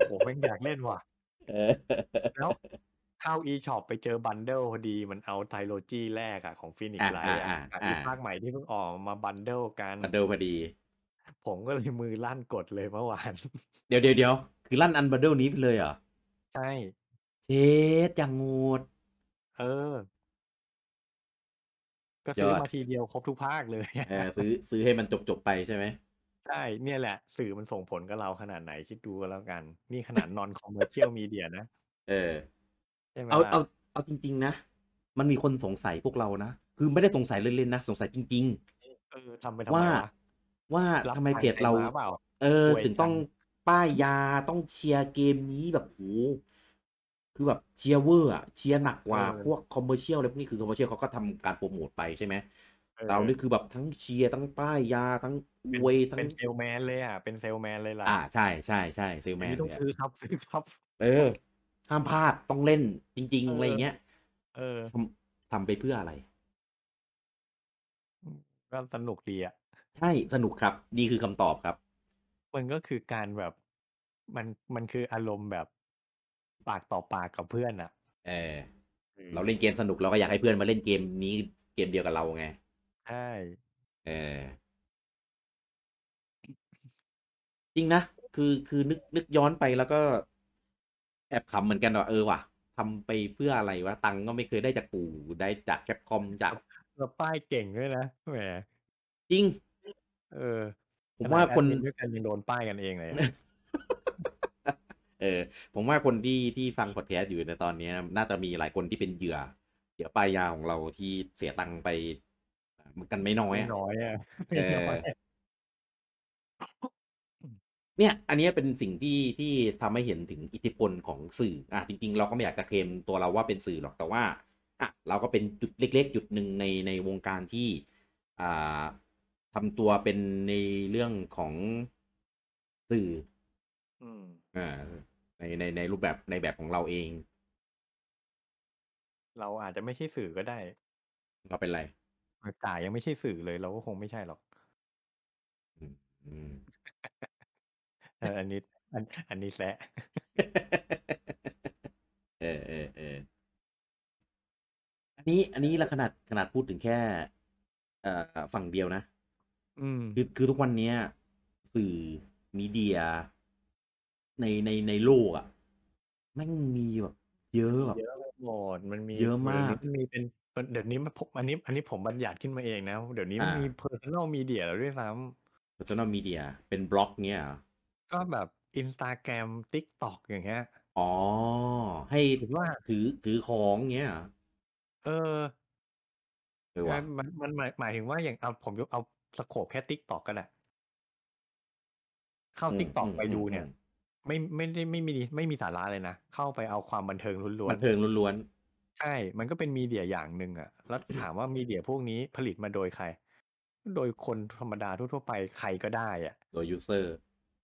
S2: โอ้โหแม่งอยากเล่นว่ะ
S1: เออ
S2: แล้วเข้า e-shop ไปเจอบันเดิลพอดีมันเอาไทโลจีแรกอะของฟินิก
S1: อ่า
S2: ไล
S1: อ่า
S2: ท์อะ
S1: อ่า
S2: กับ
S1: อ่า
S2: อีกภาคใหม่ที่เพิ่งออกมาบันเดิลกัน
S1: มันเดิลพอดี
S2: ผมก็เลยมือลั่นกดเลยเมื่อวาน
S1: เดี๋ยวเดี๋ยวเดี๋ยวคือลั่นอันบันเดิลนี้ไปเลยเหรอ
S2: ใช่
S1: เชดอย่างงูด
S2: เออ ก็ซื้อย
S1: อด
S2: มาทีเดียวครบทุกภาคเลย อะ
S1: เอ อซื้อซื้อให้มันจบจบๆไปใช่ไหม
S2: ใช่เนี่ยแหละ สื่อมันส่งผลกับเราขนาดไหนคิดดูกันแล้วกัน นี่ขนาด non commercial media นะ
S1: เออ
S2: ใช่ไหม
S1: เอา
S2: ล่ะ
S1: เอาเอาจริง ๆ นะ มันมีคนสงสัยพวกเรานะ คือไม่ได้สงสัยเล่นๆนะ สงสัยจริง
S2: เออทำไป
S1: ๆ
S2: ทำไม
S1: ว่า
S2: วะ
S1: ว่า
S2: รับ
S1: ทำไม
S2: ตังค์
S1: เพจเรา
S2: ใคมเปล่า
S1: เออ
S2: ป่วย
S1: ถึงต้อง
S2: จั
S1: ป้ายยาต้องเชียร์เกมนี้แบบโหคือแบบเชียร์เวอร์อะเชียร์หนักกว่า
S2: เออ
S1: พวกคอมเมอร์เชียลอะไรพวกนี้คือคอมเมอร์เชียลเขาก็ทำการโปรโมทไปใช่ไหม
S2: เออ
S1: เรานี่คือแบบทั้งเชียร์ทั้งป้ายยาทั้งอวยทั้ง
S2: เป็นเซลแมนเลยอ่ะ เป็นเซลแมนเลยล่ะ
S1: อ่าใช่ใช่ใช่เซล
S2: อั
S1: แม
S2: น
S1: น
S2: นี้ต้อง
S1: เนี่ย
S2: ซื้อครับซื้อครับ
S1: เออห้ามพลาดต้องเล่นจริง ๆ
S2: เอออ
S1: อะไรอย่างเงี้ย
S2: เออ
S1: ทำทำไปเพื่ออะไร
S2: ก็สนุกดีอ่ะ
S1: ใช่สนุกครับ นี่คือคำตอบครับ
S2: มันก็คือการแบบ มันมันคืออารมณ์แบบปากต่อปากกับเพื่อนอ่ะ
S1: เออ เราเล่นเกมสนุกเราก็อยากให้เพื่อนมาเล่นเกมนี้เกมเดียวกับเราไง
S2: ใช่
S1: เออ จริงนะ คือคือนึกนึกย้อนไปแล้วก็ แอบขำเหมือนกันว่าเออว่ะทำไปเพื่ออะไรวะตังค์ก็ไม่เคยได้จากปู่ได้จากแคปคอมจาก
S2: แล้วป้ายเก่งด้วยนะแหม
S1: จริง
S2: เออ
S1: ผมว่าคน
S2: ขดแอดมิด้วยกันยังโดนป้ายกันเองเลยอะ
S1: เออ ผมว่าคนที่ที่ฟังพอดแคสต์อยู่ในตอนนี้นะน่าจะมีหลายคนที่เป็นเหยื่อเหยื่อป้ายยาของเราที่เสียตังค์ไปกันไม่น้อย
S2: ไม่
S1: อะ
S2: น้อยอ่ะ
S1: เออ
S2: ไม่น้อยอะ
S1: เนี่ย อันเนี้ยเป็นสิ่งที่ที่ทำให้เห็นถึงอิทธิพลของสื่อ อ่ะ จริง ๆ เราก็ไม่อยากจะเคลมตัวเราว่าเป็นสื่อหรอก แต่ว่า อ่ะ เราก็เป็นจุดเล็ก ๆ จุดหนึ่งในในวงการที่ อ่าทำตัวเป็นในเรื่องของสื่อ
S2: อืม
S1: อ่า ในในในรูปแบบในแบบของเราเอง
S2: เราอาจจะไม่ใช่สื่อก็ได้
S1: เราเป็นไร
S2: จ่ายยังไม่ใช่สื่อเลย เราก็คงไม่ใช่หรอก
S1: อืม
S2: เอออันนี้อันอันนี้แซะ
S1: เออเออเอออันนี้อันนี้ละขนาดขนาดพูดถึงแค่ เอ่อฝั่งเดียวนะ
S2: อืม
S1: คือคือทุกวันเนี้ย สื่อมีเดีย ในในในโลกอะ่ะแม่งมีแบบ เยอะแบบ
S2: เยอะไปหมดมันมี
S1: เยอะมาก
S2: ดี๋วนี้นมีเป็นมันเดี๋ยวนี้มันพบอันนี้อันนี้ผมบัญญัติขึ้นมาเองนะ เดี๋ยวนี้มัน
S1: อ่ามี
S2: มี personal media แล้วด้วยซ้
S1: social media เป็นบล็อกเนี้ยเหรอ
S2: ำก็แบบ Instagram TikTok อย่างเงี้ย
S1: อ๋อ ให้
S2: หรือว่า
S1: ถือถือของเนี้ยเหรอ
S2: เออ
S1: เออว่ะ
S2: มันมันหมายหมายถึงว่าอย่างเอาผมยกเอาสโคปแค่ TikTok กันอะเข้า
S1: ม
S2: TikTok
S1: ม
S2: ไปดูเนี่ย
S1: อืม
S2: ไม่ไม่ได้ไม่มีไม่มีสาระเลยนะ เข้าไปเอาความบันเทิงล้วน
S1: บันเทิงล้วน
S2: ๆ ใช่ มันก็เป็นมีเดียอย่างหนึ่งอะแล้วถามว่ามีเดียพวกนี้ผลิตมาโดยใคร โดยคนธรรมดาทั่วๆไปใครก็ได้อะ
S1: ๆโดยยูเซอร์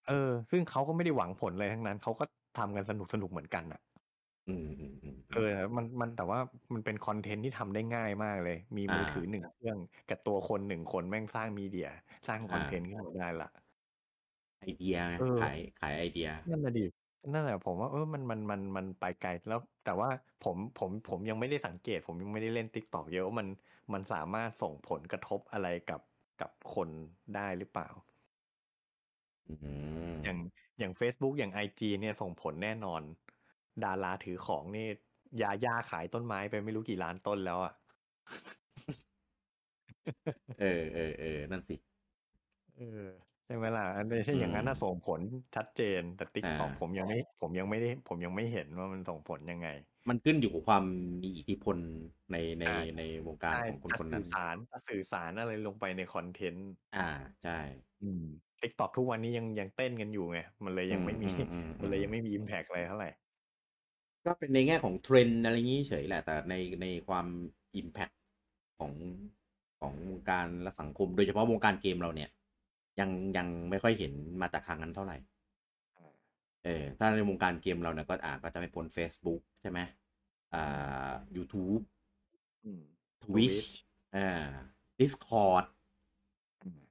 S2: เออ ซึ่งเขาก็ไม่ได้หวังผลอะไรทั้งนั้น เขาก็ทำกันสนุกสนุกเหมือนกันอ่ะ
S1: อืมอืมอืม
S2: เออมันมันแต่ว่ามันเป็นคอนเทนต์ที่ทำได้ง่ายมากเลย มีมืออา ถือหนึ่งเครื่องกับตัวคนหนึ่งคนแม่งสร้างมีเดีย สร้างคอน
S1: อ่า
S2: เทนต์ขึ้นมาได้ละ
S1: ไอเดียไง
S2: เออ
S1: ขายขายไอเดีย
S2: นั่นแหะดินั่นแหละผมว่าเออมันมันมันมันไปไกลแล้ว แต่ว่าผมผมผมยังไม่ได้สังเกต ผมยังไม่ได้เล่นติ๊กตอกเยอะว่ามันมันสามารถส่งผลกระทบอะไรกับกับคนได้หรือเปล่า
S1: อืม
S2: อย่างอย่าง Facebook อย่าง IG เนี่ยส่งผลแน่นอน ดาราถือของนี่ยาย่าขายต้นไม้ไปไม่รู้กี่ล้านต้นแล้วอะ
S1: เออเออเออนั่นสิ
S2: เออใช่ไหมล่ะอันนี้ใช่อย่างนั้นน่ะ
S1: อืม
S2: ส่งผลชัดเจนแต่ติ๊กต็อก
S1: อ่า
S2: ผมยังไม่ ผมยังไม่ได้ ผมยังไม่เห็นว่ามันส่งผลยังไง
S1: มันขึ้นอยู่กับความมีอิทธิพลในใน
S2: อ่า
S1: ในวงการของคน
S2: จะ
S1: คนนั้น
S2: สื่อสารจะสื่อสารอะไรลงไปในคอนเทนต์
S1: อ่าใช่
S2: ติ๊กต็อกทุกวันนี้ยังยังเต้นกันอยู่ไง มันเลยยังไม่มี
S1: อือือื
S2: มันเลยยังไม่มีอิมแพกอะไรเท่าไหร่
S1: ก็เป็นในแง่ของเทรนด์อะไรอย่างนี้เฉยแหละ แต่ในในความอิมแพ t ของของวงการและสังคม โดยเฉพาะวงการเกมเราเนี่ย ยังยังไม่ค่อยเห็นมาจากทางนั้นเท่าไหร่ เออถ้าในวงการเกมเราเนี่ยก็อ่าก็จะไปพ้น Facebook ใช่ไหมอ่า YouTube
S2: อืม
S1: Twitch
S2: Twitch
S1: อ่า Discord
S2: อืม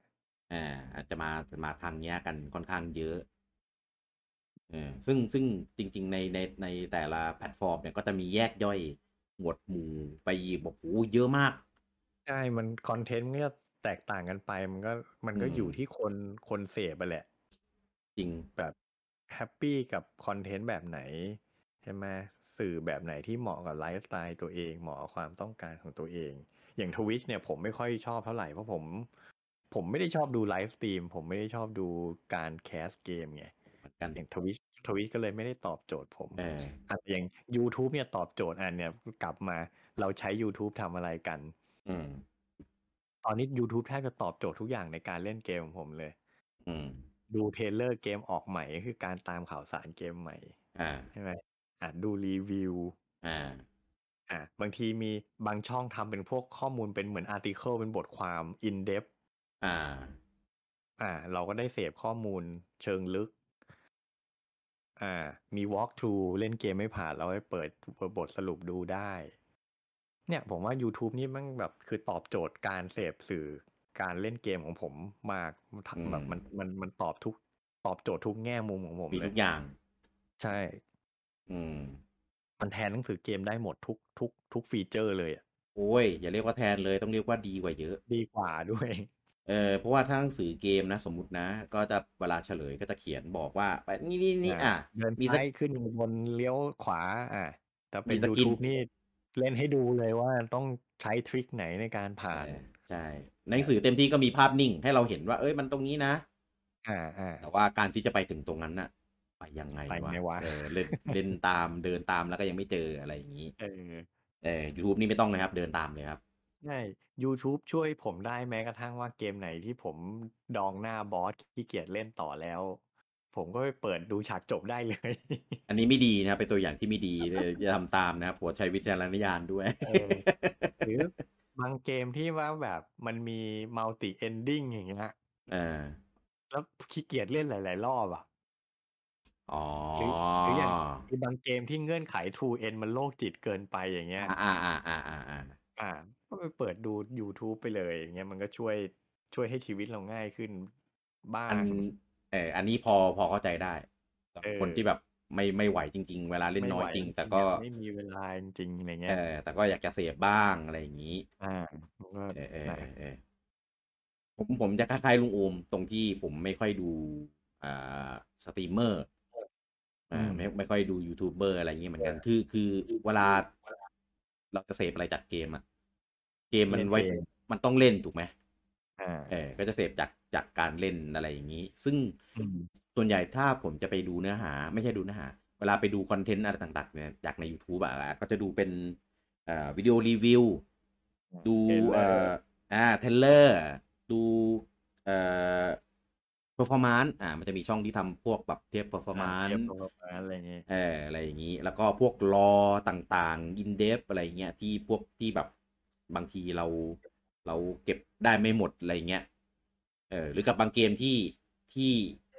S1: อ่าอาจจะมามาทางเนี้ยกันค่อนข้างเยอะเออซึ่งซึ่งจริงๆในในในแต่ละแพลตฟอร์มเนี่ยก็จะมีแยกย่อยหมวดหมู่ไปอีกบอกโอ้โหเยอะมาก
S2: ใช่มันคอนเทนต์ก็แตกต่างกันไปมันก็มันก็
S1: อืม
S2: อยู่ที่คนคนเสพไปแหละ
S1: จริง
S2: แบบแฮปปี้กับคอนเทนต์แบบไหน ใช่ไหมสื่อแบบไหนที่เหมาะกับไลฟ์สไตล์ตัวเองเหมาะกับความต้องการของตัวเอง อย่างทวิชเนี่ยผมไม่ค่อยชอบเท่าไหร่เพราะผม ผมไม่ได้ชอบดูไลฟ์สตรีมผมไม่ได้ชอบดูการแคสเกมไง
S1: เหมือนกัน
S2: อย่างทวิชทวิชก็เลยไม่ได้ตอบโจทย์ผม
S1: เออ
S2: อ่ะอย่าง YouTube เนี่ยตอบโจทย์อันเนี่ยกลับมาเราใช้ YouTube ทำอะไรกัน
S1: อืม
S2: ตอนนี้ YouTube แทบจะตอบโจทย์ทุกอย่างในการเล่นเกมของผมเลย
S1: อืม
S2: ดูเทรลเลอร์เกมออกใหม่ก็คือการตามข่าวสารเกมใหม่
S1: อ่า
S2: ใช่ไหมอ่ะดูรีวิว
S1: อ่า
S2: อ่ะบางทีมีบางช่องทำเป็นพวกข้อมูลเป็นเหมือนอาร์ติเคิลเป็นบทความอินเด h
S1: อ่า
S2: อ่ะเราก็ได้เสพข้อมูลเชิงลึก อ่า มีวอล์กท u ูเล่นเกมไม่ผ่านเราให้เปิดบทสรุปดูได้ เนี่ยผมว่า YouTube นี่มันแบบคือตอบโจทย์การเสพสื่อการเล่นเกมของผมมาก
S1: อืม
S2: แบบมันมันมันตอบทุกตอบโจทย์ทุกแง่มุมของผม
S1: มี
S2: เล
S1: ทุ
S2: ย
S1: กอย่าง
S2: ใช่
S1: อืม
S2: มันแทนหนังสือเกมได้หมดทุกทุกทุกฟีเจอร์เลยอะ
S1: โอ้ย อย่าเรียกว่าแทนเลยต้องเรียกว่าดีกว่าเยอะ
S2: ดีกว่าด้วย
S1: เออเพราะว่าถ้าหนังสือเกมนะ สมมุตินะ ก็จะเวลาเฉลยก็จะเขียนบอกว่าไปนี่นี่นี่อ่ะ
S2: เดิน
S1: มีสัก
S2: ซ้ายขึ้นบนเลี้ยวขวา อ่ะแต่เป็น
S1: มีสกิน
S2: YouTube นี่เล่นให้ดูเลยว่าต้องใช้ทริคไหนในการผ่าน
S1: เออใช่ ในหนังสือเต็มที่ก็มีภาพนิ่ง ให้เราเห็นว่า เอ้ยมันตรงนี้นะ
S2: อ่าอ่า
S1: แต่ว่าการที่จะไปถึงตรงนั้นน่ะ ไปยังไง
S2: ไปไงวะ
S1: เออเล่นเล่นตามเดินตามแล้วก็ยังไม่เจออะไรอย่างนี้
S2: เออ
S1: เออ YouTube นี่ไม่ต้องเลยครับ เดินตามเลยครับ
S2: ใช่ YouTube ช่วยผมได้แม้กระทั่งว่าเกมไหนที่ผมดองหน้าบอสขี้เกียจเล่นต่อแล้ว ผมก็ไปเปิดดูฉากจบได้เลย
S1: อันนี้ไม่ดีนะครับเป็นตัวอย่างที่ไม่ดีเอออย่าทำตามนะครับโปรดใช้วิจารณญาณด้วย
S2: เออ หรือบางเกมที่ว่าแบบมันมีมัลติเอนดิ้งอย่างเงี้ย
S1: เออ
S2: แล้วขี้เกียจเล่นหลาย ๆ รอบอ่ะ
S1: อ๋อ
S2: หรืออย่าง คือบางเกมที่เงื่อนไข True End มันโลกจิตเกินไปอย่างเงี้ย
S1: อ่าอ่าอ่าอ่าอ่า
S2: อ่า ก็ไปเปิดดู YouTube ไปเลยอย่างเงี้ยมันก็ช่วยช่วยให้ชีวิตเราง่ายขึ้นบ้าง
S1: อันเอออันนี้พอพอเข้าใจได้สำหรับ
S2: เออ
S1: คนที่แบบไม่ไม่ไหวจริง ๆ เวลาเล่นน้อยจริง แต่ก็
S2: ยังไม่มีเวลาจริงๆอะไรเงี้
S1: เอย อแต่ก็อยากจะเสพบ้างอะไรอย่างนี้
S2: อ่ามันก็
S1: เออเออ
S2: นะ
S1: เออเออผมผมจะคล้ายๆลุงโอมตรงที่ผมไม่ค่อยดูอ่าสตรีมเมอร์อ่าไม่ไม่ค่อยดูยูทูบเบอร์อะไรอย่างนี้เหมือนกัน คือคือเวลา เราจะเสพอะไรจากเกมอะเกมมันไว้มันต้องเล่นถูกไหม
S2: อ่า
S1: เออก็จะเสพจากจากการเล่นอะไรอย่างนี้ ซึ่ง
S2: อืม
S1: ส่วนใหญ่ถ้าผมจะไปดูเนื้อหา ไม่ใช่ดูเนื้อหา เวลาไปดูคอนเทนต์อะไรต่างๆเนี่ยจากใน YouTube อ่ะก็จะดูเป็นเอ่อวิดีโอรีวิว ดูเอ่ออ่าเทเลอร์ดูเอ่อเปอร์ฟอร์มานซ์อ่ามันจะมีช่องที่ทำพวกแบบเทียบเปอร์ฟอร์มา
S2: อ่
S1: น
S2: เทียบ
S1: ซ์
S2: ประมาณอะไรเงี้ย
S1: เอออะไรอย่างนี้ แล้วก็พวกรอต่างๆ อินเดฟอะไรเงี้ยที่พวกที่แบบบางทีเราเราเก็บได้ไม่หมดอะไรเงี้ยเออหรือกับบางเกมที่ที่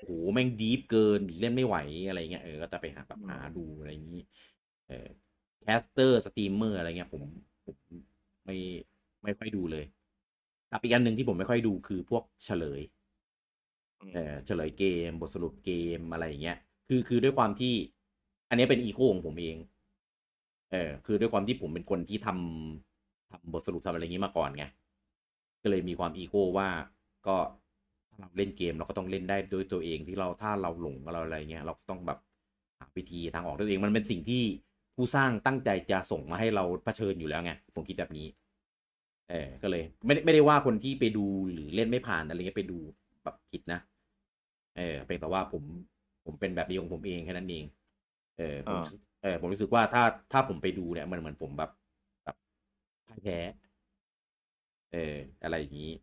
S1: โหแม่งดีฟเกินหรือเล่นไม่ไหวอะไรเงี้ยเออก็จะไปหาแบบหาดูอะไรอย่างนี้ เออแคสเตอร์สตรีมเมอร์อะไรเงี้ยผมผมไม่ไม่ค่อยดูเลยกับอีกอันหนึ่งที่ผมไม่ค่อยดูคือพวกเฉลย เออเฉลยเกมบทสรุปเกมอะไรอย่างเงี้ย คือคือด้วยความที่ อันนี้เป็นอีโก้ของผมเอง เออคือด้วยความที่ผมเป็นคนที่ทำทำบทสรุปทำอะไรอย่างงี้มาก่อนไง ก็เลยมีความอีโก้ว่าก็ถ้าเราเล่นเกมเราก็ต้องเล่นได้ด้วยตัวเองที่เราถ้าเราหลงเราอะไรเงี้ยเราก็ต้องแบบหาวิธีทางออกด้วยตัวเองมันเป็นสิ่งที่ผู้สร้างตั้งใจจะส่งมาให้เราเผชิญอยู่แล้วไงผมคิดแบบนี้ เออก็เลย ไม่ได้ไม่ได้ว่าคนที่ไปดูหรือเล่นไม่ผ่านอะไรเงี้ยไปดูแบบผิดนะ เออเป็นแต่ว่าผมผมเป็นแบบนี้ของผมเองแค่นั้นเอง เออผม
S2: อ่า
S1: เออผมรู้สึกว่าถ้าถ้าผมไปดูเนี่ยมันเหมือนผมแบบแบบพ่ายแพ้ เอออะไรอย่างนี้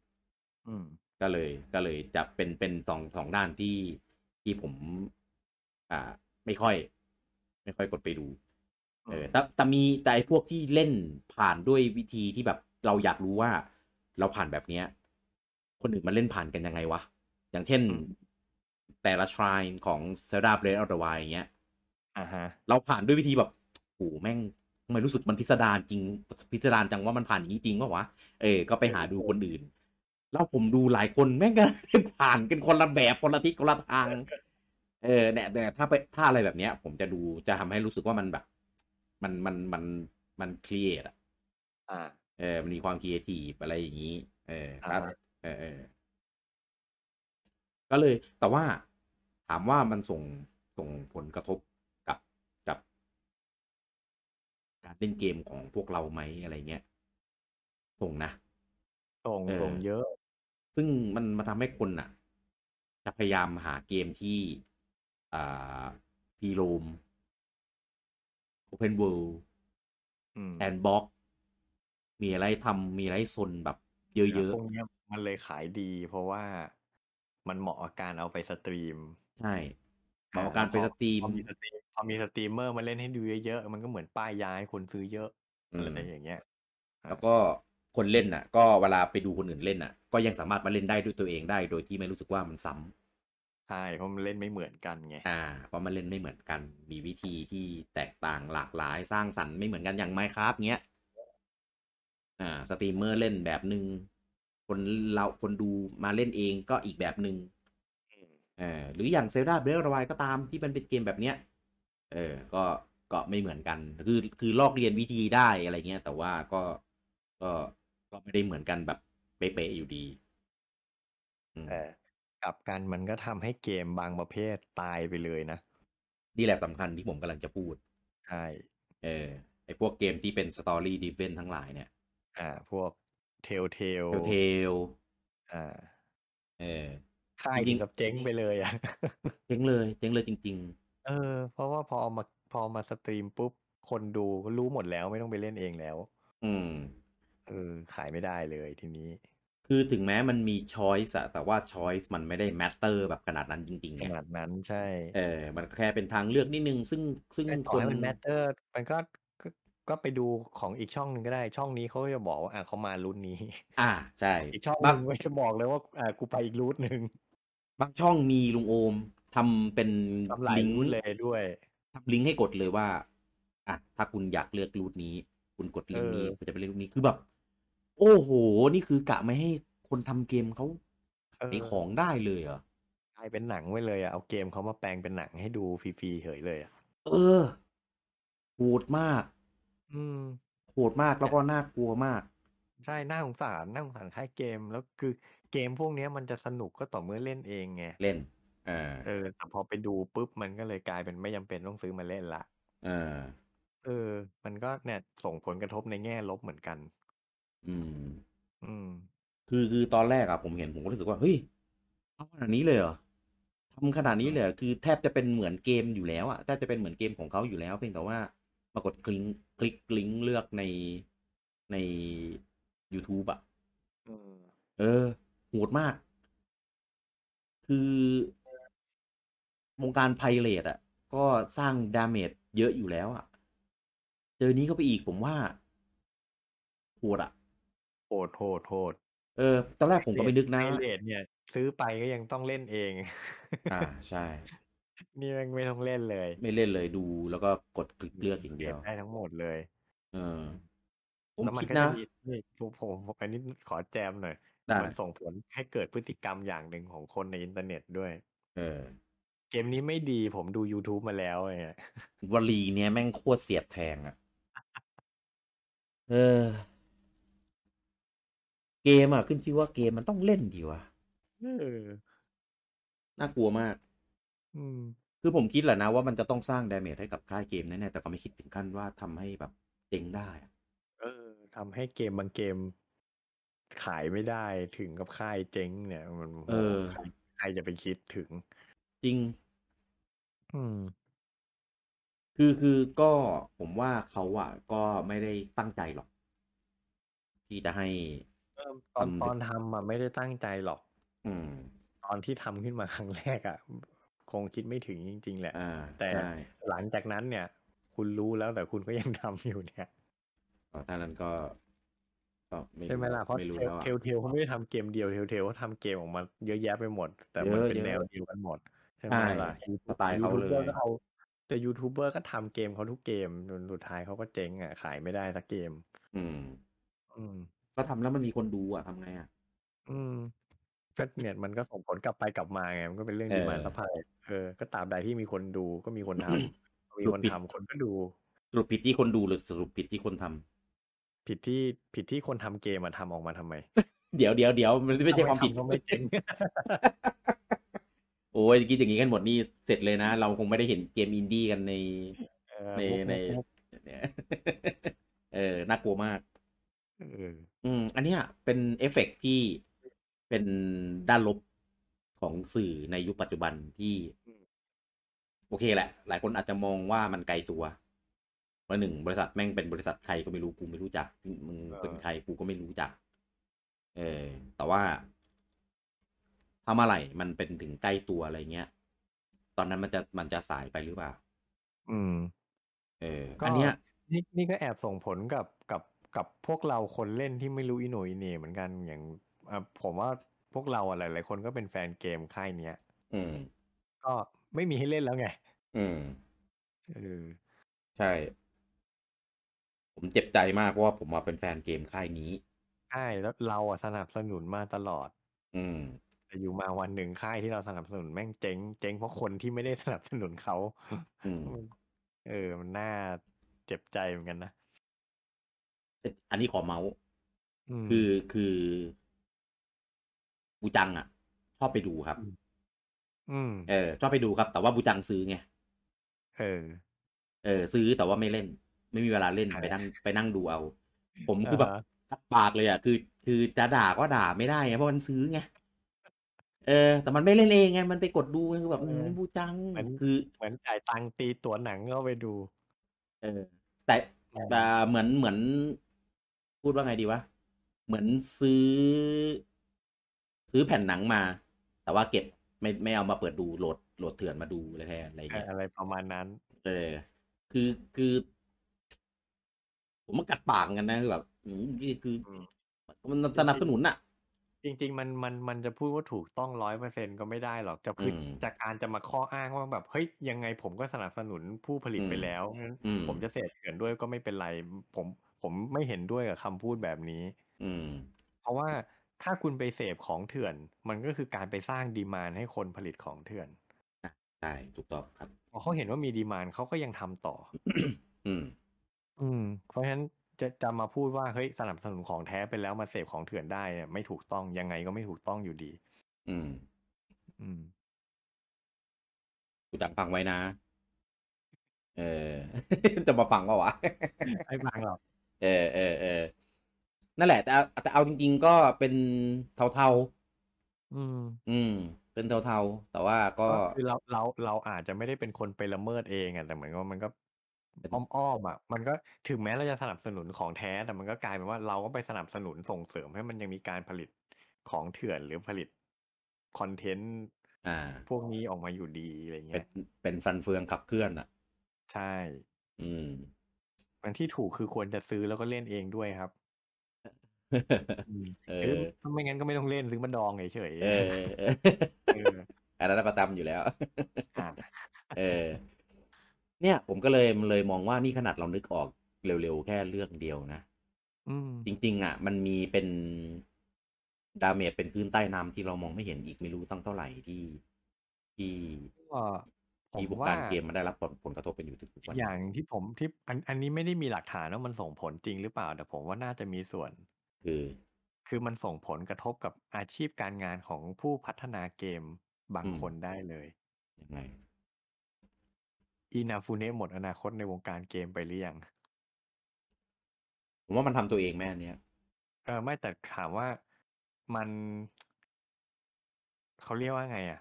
S2: อืม
S1: ก็เลยก็เลยจะเป็นเป็นสองสองด้านที่ที่ผม อ่า ไม่ค่อย ไม่ค่อยกดไปดู เออแต่แต่มีแต่ไอ้พวกที่เล่นผ่านด้วยวิธีที่แบบเราอยากรู้ว่า เราผ่านแบบเนี้ย คนอื่นมันเล่นผ่านกันยังไงวะ อย่างเช่น
S2: อืม
S1: แต่ละ shrine ของ Zelda Breath of the Wild อย่างเงี้ย
S2: อ่าฮะ
S1: เราผ่านด้วยวิธีแบบโอ้โหแม่งทำไมันรู้สึกมันพิสดารจริง พิสดารจังว่ามันผ่านอย่างนี้จริงวะวะ เออ ก็ไปหาดูคนอื่น แล้วผมดูหลายคนแม่งก็ ผ่านกันคนละแบบคนละทิศคนละทาง เออเนี่ยแต่ถ้าไปถ้าอะไรแบบเนี้ย ผมจะดูจะทำให้รู้สึกว่ามันแบบ มันมันมันมันครีเอทอะ
S2: อ่า
S1: เออมันมีความครีเอทีฟอะไรอย่างนี้ เออ
S2: อ่า
S1: ครับ
S2: ฮะ
S1: เออเออ ก็เลย แต่ว่าถามว่ามันส่งส่งผลกระทบกับกับ การเล่นเกมของพวกเราไหมอะไรเงี้ย ส่งนะ
S2: ส่ง
S1: เออ
S2: ส่งเยอะ
S1: ซึ่งมันมาทำให้คนอ่ะ จะพยายามหาเกมที่อ่าฟีโรม Open World
S2: อืม
S1: แอนบ็อกมีอะไรทำมีอะไรให้ซนแบบ เยอะ
S2: พวกเนี้ยมันเลยขายดี เพราะว่ามันเหมาะกับการเอาไปสตรีม
S1: ๆ ใช่ เหมาะกับการไปสตรีม
S2: พอมีสตรีมพอมีสตรีมเมอร์มาเล่นให้ดูเยอะๆมันก็เหมือนป้ายยาให้คนซื้อเยอะ
S1: อืม
S2: อะไรอย่างเงี้ย
S1: แล้วก็คนเล่นน่ะ ก็เวลาไปดูคนอื่นเล่นน่ะ ก็ยังสามารถมาเล่นได้ด้วยตัวเองได้ โดยที่ไม่รู้สึกว่ามันซ้ำ
S2: ใช่เพราะมันเล่นไม่เหมือนกันไง
S1: อ่า เพราะมันเล่นไม่เหมือนกัน มีวิธีที่แตกต่างหลากหลายสร้างสรรค์ไม่เหมือนกันอย่างไมครับเงี้ย อ่า สตรีมเมอร์เล่นแบบหนึ่งคนเราคนดูมาเล่นเองก็อีกแบบหนึ่ง เออหรืออย่างเซลดาเบรดวายก็ตามที่มันเป็นเกมแบบเนี้ย เออ ก็ก็ไม่เหมือนกัน คือคือลอกเรียนวิธีได้อะไรเงี้ย แต่ว่าก็ก็ก็ไม่ได้เหมือนกันแบบเป๊ะๆอยู่ดีอืม
S2: แต่กลับกันมันก็ทำให้เกมบางประเภทตายไปเลยนะ
S1: นี่แหละสำคัญที่ผมกำลังจะพูด
S2: ใช่
S1: เออไอพวกเกมที่เป็นสตอรี่ดิเวนทั้งหลายเนี่ย
S2: อ่า พวกเทลเทล
S1: เทลเทล
S2: อ่า
S1: เออ
S2: ค่าย
S1: จริ
S2: ถึ
S1: ง
S2: ง
S1: ๆ
S2: กับเจ๊งไปเลยอ่ะ
S1: เจ๊งเลย เจ๊งเลยจริง
S2: เออ เพราะว่าพอเอามาพอมาสตรีมปุ๊บ คนดูก็รู้หมดแล้วไม่ต้องไปเล่นเองแล้ว
S1: ๆ อืม
S2: เออ ขายไม่ได้เลยทีนี้
S1: คือถึงแม้มันมีช้อยส์อะแต่ว่าช้อยส์มันไม่ได้แมตเตอร์แบบขนาดนั้นจริงๆ
S2: ข
S1: ไง
S2: นาดนั้นใช่
S1: เออ มันก็แค่เป็นทางเลือกนิดนึง ซึ่งซึ่ง
S2: แต่ต่อ
S1: คน
S2: ให้มันแมทเตอร์มันก็ก็ก็ไปดูของอีกช่องหนึ่งก็ได้ ช่องนี้เขาก็จะบอกว่าอ่ะเขามารุ่นนี้
S1: อ่าใช่
S2: อีกช่องห
S1: บาง
S2: นึงไม่จะบอกเลยว่าอ่ากูไปอีกรูทหนึ่ง
S1: บางช่องมีลุงโอมทำเป็น
S2: ทำหลาย
S1: ลิง
S2: รูท
S1: ก์
S2: เลยด้วย
S1: ทำลิงก์ให้กดเลยว่าอ่ะถ้าคุณอยากเลือกรูทนี้ คุณกดลิงก์นี้
S2: เออ
S1: คุณจะไปเลือกรูทนี้คือแบบ โอ้โห นี่คือกะไม่ให้คนทำเกมเขา
S2: เออ
S1: ไอของได้เลยเหรอก
S2: ลายเป็นหนังไว้เลยอ่ะเอาเกมเขามาแปลงเป็นหนังให้ดูฟรีๆเฉยเลยอ่ะ
S1: เออโหดมาก
S2: อืม
S1: โหดมากแล้วก็น่ากลัวมาก
S2: ใช่น่าสงสารน่าสงสารค่ายเกมแล้วคือเกมพวกเนี้ยมันจะสนุกก็ต่อเมื่อเล่นเองไง
S1: เล่นเออ
S2: เออแต่พอไปดูปุ๊บมันก็เลยกลายเป็นไม่จำเป็นต้องซื้อมาเล่นละ
S1: เออ
S2: เออ มันก็เนี่ยส่งผลกระทบในแง่ลบเหมือนกัน
S1: อืม
S2: อืม
S1: คือคือตอนแรกอะผมเห็นผมก็รู้สึกว่าเฮ้ยทำขนาดนี้เลยเหรอทำขนาดนี้เลยเหรอคือแทบจะเป็นเหมือนเกมอยู่แล้วอะแทบจะเป็นเหมือนเกมของเขาอยู่แล้ว เพียงแต่ว่าปรากฏคลิงคลิกลิงก์เลือกในใน YouTube อะ
S2: อืม
S1: เออโหดมาก คือวงการไพเรตอะก็สร้างดาเมจเยอะอยู่แล้วอะเจอนี้ก็ไปอีกผมว่าโหดอะ
S2: โหดโหดโหด
S1: เออตอนแรกผมก็ไม่นึกนะ
S2: ไพเรตเนี่ย ซื้อไปก็ยังต้องเล่นเอง
S1: อ่าใช่
S2: นี่แม่งไม่ต้องเล่นเลย
S1: ไม่เล่นเลยดูแล้วก็กดคลิกเลือกอย่างเดียว
S2: ก็บได้ทั้งหมดเลย
S1: เออ ผม
S2: แล้วมั
S1: คิด
S2: ก็
S1: นะ
S2: จมีนี่ผมผมผมอันนี้ขอแจมหน่อย
S1: ได้
S2: มันส่งผลให้เกิดพฤติกรรมอย่างหนึ่งของคนในอินเทอร์เน็ตด้วย
S1: เออ
S2: เกมนี้ไม่ดีผมดู YouTube มาแล้วไง
S1: วลีเนี้ยแม่งโคตรเสียบแทงอะเออ เกมอะขึ้นชื่อว่าเกมมันต้องเล่นดีวะ
S2: เออ
S1: น่ากลัวมาก
S2: อืม
S1: คือผมคิดแหละนะว่ามันจะต้องสร้างดาเมจให้กับค่ายเกมแน่ๆแต่ก็ไม่คิดถึงขั้นว่าทำให้แบบเจ๊งได้อะ
S2: เออทำให้เกมบางเกม ขายไม่ได้ถึงกับค่ายเจ๊งเนี่ย มัน
S1: เออ
S2: ใครใครจะไปคิดถึง
S1: จริง
S2: อืม
S1: คือคือก็ผมว่าเขาอะก็ไม่ได้ตั้งใจหรอก ที่จะให้
S2: ตอน
S1: ทำ
S2: ตอนทำอ่ะไม่ได้ตั้งใจหรอก
S1: อืม
S2: ตอนที่ทำขึ้นมา ครั้งแรกอ่ะคงคิดไม่ถึงจริง ๆ แหละ
S1: อ่า
S2: แต่
S1: ใช่
S2: หลังจากนั้นเนี่ย คุณรู้แล้วแต่คุณก็ยังทำอยู่เนี่ย
S1: อ๋อถ้านั้นก็ก็ไม่รู้
S2: ใช่ไหมล่ะเพราะ
S1: ไม่รู้
S2: เทล
S1: แล้วอะ
S2: เทลเทลเขาไม่ได้ทำเกมเดียวเทลเทลเขาทำเกมออกมาเยอะแยะไปหมด แต่มั
S1: เย
S2: น
S1: อะ
S2: เป็น
S1: เยอะ
S2: แนวเดียวกันหมดใช่ไหม
S1: ใช่
S2: ล่ะ
S1: สไตล์เขาเล
S2: ยูทูบบอย ร์ก็เอาแต่ยูทูบเบอร์ก็ทำเกมเขาทุกเกมจนสุดท้ายเขาก็เจ๊งอ่ะขายไม่ได้สักเกม
S1: อืม
S2: อืม
S1: ก็ทำแล้วมันมีคนดูอะทำไงอะ
S2: อืมก็เนี่ยมันก็ส่งผลกลับไปกลับมาไงมันก็เป็นเรื่อง
S1: เออ
S2: ดีมาสะพายเออ ก็ตามใดที่มีคนดูก็มีคนทำ มีคนทำคนก็ดู
S1: สรุปผิดที่คนดูหรือสรุปผิดที่คนทำ
S2: ผิดที่ผิดที่คนทำเกมมาทำออกมาทำไม
S1: เดี๋ยวเดี๋ยวเดี๋ยวมันไม่ใช่ความผิด
S2: ทำก็ไม่เจ๊ง
S1: โอ้ยคิดอย่างนี้กันหมดนี่เสร็จเลยนะ เราคงไม่ได้เห็นเกมอินดี้กันใน
S2: เออ
S1: ในใน
S2: มุก
S1: เนี่ย เออน่ากลัวมาก
S2: ๆเออ
S1: อืม อันเนี้ยเป็นเอฟเฟกต์ที่เป็นด้านลบของสื่อในยุคปัจจุบันที่ โอเคแหละ หลายคนอาจจะมองว่ามันไกลตัวว่าหนึ่งบริษัทแม่งเป็นบริษัทใครก็ไม่รู้กูไม่รู้จักมึงเป็นใครกูก็ไม่รู้จัก เออ แต่ว่าทำอะไรมันเป็นถึงใกล้ตัวอะไรเงี้ย ตอนนั้นมันจะมันจะสายไปหรือเปล่า
S2: อืม
S1: เออ
S2: ก็
S1: อันเนี้ย
S2: นี่นี่ก็แอบส่งผลกับกับกับพวกเราคนเล่นที่ไม่รู้อิโหนอิเหน่เหมือนกันอย่างอ่ะผมว่าพวกเราอะหลายๆคนก็เป็นแฟนเกมค่ายเนี้ย
S1: อืม
S2: ก็ไม่มีให้เล่นแล้วไง
S1: อืม
S2: เออ
S1: ใช่ ผมเจ็บใจมากเพราะว่าผมมาเป็นแฟนเกมค่ายนี้
S2: ใช่แล้วเราอะสนับสนุนมาตลอด
S1: อืม
S2: แต่อยู่มาวันหนึ่งค่ายที่เราสนับสนุนแม่งเจ๊งเจ๊งเพราะคนที่ไม่ได้สนับสนุนเขา
S1: อืม
S2: เออ มันน่าเจ็บใจเหมือนกันนะ
S1: อันนี้ขอเมาส์
S2: ม
S1: คือคือบูจังอ่ะ ชอบไปดูครับ
S2: อืม อืม
S1: เออชอบไปดูครับ แต่ว่าบูจังซื้อไง
S2: เออ
S1: เออซื้อแต่ว่าไม่เล่น ไม่มีเวลาเล่น
S2: ครับ
S1: ไปนั่งไปนั่งดูเอา ผมคือแบบ
S2: อ่าฮะ
S1: ตัดปากเลยอ่ะคือ คือจะด่าก็ด่าไม่ได้ไงเพราะมันซื้อไงเออ แต่มันไม่เล่นเองไงมันไปกดดูไงคือแบบอืมบูจังคือ
S2: เหมือนจ่ายตังค์ตีตั๋วหนังเข้าไปดู
S1: เออ แต่
S2: เออ
S1: แต่เหมือนเหมือน พูดว่าไงดีวะเหมือนซื้อ ซื้อแผ่นหนังมา แต่ว่าเก็บไม่ไม่เอามาเปิดดูโหลดโหลดเถื่อนมาดูอะไรแทนอะไร
S2: เออ
S1: เงี้ย
S2: อะไรประมาณนั้น
S1: เออ คือคือ ผมมันกัดปากกันนะคือแบบอืมคือ
S2: อืม
S1: มันสนับสนุนอะ
S2: จริง ๆ มันมันมันจะพูดว่าถูกต้องร้อยเปอร์เซ็นก็ไม่ได้หรอกจะคืออ
S1: ม
S2: จากการจะมาข้ออ้างว่าแบบเฮ้ยยังไงผมก็สนับสนุนผู้ผลิต
S1: อืม
S2: ไปแล้วงั้น
S1: อืม
S2: ผมจะเสพเถื่อนด้วยก็ไม่เป็นไร ผมผมไม่เห็นด้วยกับคำพูดแบบนี้
S1: อืม
S2: เพราะว่าถ้าคุณไปเสพของเถื่อน มันก็คือการไปสร้างดีมานให้คนผลิตของเถื่อน
S1: ใช่ถูกต้องครับ
S2: พอเขาเห็นว่ามีดีมานเขาก็ยังทำต่อ
S1: อืม
S2: อืม เพราะฉะนั้นจะจะมาพูดว่าเฮ้ยสนับสนุนของแท้ไปแล้วมาเสพของเถื่อนได้เนี่ยไม่ถูกต้องยังไงก็ไม่ถูกต้องอยู่ดี
S1: อืม
S2: อืม
S1: กูดังฟังไว้นะ เออ จะมาฟังเปล่าวะ
S2: ไอ้บางหรอก
S1: เออเออเออนั่นแหละ แต่เอาแต่เอาจริงๆก็เป็นเทา
S2: อืม
S1: ๆ อืม เป็นเทาๆ แต่ว่าก็
S2: ก็คือเราเราเราอาจจะไม่ได้เป็นคนไปละเมิดเองอ่ะแต่เหมือนว่ามันก็อ้อมๆอ่ะมันก็ถึงแม้เราจะสนับสนุนของแท้แต่มันก็กลายเป็นว่าเราก็ไปสนับสนุนส่งเสริมให้มันยังมีการผลิตของเถื่อนหรือผลิตคอนเทนต์
S1: อ่า
S2: พวกนี้ออกมาอยู่ดีอะไร
S1: เป็น
S2: เงี้ย
S1: เป็นฟันเฟืองขับเคลื่อนอ่ะ
S2: ใช่
S1: อืม
S2: มันที่ถูกคือควรจะซื้อแล้วก็เล่นเองด้วยครับ
S1: เออ
S2: ซื้อไม่งั้นก็ไม่ต้องเล่นซื้อมาดองเฉยๆ
S1: เออ
S2: เออ
S1: อันนั้นประจำอยู่แล้ว
S2: อ่า
S1: เออ เนี่ยผมก็เลยเลยมองว่านี่ขนาดเรานึกออกเร็วๆ แค่เรื่องเดียวนะ
S2: อืม
S1: จริง ๆ อ่ะ มันมีเป็นดาเมจเป็นคลื่นใต้น้ำที่เรามองไม่เห็นอีกไม่รู้ตั้งเท่าไหร่ที่ที่
S2: ก็ผ
S1: ที่
S2: ม
S1: วง
S2: ว่า
S1: การเกมมันได้รับผลผลกระทบเป็นอยู่ถึงทุก
S2: อี
S1: วั
S2: ก
S1: น
S2: อย่างที่ผมที่อันอันนี้ไม่ได้มีหลักฐานว่ามันส่งผลจริงหรือเปล่า แต่ผมว่าน่าจะมีส่วน
S1: คือ
S2: คือมันส่งผลกระทบกับอาชีพการงานของผู้พัฒนาเกมบาง
S1: อืม
S2: คนได้เลย
S1: ยังไง
S2: อีนาฟูเนะหมดอนาคตในวงการเกมไปหรือยัง
S1: ผมว่ามันทำตัวเองแม่อันเนี้ย
S2: เออไม่แต่ถามว่ามันเขาเรียกว่าไง อ่ะ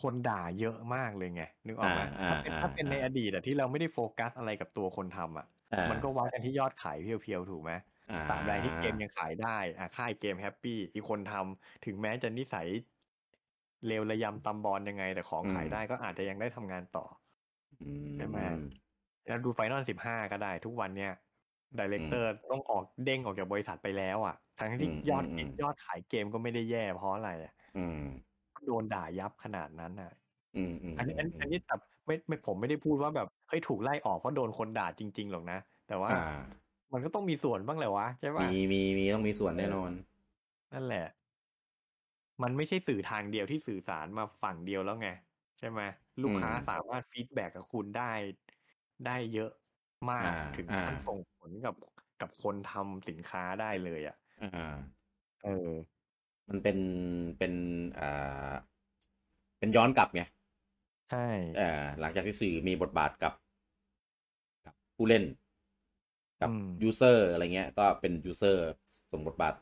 S2: คนด่าเยอะมากเลยไงนึกออกไหม
S1: อ่า
S2: ถ้าเป็น
S1: อ่า
S2: ถ้าเป็นใน
S1: อ่า
S2: อดีตอะที่เราไม่ได้โฟกัสอะไรกับตัวคนทำอ่ะ
S1: อ่า
S2: มันก็วัดกันที่ยอดขายเพียวๆถูกไหม
S1: อ่
S2: ตรามใดที่เกมยังขายได้ อ่ะค่ายเกมแฮปปี้ อีกคนทำ ถึงแม้จะนิสัยเลวระยำตำบอลยังไง แต่ของขายได้ก็อาจจะยังได้ทำงานต่อ
S1: อื
S2: ใช่ไหม แล้วดูไฟนอลสิบห้าก็ได้ ทุกวันเนี่ยดีเลกเตอร์ต้องออกเด้งออกจากบริษัทไปแล้วอ่ะ ทั้งที่ยอดยอดขายเกมก็ไม่ได้แย่เพราะอะไรอ่ะ
S1: อืม
S2: โดนด่ายับขนาดนั้นอ่ะ
S1: อืมอืม
S2: อันนี้อันนี้อันนี้แต่ไม่ไม่ผมไม่ได้พูดว่าแบบเฮ้ยถูกไล่ออกเพราะโดนคนด่าจริง ๆ หรอกนะ แต่ว่า
S1: อ่า
S2: มันก็ต้องมีส่วนบ้างแหละวะใช่ปะ
S1: มีมีมีต้องมีส่วนแน่นอน
S2: นั่นแหละ มันไม่ใช่สื่อทางเดียวที่สื่อสารมาฝั่งเดียวแล้วไง ใช่ไหมลูกค้า
S1: อืม
S2: สามารถฟีดแบ็กกับคุณได้ ได้เยอะมาก
S1: อ่า
S2: ถึงขั้น
S1: อ่า
S2: ส่งผลกับกับคนทำสินค้าได้เลยอ่ะ
S1: อ่า
S2: เออ
S1: มันเป็นเป็นอ่าเป็นย้อนกลับไง
S2: ใช่
S1: เอ่อหลังจากที่สื่อมีบทบาทกับ กับผู้เล่น กับ
S2: อืม
S1: ยูเซอร์อะไรเงี้ย ก็เป็นยูเซอร์ส่งบทบาท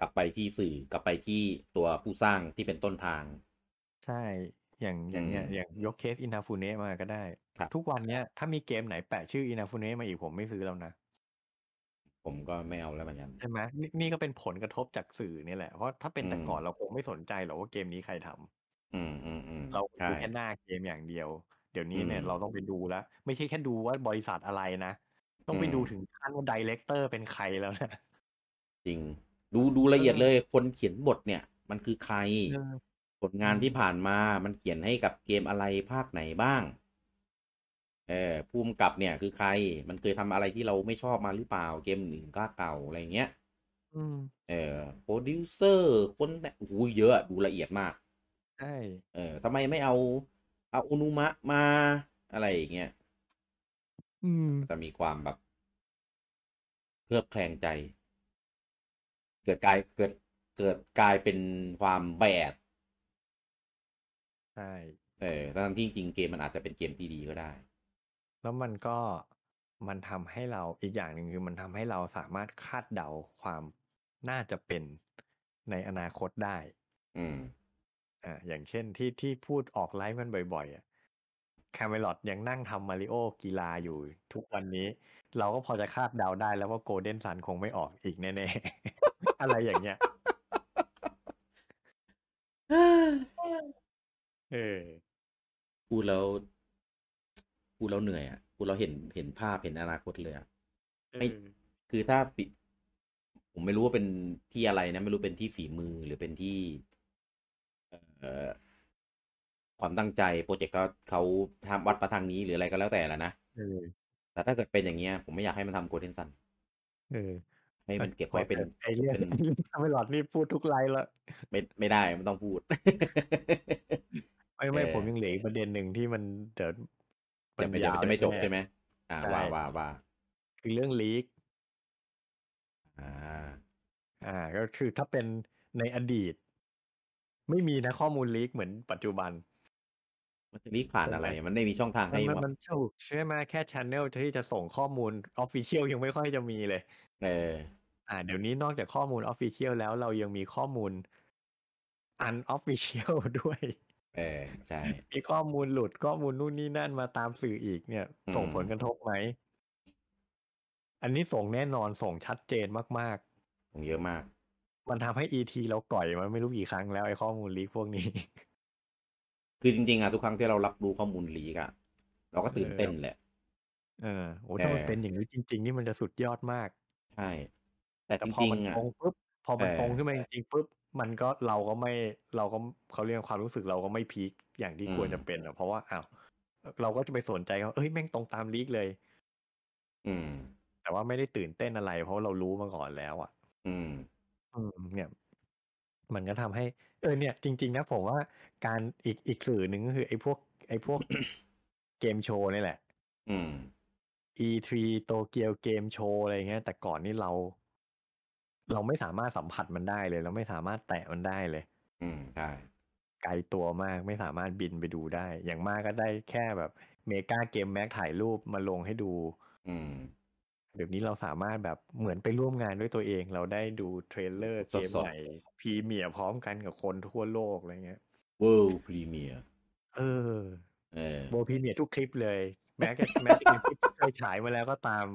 S1: กลับไปที่สื่อกลับไปที่ตัวผู้สร้างที่เป็นต้นทาง
S2: ใช่ อย่างอย่างเนี้ย
S1: อืม
S2: อย่างยกเคสอินาฟูเนะมาก็ได้
S1: ครับ
S2: ทุกวันเนี้ยถ้ามีเกมไหนแปะชื่ออินาฟูเนะมาอีกผมไม่ซื้อแล้วนะ
S1: ผมก็ไม่เอาแล้วเหมือนกัน
S2: ใช่ไหมนี่นี่ก็เป็นผลกระทบจากสื่อเนี่ยแหละ เพราะถ้าเป็นแต่
S1: อืม
S2: ก่อนเราคงไม่สนใจหรอกว่าเกมนี้ใครทำ
S1: อืมอืมอืม
S2: เรา
S1: ใช่
S2: ดูแค่หน้าเกมอย่างเดียว เดี๋ยวนี้เนี่ย
S1: อืม
S2: เราต้องไปดูแล้ว ไม่ใช่แค่ดูว่าบริษัทอะไรนะ ต้องไป
S1: อืม
S2: ดูถึงขั้นว่าดีเลกเตอร์เป็นใครแล้วนะ
S1: จริง ดูดูละเอียดเลย คนเขียนบทเนี่ย มันคือใคร
S2: เออ
S1: ผลงานที่ผ่านมา มันเขียนให้กับเกมอะไรภาคไหนบ้าง เออผู้กำกับเนี่ยคือใคร มันเคยทำอะไรที่เราไม่ชอบมาหรือเปล่า เกมอื่นก็เก่าอะไรเงี้ย
S2: อืม
S1: เออโปรดิวเซอร์ คนแต่โอ้โหเยอะดูละเอียดมาก
S2: ใช่
S1: เออทำไมไม่เอา เอาอนุมะมาอะไรอย่างเงี้ย
S2: อืม
S1: จะมีความแบบเคลือบแคลงใจ เกิดกลายเกิดเกิดกลายเป็นความแบด
S2: ใช่
S1: เออทั้งที่จริงๆเกมมันอาจจะเป็นเกมที่ดีก็ได้
S2: แล้วมันก็มันทำให้เราอีกอย่างหนึ่งคือมันทำให้เราสามารถคาดเดาความน่าจะเป็นในอนาคตได้
S1: อืม
S2: อ่าอย่างเช่นที่ที่พูดออกไลฟ์กันบ่อยๆอ่ะคาเมลอดยังนั่งทำมาริโอกีฬาอยู่ทุกวันนี้ เราก็พอจะคาดเดาได้แล้วว่าโกลเด้นซันคงไม่ออกอีกแน่ๆ อะไรอย่างเงี้ยเออ
S1: พูดแล้ว พูดแล้วเหนื่อยอ่ะพูดแล้วเห็นเห็นภาพเห็นอนาคตเลยอ่ะ ไม่
S2: เออ
S1: คือถ้าฝีผมไม่รู้ว่าเป็นที่อะไรนะ ไม่รู้เป็นที่ฝีมือหรือเป็นที่ เอ่อความตั้งใจโปรเจกต์ก็เขาทำวัดมาทางนี้หรืออะไรก็แล้วแต่ละนะ
S2: เออ
S1: แต่ถ้าเกิดเป็นอย่างเงี้ยผมไม่อยากให้มันทำโกลเด้นซัน
S2: เออ
S1: ให้มันเก็บไว้เป็น
S2: แต่ไอเรื่อง
S1: เป็น
S2: คาเมลอดนี่พูดทุกไลฟ์ละ
S1: ไม่ไม่ได้มันต้องพู ด
S2: ไม่ไม่
S1: เออ
S2: ผมยังเหลืออีกประเด็นหนึ่งที่มันเดี๋ยว
S1: เดี๋ยวมันจะ
S2: ยาว
S1: จะไม่จบ
S2: แน่ๆ
S1: ใช่ไหมอ่า
S2: ใช่
S1: ว่าว่าว่า
S2: คือเรื่องลีก
S1: อ่า
S2: อ่าก็คือถ้าเป็นในอดีต ไม่มีนะข้อมูลลีกเหมือนปัจจุบัน
S1: มันจะรีบผ่านอะไร มันไม่มีช่องทาง
S2: มัน
S1: ให้
S2: มัน
S1: ว่า
S2: มันถูกใช่ไหมแค่ช n น l ที่จะส่งข้อมูลออฟฟิเชียลยังไม่ค่อยจะมีเลย
S1: เออ
S2: อ่า เดี๋ยวนี้นอกจากข้อมูลออฟฟิเชียลแล้วเรายังมีข้อมูลอันออฟฟิเชียล ด้วย
S1: เออ ใช่
S2: มีข้อมูลหลุดข้อมูลนู่นนี่นั่นมาตามสื่ออีกเนี่ย
S1: อืม
S2: ส่งผลกระทบไหม อันนี้ส่งแน่นอนส่งชัดเจนมาก
S1: ผมเยอะมาก
S2: ๆ มันทำให้อีทีเราก่อยมันไม่รู้กี่ครั้งแล้วไอ้ข้อมูลลีกพวกนี้
S1: คือจริงๆอ่ะทุกครั้งที่เรารับรู้ข้อมูลลีกอ่ะเราก็ตื่นเต้นแหละ
S2: เออโอ้ถ้ามัน
S1: เออ
S2: เป็นอย่างนี้จริง ๆ นี่มันจะสุดยอดมาก
S1: ใช่ แต่
S2: แต่
S1: จ
S2: พอ
S1: ริง
S2: มัน
S1: ๆอ่ะ
S2: ตรงปุ๊บพอมัน
S1: เออ
S2: ตรงขึ้นมาจริงๆปุ๊บ มันก็เราก็ไม่เราก็เขาเรียกความรู้สึกเราก็ไม่พีคอย่างที่
S1: อืม
S2: ควรจะเป็นอะเพราะว่าอ้าวเราก็จะไปสนใจเขาเอ้ยแม่งตรงตามลีกเลย
S1: อืม
S2: แต่ว่าไม่ได้ตื่นเต้นอะไร เพราะเรารู้มาก่อนแล้วอ่ะ
S1: อืม
S2: อืมเนี่ย มันก็ทำให้ เออเนี่ย จริง ๆ นะผมว่าการอีกอีกสื่อหนึ่งก็คือไอ้พวก ไอ้พวก เกมโชว์นี่แหละ
S1: อืม
S2: E3 โตเกียวเกมโชว์อะไรเงี้ย แต่ก่อนนี่เรา เราไม่สามารถสัมผัสมันได้เลย เราไม่สามารถแตะมันได้เลย
S1: อืมใช่
S2: ไกลตัวมากไม่สามารถบินไปดูได้ อย่างมากก็ได้แค่แบบเมกาเกมแม็กถ่ายรูปมาลงให้ดู
S1: อืม
S2: เดี๋ยวนี้เราสามารถแบบเหมือนไปร่วมงานด้วยตัวเอง เราได้ดูเทรลเลอร์เกม
S1: สดๆ
S2: ใหม่พรีเมียร์พร้อมกันกับคนทั่วโลกอะไรเงี้ย
S1: World Premiere
S2: เออ
S1: เออ
S2: โบพีเมียร์ทุกคลิปเลย แม้แต่แม้แต่คลิปที่เคยฉายมาแล้วก็ตาม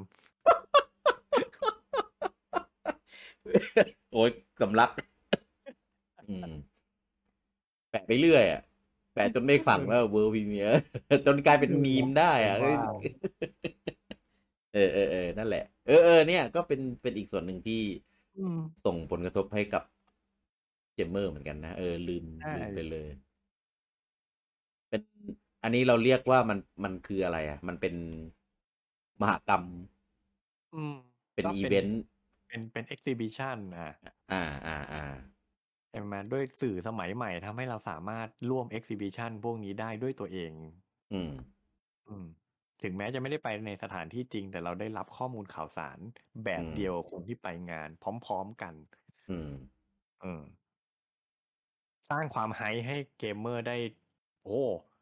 S1: โอ๊ยสำลักอืมแปะไปเรื่อยอะแปะจนไม่ฝังแล้วเวอร์พีเมีย จนกลายเป็นมีมได้อะเอ้ย
S2: ว้าว
S1: เออเออเออนั่นแหละ เออเออเนี่ยก็เป็นเป็นอีกส่วนหนึ่งที่ส่งผลกระทบให้กับเจมเมอร์เหมือนกันนะ เออ ลืม
S2: ใช่
S1: ลืมไปเลย เป็นอันนี้เราเรียกว่ามันมันคืออะไรอ่ะ มันเป็นมหกรรม
S2: อืม
S1: เป็น
S2: ก็
S1: อีเวนต์
S2: เป็นเป็นเอ็กซิบิชันอ่ะ
S1: อ่า อ่า อ่า
S2: ใช่ไหมด้วยสื่อสมัยใหม่ทำให้เราสามารถร่วมเอ็กซิบิชันพวกนี้ได้ด้วยตัวเอง
S1: อืม
S2: อืม ถึงแม้จะไม่ได้ไปในสถานที่จริง แต่เราได้รับข้อมูลข่าวสารแบบ
S1: อืม
S2: เดียวกับคนที่ไปงาน พร้อมๆกัน
S1: อืม
S2: เออสร้างความไฮป์ให้เกมเมอร์ได้ โอ้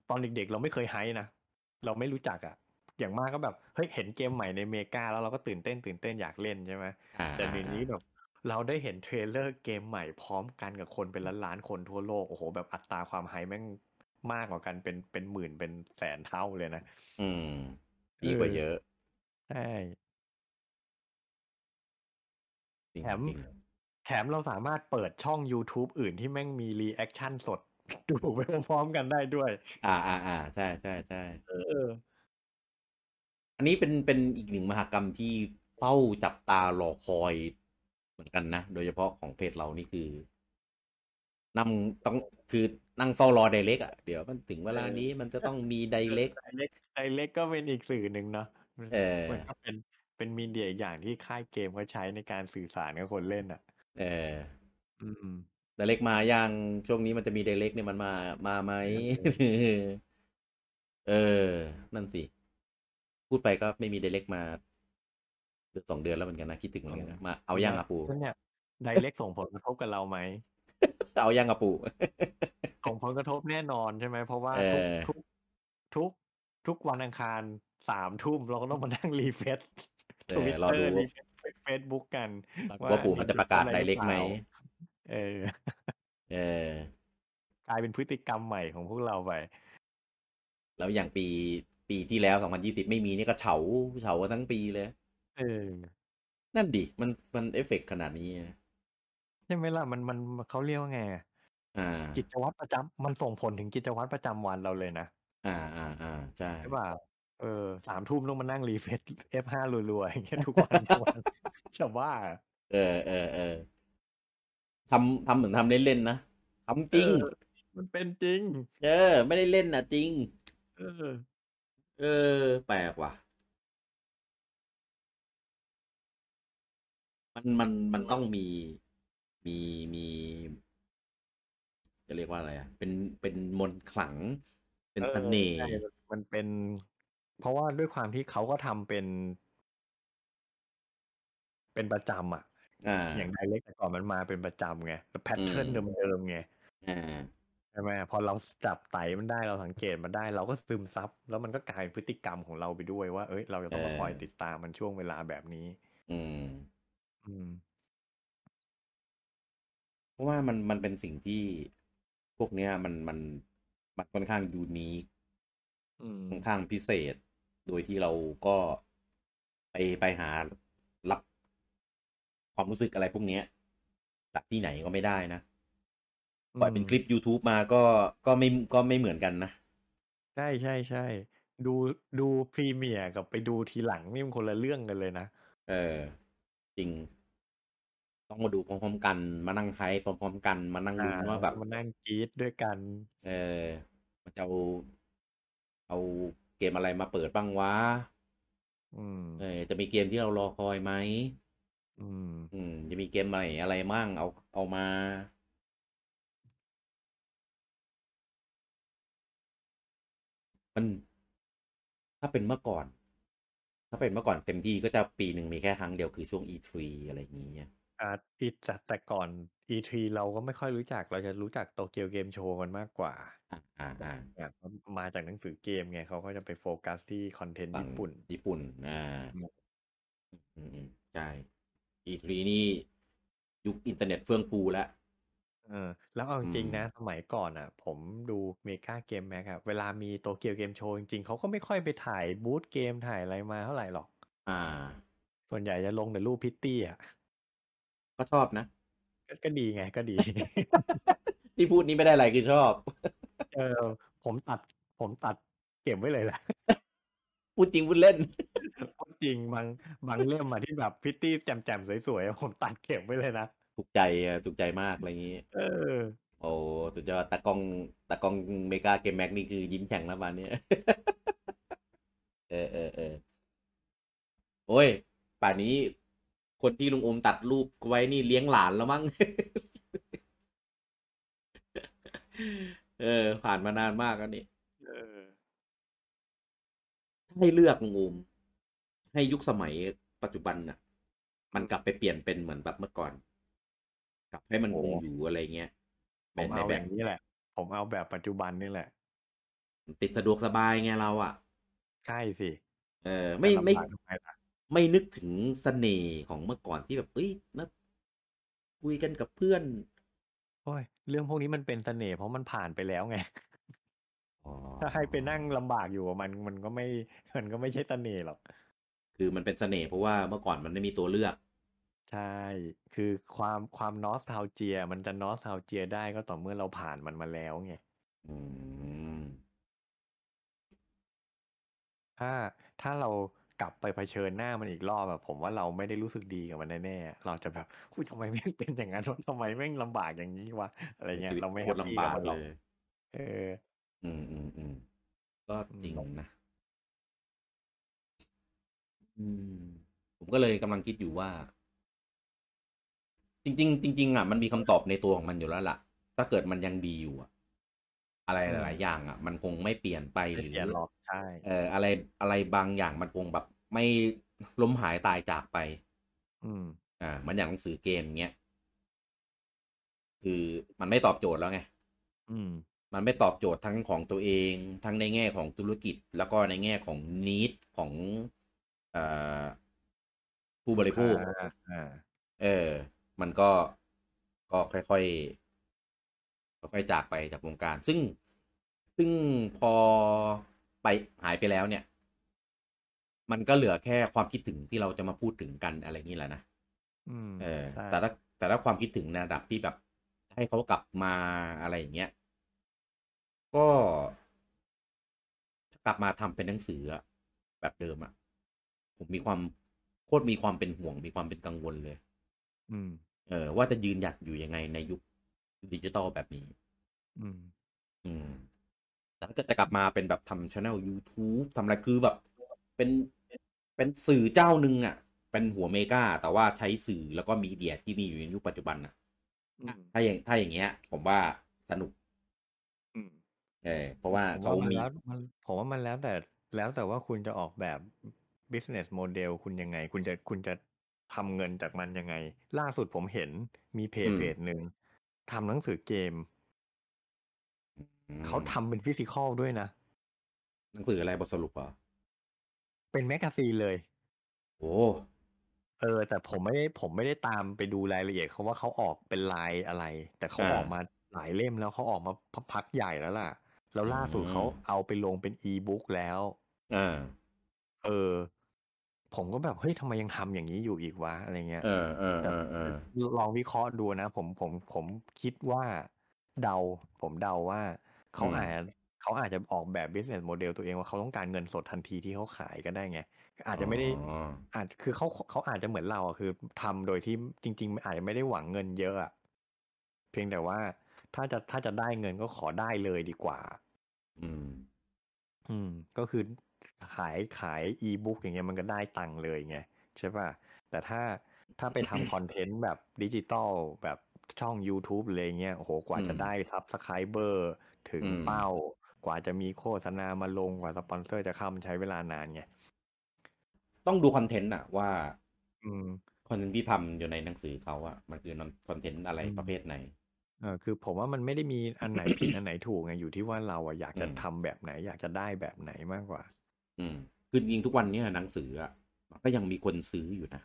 S2: ตอนเด็กๆ เราไม่เคยไฮป์นะ เราไม่รู้จักอะอย่างมากก็แบบเฮ้ยเห็นเกมใหม่ในอเมริกาแล้วเราก็ตื่นเต้นตื่นเต้นอยากเล่นใช่ไหม
S1: อ่า
S2: แต่ในนี้แบบ เราได้เห็นเทรลเลอร์เกมใหม่พร้อมกันกับคนเป็นล้านๆคนทั่วโลกโอ้โหแบบอัตราความไฮป์แม่งมากกว่ากันเป็นเป็นหมื่นเป็นแสนเท่าเลยนะ
S1: อืม ดีกว่าเยอะ
S2: ใช่
S1: จริง
S2: แถม
S1: จริง
S2: แถมเราสามารถเปิดช่อง YouTube อื่นที่แม่งมีรีแอคชั่นสด ดูไปพร้อมๆกันได้ด้วย
S1: อ่าอ่าอ่าใช่ใช่ใช่
S2: เออ
S1: อันนี้เป็นเป็นอีกหนึ่งมหากรรมที่เฝ้าจับตารอคอยเหมือนกันนะ โดยเฉพาะของเพจเรานี่คือ นั่งต้องคือนั่งเฝ้ารอไดเล็กอ่ะ เดี๋ยวมันถึงเวลานี้มันจะต้องมีไดเล็ก
S2: ไดเล็กไดเล็กก็เป็นอีกสื่อหนึ่งเนาะ
S1: เออ
S2: มันก็เป็นเป็นมีเดียอีกอย่างที่ค่ายเกมเขาใช้ในการสื่อสารกับคนเล่นอ่ะ
S1: เออ
S2: อืม
S1: ไดเล็กมายังช่วงนี้มันจะมีไดเล็กเนี่ยมันมามาไหม เออ นั่นสิ พูดไปก็ไม่มีไดเล็กมาเดือนสองเดือนแล้วเหมือนกันนะคิดถึงเหมือนกันนะมาเอายังอ่ะปู
S2: แล้วเนี่ยไดเล็กส่งผลกระทบกับเราไหม
S1: เอายังอะปู่
S2: ส่งผลกระทบแน่นอนใช่ไหมเพราะว่า
S1: เอ
S2: ทุก
S1: อ
S2: ทุกทุกทุกวันอังคารสามทุ่มเราก็ต้องมานั่งรีเฟซ
S1: เอ
S2: ท
S1: อ
S2: วิต
S1: รอ
S2: เตอ
S1: ดู
S2: ร์รีเฟซบุ๊กกัน
S1: ว่าปู่มันจะประกาศไดเล็กไหม
S2: เออ
S1: เออ
S2: กลายเป็นพฤติกรรมใหม่ของพวกเราไป
S1: แล้วอย่างปีปีที่แล้ว 2020 ไม่มีเนี่ยก็เฉาเฉากันทั้งปีเลย
S2: เออ
S1: นั่นดิ มันมันเอฟเฟกต์ขนาดนี้นะ
S2: ใช่ไหมล่ะมันมันเขาเรียกว่าไงอะ
S1: อ่า
S2: กิจวัตรประจำมันส่งผลถึงกิจวัตรประจำวันเราเลยนะ
S1: อ่าอ่าอ่าใช่
S2: ใช่ป่ะเออสามทุ่มต้องมานั่งรีเฟซเอฟห้ารัวๆอย่าง เงี้ยทุกวันทุกวัน จะว่า
S1: เออเออเออทำทำเหมือนทำเล่นๆนะทำจริง
S2: เออมันเป็นจริง
S1: เออ ไม่ได้เล่นนะจริง
S2: เออ
S1: เออ แปลกว่ะ มันมันมันต้องมีมีมี จะเรียกว่าอะไรอ่ะ เป็นเป็นมนต์ขลัง เป็นเสน่ห์
S2: ออใช่มันเป็น เพราะว่าด้วยความที่เขาก็ทำเป็น เป็นประจำอ่ะ
S1: อ่า
S2: อย่างไดเรกแต่ก่อนมันมาเป็นประจำไงแล้วแพทเทิร์น
S1: อืม
S2: เดิมๆไง
S1: อ่า
S2: ใช่ไหมพอเราจับไตมันได้เราสังเกตมันได้ เราก็ซึมซับแล้วมันก็กลายเป็นพฤติกรรมของเราไปด้วยว่าเอ้ยเราจะต้องมา
S1: เออ
S2: คอยติดตามมันช่วงเวลาแบบนี้
S1: อืม
S2: อืม
S1: เพราะว่ามันมันเป็นสิ่งที่พวกเนี้ย มันมันมันค่อนข้างยูนิค
S2: อืม
S1: ค่อนข้างพิเศษ โดยที่เราก็ไปไปหารับความรู้สึกอะไรพวกเนี้ยจากที่ไหนก็ไม่ได้นะ ปล่อยเป็นคลิป YouTube มาก็ก็ไม่ก็ไม่เหมือนกันนะ
S2: ใช่ใช่ใช่ดูดูพรีเมียร์กับไปดูทีหลังนี่มันคนละเรื่องกันเลยนะ
S1: เออ จริง ต้องมาดูพร้อมๆกันมานั่งไฮป์พร้อมๆกันมานั่งดู
S2: อ่
S1: ว่าแบบ
S2: มานั่งกรีดด้วยกัน
S1: เออมันจะเอาเอาเกมอะไรมาเปิดบ้างวะ
S2: อืม
S1: เออจะมีเกมที่เรารอคอยไหม
S2: อืม
S1: อืม จะมีเกมใหม่อะไรมั่งเอาเอามา มัน ถ้าเป็นเมื่อก่อน ถ้าเป็นเมื่อก่อนเต็มที่ก็จะปีหนึ่งมีแค่ครั้งเดียวคือช่วง E3 อะไรอย่างเงี้ย
S2: อ่าอีแต่แต่ก่อน E3 เราก็ไม่ค่อยรู้จักเราจะรู้จักโตเกียวเกมโชว์กันมากกว่า
S1: อ่าอ่าอ่า
S2: แบบมาจากหนังสือเกมไงเขาก็จะไปโฟกัสที่คอนเทนต์
S1: ฝั่ง
S2: ญี่ปุ่น
S1: ญี่ปุ่น อ่า
S2: อืม
S1: อืมอืมใช่ E3 นี่ยุคอินเทอร์เน็ตเฟื่องฟูแล้ว
S2: เออแล้วเอาจริง
S1: อืม
S2: ๆนะ สมัยก่อนอ่ะ ผมดูเมกาเกมแม็กอะเวลามีโตเกียวเกมโชว์จริงๆเขาก็ไม่ค่อยไปถ่ายบูธเกมถ่ายอะไรมาเท่าไหร่หรอก
S1: อ่า
S2: ส่วนใหญ่จะลงแต่รูปพิตตี้อ่ะ
S1: ก็ชอบนะ
S2: ก็ก็ดีไงก็ดี
S1: ที่พูดนี้ไม่ได้อะไรคือชอบ
S2: เออผมตัดผมตัดเก็บไว้เลยแหละ
S1: พูดจริงพูดเล่น
S2: พูดจริงบางบางเล่มอะที่แบบพิตตี้แจ่มๆสวยๆอะ ผมตัดเก็บไว้เลยนะ
S1: ถูกใจอ่ะถูกใจมากอะไรอย่างนี้
S2: เออ
S1: โอ้สุดยอดตากล้องตากล้องเมกาเกมแม็กนี่คือยิ้มแฉ่งแล้ววันเนี้ย เออเออเออโอ้ย ป่านนี้คนที่ลุงอมตัดรูปไว้นี่เลี้ยงหลานแล้วมั้ง เออ ผ่านมานานมากแล้วนี่
S2: เออ
S1: ถ้าให้เลือกลุงอูมให้ยุคสมัยปัจจุบันน่ะ มันกลับไปเปลี่ยนเป็นเหมือนแบบเมื่อก่อน กลับให้มันค
S2: โอ้
S1: ง
S2: โห
S1: อยู่อะไรเงี้ย
S2: ผม
S1: ใน
S2: เอา
S1: แบ
S2: แบบ บนี้แหละ ผมเอาแบบปัจจุบันนี่แหละ
S1: ติดสะดวกสบายไงเราอ่ะ
S2: ใช่สิ
S1: เออ ไม่
S2: จะลำ
S1: ไม่
S2: บากทำไมล่ะ
S1: ไม่นึกถึงเสน่ห์ของเมื่อก่อนที่แบบเอ้ยนะคุยกันกับเพื่อน
S2: โอ้ยเรื่องพวกนี้มันเป็นเสน่ห์เพราะมันผ่านไปแล้วไง
S1: อ๋อ
S2: ถ้าให้ไปนั่งลำบากอยู่กับมันมันก็ไม่ มันก็ไม่ใช่เสน่ห์หรอก
S1: คือมันเป็นเสน่ห์เพราะว่าเมื่อก่อนมันไม่มีตัวเลือก
S2: ใช่ คือความความนอสทาเจีย มันจะนอสทาเจียได้ก็ต่อเมื่อเราผ่านมันมาแล้วไง
S1: อืม
S2: ถ้าถ้าเรากลับไปเผชิญหน้ามันอีกรอบแบบผมว่าเราไม่ได้รู้สึกดีกับมันแน่ๆ เราจะแบบอุ้ยทำไมแม่งเป็นอย่างนั้นวะทำไมแม่งลำบากอย่างนี้วะอะไรเงี้ย
S1: ชีวิต
S2: เราไม่
S1: โค
S2: แฮ
S1: ต
S2: ป
S1: ร
S2: ปี้
S1: ลำบาก
S2: กับมันห
S1: เล
S2: รอ
S1: ย
S2: กเออ
S1: อืมอืมอืมก็จริงนะ อืม ผมก็เลยกำลังคิดอยู่ว่า จริง ๆ จริง ๆ อ่ะ มันมีคำตอบในตัวของมันอยู่แล้วล่ะ ถ้าเกิดมันยังดีอยู่อะอะไรหลาย ๆ อย่างอ่ะ มันคงไม่เปลี่ยนไป
S2: ไม่
S1: หรือ
S2: เปลี่ยนหรอกใช่
S1: เอออะไรอะไรบางอย่างมันคงแบบไม่ล้มหายตายจากไป
S2: อืม
S1: อ่าเหมันอย่างหนังสือเกมเงี้ยคือมันไม่ตอบโจทย์แล้วไง
S2: อืม
S1: มันไม่ตอบโจทย์ทั้งของตัวเอง ทั้งในแง่ของธุรกิจ แล้วก็ในแง่ของนิดของเอ่อผู้บริโภค
S2: อ่า
S1: เออ มันก็ ก็ค่อยๆ ค่อยๆ จากไปจากวงการ ซึ่ง ซึ่งพอไปหายไปแล้วเนี่ย มันก็เหลือแค่ความคิดถึงที่เราจะมาพูดถึงกันอะไรอย่างนี้แหละนะ
S2: อืม
S1: เออ
S2: ใช่
S1: แต่ถ้า แต่ถ้าความคิดถึงในระดับที่แบบ ให้เขากลับมาอะไรอย่างเงี้ย ก็กลับมาทำเป็นหนังสืออะแบบเดิมอะผมมีความโคตรมีความเป็นห่วง มีความเป็นกังวลเลย
S2: อืม
S1: เออว่าจะยืนหยัดอยู่ยังไงในยุคดิจิตอลแบบนี้
S2: อืม
S1: อืมแต่ถ้าเกิดจะกลับมาเป็นแบบทำช่อง YouTube ทำอะไรคือแบบ เป็นเป็นสื่อเจ้าหนึ่งอ่ะ เป็นหัวเมกาแต่ว่าใช้สื่อแล้วก็มีเดียที่มีอยู่ในยุคปัจจุบันอ่ะ
S2: อืม
S1: ถ้าอย่างถ้าอย่างเงี้ย ผมว่าสนุก
S2: อืม
S1: เออเพราะว่า
S2: ผม
S1: เขา
S2: ว่ามัน
S1: มี
S2: แล้วมันผมว่ามันแล้วแต่แล้วแต่ว่าคุณจะออกแบบ business model คุณยังไง คุณจะคุณจะทำเงินจากมันยังไง ล่าสุดผมเห็นมีเพจเพจหนึ่งทำหนังสือเกม
S1: อืม
S2: เขาทำเป็นฟิสิกอลด้วยนะ
S1: หนังสืออะไรบทสรุปเหรอ
S2: เป็นแมกกาซีนเลย
S1: โอ้
S2: เออ แต่ผมไม่ได้ผมไม่ได้ตามไปดูรายละเอียดเขาว่าเขาออกเป็นลายอะไร แต่เขาออกมาหลายเล่มแล้วเขาออกมาพักๆใหญ่แล้วล่ะ แล้วล่าสุดเขาเอาไปลงเป็นอีบุ๊กแล้ว
S1: อ่า
S2: เออ ผมก็แบบเฮ้ยทำไมยังทำอย่างนี้อยู่อีกวะอะไรเงี้ย
S1: เออเออเออเออ
S2: ลองวิเคราะห์ดูนะ ผมผมผมคิดว่าเดา ผมเดาว่าเขาอาจจะ เขาอาจจะออกแบบ business model ตัวเองว่าเขาต้องการเงินสดทันทีที่เขาขายก็ได้ไงอาจจะไม่ได้
S3: อ๋อ
S2: อาจคือเขาเขาอาจจะเหมือนเราอ่ะคือทำโดยที่จริง ๆ อาจจะไม่ได้หวังเงินเยอะอะเพียงแต่ว่าถ้าจะถ้าจะได้เงินก็ขอได้เลยดีกว่า
S3: อืม
S2: อืม ก็คือขายขายอีบุ๊กอย่างเงี้ยมันก็ได้ตังค์เลยไงใช่ป่ะแต่ถ้าถ้าไป ทำ คอนเทนต์แบบดิจิตอลแบบช่อง YouTube อะไรเงี้ยโอ้โหกว่าจะ
S3: อืม
S2: ได้ซับสไครเบอร์ถึง
S3: อืม
S2: เป้า กว่าจะมีโฆษณามาลงกว่าสปอนเซอร์จะเข้ามันใช้เวลานานไง
S1: ต้องดูคอนเทนต์อะว่า
S2: อืม
S1: คอนเทนต์ที่ทำอยู่ในหนังสือเขาอะมันคือคอนเทนต์อะไร
S2: อืม
S1: ประเภทไหน
S2: เออคือผมว่ามันไม่ได้มีอันไหนผิด อันไหนถูกไงอยู่ที่ว่าเราอะอยากจะ
S1: อืม
S2: ทำแบบไหน อยากจะได้แบบไหนมากกว่า
S1: อืมคือจริงๆทุกวันเนี้หนังสืออะมันก็ยังมีคนซื้ออยู่นะ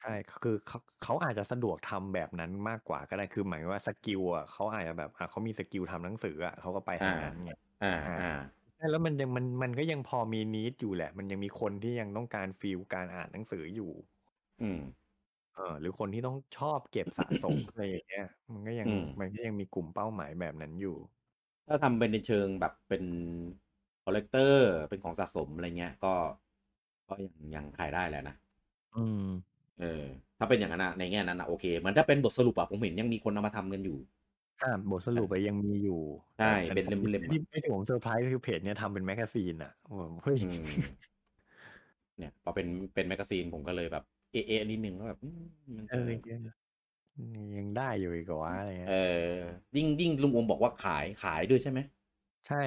S2: ใช่คือเขาเขาอาจจะสะดวกทำแบบนั้นมากกว่าก็ได้คือหมายว่าสกิลอ่ะเขาอาจจะแบบอ่ะเขามีสกิลทำหนังสืออ่ะเขาก็ไปทางนั้นไง
S1: อ่า
S2: อ่า
S1: อ่า
S2: ใช่แล้วมันยังมันมันก็ยังพอมีนิดอยู่แหละ มันยังมีคนที่ยังต้องการฟีลการอ่านหนังสืออยู่
S1: อืม
S2: เออหรือคนที่ต้องชอบเก็บสะสม อะไรอย่างเงี้ยมันก็ยัง
S1: อืม
S2: มันก็ยังมีกลุ่มเป้าหมายแบบนั้นอยู่
S1: ถ้าทำเป็นในเชิงแบบเป็นคอลเลกเตอร์เป็นของสะสมอะไรเงี้ย ก็ก็ยังยังขายได้แหละนะ
S2: อืม
S1: เออ ถ้าเป็นอย่างนั้นอะในแง่นั้นอะโอเคเหมันถ้าเป็นบทสรุปอะผมเห็นยังมีคนเอามาทำกันอยู่
S2: อ่าบทสรุปอะยังมีอยู่
S1: ใช่
S2: แต่
S1: เป็นเล่มๆอะ
S2: ที่ที่ผมเซอร์ไพรส์คือเพจเนี่ยทำเป็นแมกกาซีนอ่ะผมเฮ้ย
S1: อืมเนี่ยพอเป็นเป็นแมกกาซีนผมก็เลยแบบเอะเอะนิดนึงก็แบบอืมมัน
S2: เอ
S1: จะ
S2: อยังได้อยู่อีกเหรอวะอะไรเงี้ย
S1: เออยิ่งยิ่งลุงอมบอกว่าขายขายด้วยใช่ไหม
S2: ใช่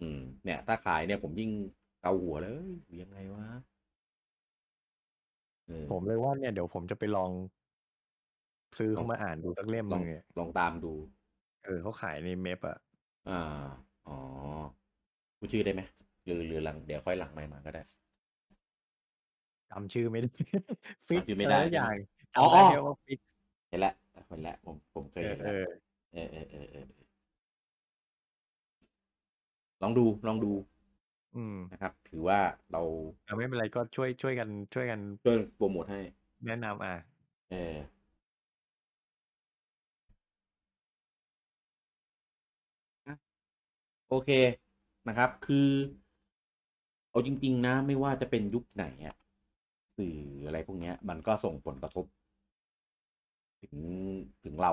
S1: อืม เนี่ย ถ้าขายเนี่ยผมยิ่งเกาหัวเลยเอ้ยยังไงวะเออ
S2: ผมเลยว่าเนี่ยเดี๋ยวผมจะไปลอง ซื้อเข้ามาอ่านดูสักเล่มห
S1: ลอง
S2: นึงเนี่ย
S1: ลองตามดู
S2: เออเขาขายในเมพอ่ะ
S1: อ่า อ๋อพูดชื่อได้ไหมหรือหรือหลัง เดี๋ยวค่อยหลังใหม่มาก็ได้
S2: จำชื่อไม่ได้ ฟิก
S1: จำชื่อไม่ได้
S2: ะรอย่าง
S1: อ๋อ
S2: จำได้แค่ว่าฟิก
S1: เห็นแล้วเห็นแล้วผมผมเคย
S2: เอ
S1: เห็
S2: อน
S1: แล้วเออ
S2: เออ
S1: เออเออเออลองดูลองดู
S2: อืม
S1: นะครับ ถือว่าเรา
S2: แต่ไม่เป็นไรก็ช่วยช่วยกันช่วยกัน
S1: ช่วยโปรโมทให้
S2: แนะนำอ่ะ
S1: เออ โอเคนะครับ คือ เอาจริง ๆ นะ ไม่ว่าจะเป็นยุคไหนอะสื่ออะไรพวกเนี้ย มันก็ส่งผลกระทบ ถึงถึงเรา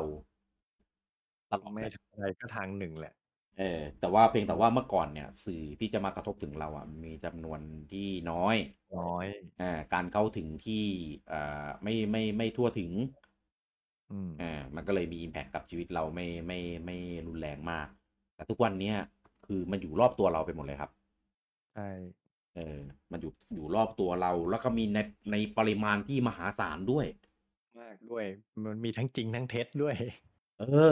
S1: ตลอด
S2: ไม่
S1: แหละ
S2: ทำอะไรก็ทางหนึ่งแหละ
S1: เออแต่ว่าเพียงแต่ว่าเมื่อก่อนเนี่ย สื่อที่จะมากระทบถึงเราอ่ะมีจำนวนที่น้อย
S2: น้อย
S1: อ่าการเข้าถึงที่อ่าไม่ไม่ไม่ทั่วถึง
S2: อืม
S1: อ่ามันก็เลยมี Impact กับชีวิตเราไม่ไม่ไม่รุนแรงมาก แต่ทุกวันเนี้ยคือมันอยู่รอบตัวเราไปหมดเลยครับ
S2: ใช่
S1: เออมันอยู่อยู่รอบตัวเรา แล้วก็มีในในปริมาณที่มหาศาลด้วย
S2: มากด้วย มันมีทั้งจริงทั้งเท็จด้วย
S1: เออ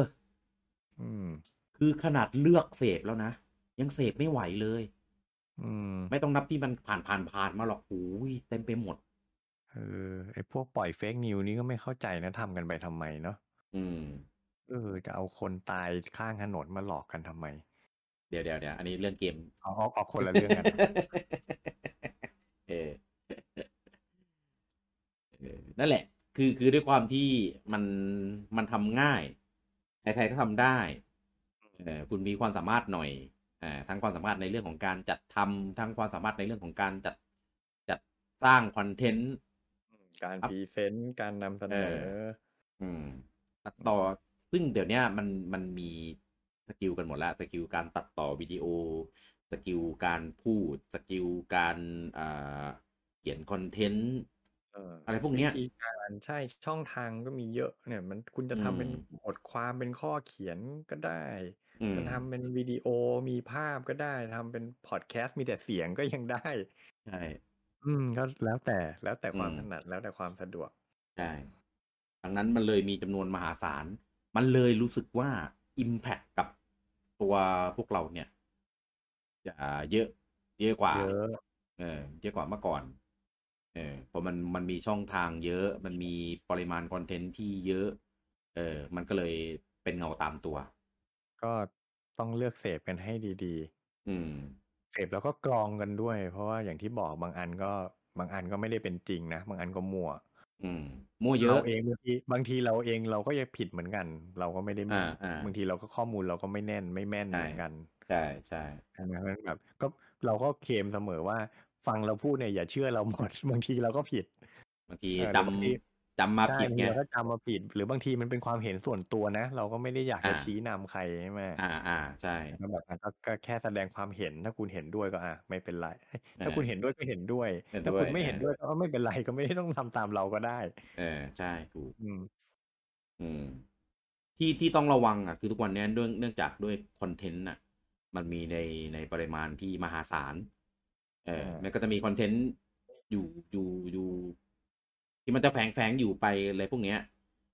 S2: อืม
S1: คือขนาดเลือกเสพแล้วนะ ยังเสพไม่ไหวเลย
S2: อืม
S1: ไม่ต้องนับที่มันผ่านผ่านผ่านมาหรอกโอ้ยเต็มไปหมด
S2: เออไอพวกปล่อยเฟกนิวนี่ก็ไม่เข้าใจนะทำกันไปทำไมเนาะ
S1: อืม
S2: เออ จะเอาคนตายข้างถนนมาหลอกกันทำไม
S1: เดี๋ยวเดี๋ยวเดี๋ยวอันนี้เรื่องเกม
S2: เอาเอาเอาคนละเรื่อง กัน
S1: เออเออนั่นแหละ คือคือด้วยความที่มันมันทำง่าย ใครๆก็ทำได้เออคุณมีความสามารถหน่อยอ่าทั้งความสามารถในเรื่องของการจัดทำทั้งความสามารถในเรื่องของการจัดจัดสร้างคอนเทนต์
S2: การ
S1: อัพ
S2: พรีเซนต์การนำเสนอ
S1: เอ อืมตัดต่อซึ่งเดี๋ยวเนี้ยมันมันมีสกิลกันหมดแล้วสกิลการตัดต่อวิดีโอ สกิลการพูด สกิลการอ่าเขียนคอนเทนต์
S2: เออ
S1: อะไรพวกเนี้ย
S2: วิธีการใช่ช่องทางก็มีเยอะ เนี่ย มันคุณจะทำเป็น
S1: อืม
S2: บทความเป็นข้อเขียนก็ได้
S1: อืม
S2: จะทำเป็นวิดีโอมีภาพก็ได้ทำเป็นพอดแคสต์มีแต่เสียงก็ยังได้
S1: ใช่
S2: อืมก็แล้วแต่แล้วแต่ความ
S1: อืม
S2: ถนัดแล้วแต่ความสะดวก
S1: ใช่ดังนั้นมันเลยมีจำนวนมหาศาล มันเลยรู้สึกว่า Impact กับตัวพวกเราเนี่ยจะเยอะ เยอะกว่า
S2: เยอะ
S1: เออเยอะกว่าเมื่อก่อน เออเพราะมันมันมีช่องทางเยอะ มันมีปริมาณคอนเทนต์ที่เยอะ เออ มันก็เลยเป็นเงาตามตัว
S2: ก็ต้องเลือกเสพกันให้ดี
S1: อืม
S2: ๆ เสพแล้วก็กรองกันด้วย เพราะว่าอย่างที่บอกบางอันก็บางอันก็ไม่ได้เป็นจริงนะ บางอันก็มั่ว
S1: อืมมั่วเยอะ
S2: เราเองบางทีบางทีเราเองเราก็ยังผิดเหมือนกัน เราก็ไม่ได้แม่น
S1: อ่าอ่า
S2: บางทีเราก็ข้อมูลเราก็ไม่แน่นไม่แม่น
S1: ใช่
S2: เหมือนกัน
S1: ใช่ใช่
S2: ดังนั้นแบบก็เราก็เคลมเสมอว่าฟังเราพูดเนี่ยอย่าเชื่อเราหมด บางทีเราก็ผิด
S1: บางที
S2: เออ
S1: จ
S2: บางที
S1: ำจำมา
S2: ใช่
S1: ผิด
S2: บาง
S1: ไง
S2: ทีเราก็จำมาผิด หรือบางทีมันเป็นความเห็นส่วนตัวนะ เราก็ไม่ได้อยากจะ
S1: อ่า
S2: ชี้นำใครใช่ไหม
S1: อ่าอ่าใช่
S2: ก็แบบอ่ะก็ก็แค่แสดงความเห็นถ้าคุณเห็นด้วยก็อ่ะไม่เป็นไรเอ้ยถ้า
S1: อ่า
S2: คุณเห็นด้วยก็เห็นด้วย
S1: เห็นด้วย
S2: ถ้าคุณไม่
S1: อ่า
S2: เห็นด้วยก็ไม่เป็นไรก็ไม่ได้ต้องทำตามเราก็ได้
S1: เออใช่ถูก
S2: อืม
S1: อืมที่ที่ต้องระวังอ่ะคือทุกวันเนี้ยเนื่องเนื่องจากด้วยคอนเทนต์อ่ะ มันมีในในปริมาณที่มหาศาลเออ
S2: อ่ามั
S1: มันก็จะมีคอนเทนต์อยู่อยู่อยู่ที่มันจะแฝงแฝงอยู่ไปอะไรพวกเนี้ย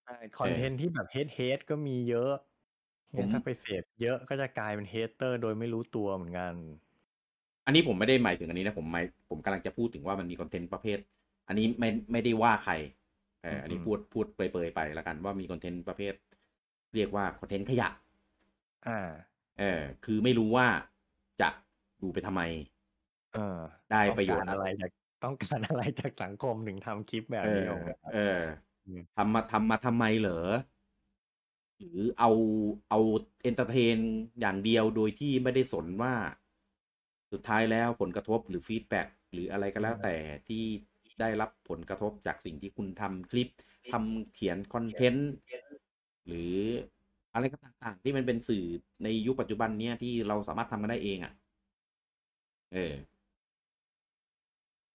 S2: ใช่คอนเทนต์ที่แบบเฮดเฮดก็มีเยอะ
S1: ผม
S2: งั้นถ้าไปเสพเยอะก็จะกลายเป็นเฮเตอร์โดยไม่รู้ตัวเหมือนกัน
S1: อันนี้ผมไม่ได้หมายถึงอันนี้นะผมหมายผมกำลังจะพูดถึงว่ามันมีคอนเทนต์ประเภท อันนี้ไม่ไม่ได้ว่าใครเอออันนี้
S2: อืม
S1: พูดพูดเปรยๆไปแล้วกันว่ามีคอนเทนต์ประเภท เรียกว่าคอนเทนต์ขยะ
S2: อ่า
S1: เออคือไม่รู้ว่าจะดูไปทำไม
S2: เออ
S1: ได้ประโยชน์
S2: ต้งกาอะไรจากต้องการอะไรจากสังคมถึงทำคลิปแบบ
S1: เอ
S2: นี้
S1: อ
S2: ออกมา
S1: เออ
S2: อืม
S1: ทำมาทำมาทำไมเหรอ หรือเอาเอาเอนเตอร์เทนอย่างเดียวโดยที่ไม่ได้สนว่า สุดท้ายแล้วผลกระทบหรือฟีดแบ็กหรืออะไรก็แล้วแต่ที่ได้รับผลกระทบจากสิ่งที่คุณทำคลิปทำเขียนคอนเทนต์หรืออะไรก็ต่างๆ ที่มันเป็นสื่อในยุคปัจจุบันเนี้ยที่เราสามารถทำกันได้เองอะ่ะ เออ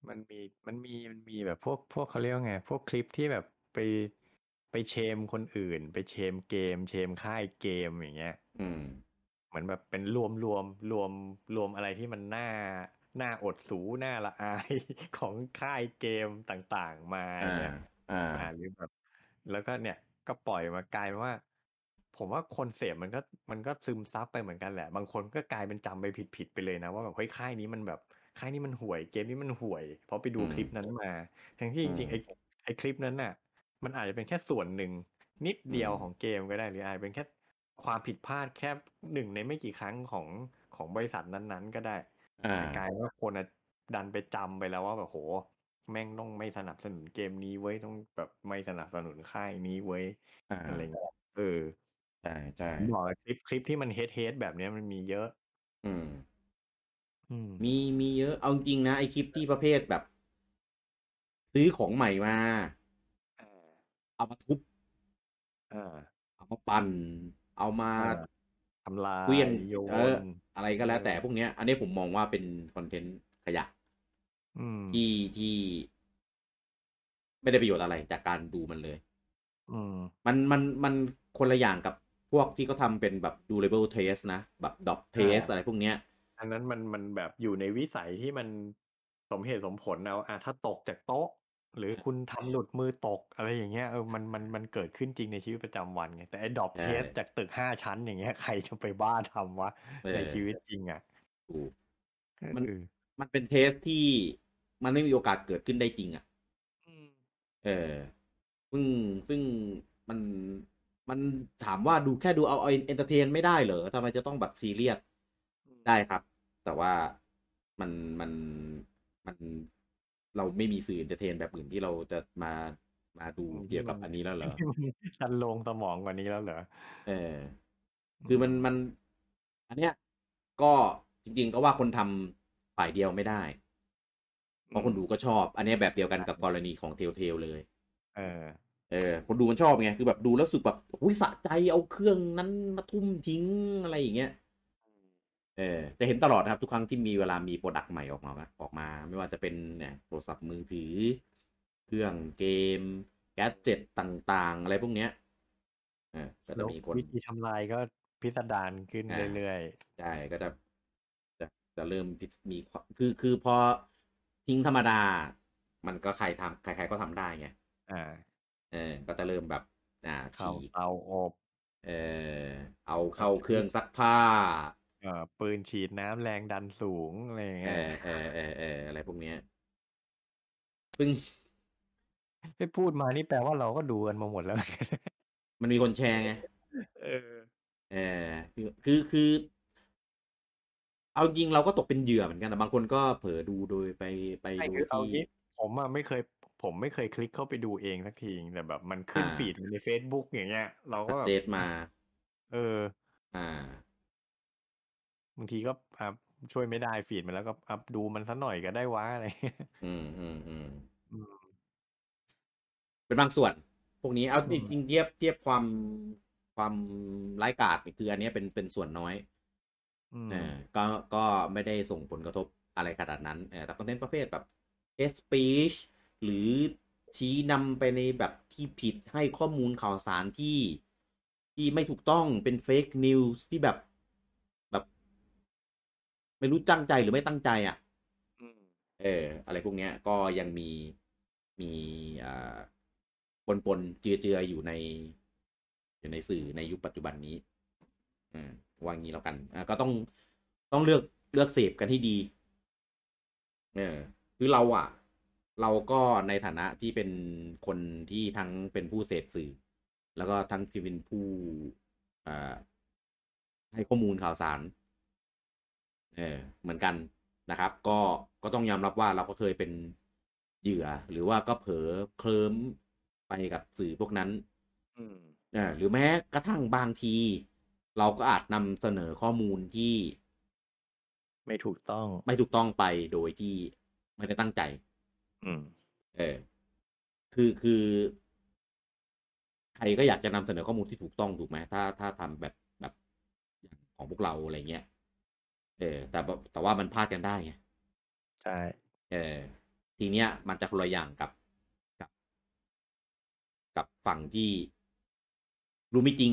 S2: มันมีมันมีมันมีแบบพวกพวกเขาเรียกว่าไง พวกคลิปที่แบบไปไปเชมคนอื่น ไปเชมเกม เชมค่ายเกมอย่างเงี้ย
S1: อืม
S2: เหมือนแบบเป็นรวมรวมรวมรวมอะไรที่มันน่าน่าอดสูน่าละอาย ของค่ายเกมต่างๆมา
S1: อ่า
S2: เนี่ย
S1: อ่า
S2: อ่าหรือแบบแล้วก็เนี่ยก็ปล่อยมากลายเป็นว่า ผมว่าคนเสพมันก็มันก็ซึมซับไปเหมือนกันแหละ บางคนก็กลายเป็นจำไปผิดผิดไปเลยนะว่าแบบเฮ้ยค่ายนี้มันแบบค่ายนี้มันห่วยเกมนี้มันห่วยเพราะไปดู
S1: อืม
S2: คลิปนั้นมาทั้งที่จริง
S1: อื
S2: ๆไอ้
S1: ม
S2: ไอ้คลิปนั้นน่ะ มันอาจจะเป็นแค่ส่วนหนึ่งนิดเดียว
S1: อืม
S2: ของเกมก็ได้หรืออาจจะเป็นแค่ความผิดพลาดแค่หนึ่งในไม่กี่ครั้งของของบริษัทนั้นๆ ก็ได้
S1: อ่า
S2: แต่กลายเป็นว่าคนอะดันไปจำไปแล้วว่าแบบโห แม่งต้องไม่สนับสนุนเกมนี้เว้ยต้องแบบไม่สนับสนุนค่ายนี้เว้ย
S1: อ่า
S2: อะไรเงี้ยเออ
S1: ใช่ใช่
S2: ผมบอกเลยคลิปคลิปที่มันเฮดเฮดแบบเนี้ยมันมีเยอะ
S1: อืม
S2: อืม
S1: มีมีเยอะ เอาจริงนะ ไอคลิปที่ประเภทแบบ ซื้อของใหม่มา
S2: อ่า
S1: เอามาทุบ
S2: อ่า
S1: เอามาปั่น เอามา
S2: เออ ทำลาย
S1: เกลี้ยง
S2: โย
S1: เออน อะไรก็แล้ว แต่
S2: เออ
S1: พวกเนี้ย อันนี้ผมมองว่าเป็นคอนเทนต์ขยะ
S2: อืม
S1: ที่ที่ ไม่ได้ประโยชน์อะไรจากการดูมันเลย
S2: อืม
S1: มันมันมันคนละอย่างกับพวกที่เขาทำเป็นแบบ durable test นะ แบบด o อ test อะไรพวกเนี้ย
S2: อันนั้นมันมันแบบอยู่ในวิสัยที่มันสมเหตุสมผลเอาอ่ะถ้าตกจากโต๊ะ หรือคุณทำหลุดมือตกอะไรอย่างเงี้ยเออมันมันมันเกิดขึ้นจริงในชีวิตประจำวันไงแต่ไอ้ดรอป
S1: ใช่
S2: เทสจากตึกห้าชั้นอย่างเงี้ยใครจะไปบ้าทำวะ
S1: เออ
S2: ในชีวิตจริงอ่ะ
S1: ถูก มั
S2: มัน น
S1: มันเป็นเทสที่มันไม่มีโอกาสเกิดขึ้นได้จริงอ่ะ เออซึ่งซึ่งมันมันถามว่าดูแค่ดูเอาเอาเอนเตอร์เทนไม่ได้เหรอทำไมจะต้องแบบซีเรียสได้ครับ แต่ว่ามันมันมันเราไม่มีสื่อเอนเตอร์เทนแบบอื่นที่เราจะมามาดูเกี่ยวกับอันนี้แล้ว เหรอ
S2: ดันลงสมองกว่านี้แล้วเหรอ
S1: เออ คือมันมัน อันเนี้ย ก็จริงๆก็ว่าคนทำฝ่ายเดียวไม่ได้ เพราะคนดูก็ชอบ อันเนี้ยแบบเดียวกันกับกรณีของเทลเทลเลย
S2: เออ
S1: เออคนดูมันชอบไง คือแบบดูแล้วรู้สึกแบบอุ้ยสะใจเอาเครื่องนั้นมาทุ่มทิ้งอะไรอย่างเงี้ยเออจะเห็นตลอดนะครับ ทุกครั้งที่มีเวลามีโปรดักต์ใหม่ออกมาออกมา ไม่ว่าจะเป็นเนี่ยโทรศัพท์มือถือ เครื่องเกม แกดเจ็ตต่างๆ อะไรพวกเนี้ยเออก็จะ
S2: แล้ว
S1: มีคน
S2: วิธีทำลายก็พิสดารขึ้นเรื่อย
S1: ใช่ก็จะจะจะเริ่มมีความคือคือพอทิ้งธรรมดา มันก็ใครทำใครๆก็ทำได้ไง
S2: ๆ อ่า
S1: เออ ก็จะเริ่มแบบอ่า
S2: เข้า
S1: ฉีก
S2: เตาอบ
S1: เออเอาเข้าเครื่องซักผ้า
S2: เอ่อปืนฉีดน้ำแรงดันสูงอะไรอย่าง
S1: เอ
S2: เงี้ย
S1: อเออเออเอออะไรพวกเนี้ยซึ่ง
S2: ไปพูดมานี่แปลว่าเราก็ดูกันมาหมดแล้ว
S1: มันมีคนแชร์ไง
S2: เออ
S1: เออคือคือ เอาจริงเราก็ตกเป็นเหยื่อเหมือนกันนะบางคนก็เผลอดูโดยไปไป
S2: ใช่
S1: ดู
S2: คือเอา
S1: ที่
S2: งี้ผมอะไม่เคย ผมไม่เคยคลิกเข้าไปดูเองสักทีแต่แบบ มันขึ้น
S1: อ่า
S2: ฟีดใน Facebook อย่างเงี้ย เรา
S1: ส
S2: ก็แบบ
S1: เจตมา
S2: เออ
S1: อ่า
S2: บางทีก็อ่ะช่วยไม่ได้ฟีดมันแล้วก็อัพดูมันสักหน่อยก็ได้วะอะไรเงี้ย
S1: อืมอืมอืม
S2: อืม
S1: เป็นบางส่วน พวกนี้เอา
S2: อื
S1: จ
S2: ม
S1: ริงๆเทียบเทียบความความไร้ายกาดคืออันเนี้ยเป็นเป็นส่วนน้อย
S2: อืม
S1: เออก็ ก็ไม่ได้ส่งผลกระทบอะไรขนาดนั้นเออแต่คอนเทนต์ประเภทแบบเอสปีชหรือชี้นำไปในแบบที่ผิดให้ข้อมูลข่าวสารที่ ที่ไม่ถูกต้องเป็นเฟกนิวส์ที่แบบ แบบ ไม่รู้ตั้งใจหรือไม่ตั้งใจอ่ะ
S2: อืม
S1: เออ อะไรพวกเนี้ยก็ยังมีมีอ่าปนปนๆเจือเจือๆอยู่ใน อยู่ในสื่อในยุคปัจจุบันนี้ อืมว่างี้แล้วกันอ่าก็ต้องต้องเลือกเลือกเสพกันให้ดี เออ คือเราอ่ะ เราก็ในฐานะที่เป็นคนที่ทั้งเป็นผู้เสพสื่อ แล้วก็ทั้งที่เป็นผู้อ่าให้ข้อมูลข่าวสาร เออเหมือนกันนะครับ ก็ก็ต้องยอมรับว่าเราก็เคยเป็นเหยื่อ หรือว่าก็เผลอเคลิ้มไปกับสื่อพวกนั้น
S2: อืม
S1: เออหรือแม้กระทั่งบางที เราก็อาจนำเสนอข้อมูลที่
S2: ไม่ถูกต้อง
S1: ไม่ถูกต้องไปโดยที่ไม่ได้ตั้งใจ
S2: อืม
S1: เออ คือคือ ใครก็อยากจะนำเสนอข้อมูลที่ถูกต้องถูกไหมถ้าถ้าทำแบบแบบอย่างของพวกเราอะไรเงี้ยเออ แต่แบบแต่ว่ามันพลาดกันได้ไง
S2: ใช่
S1: เออทีเนี้ยมันจะคนละอย่างกับกับ กับฝั่งที่รู้ไม่จริง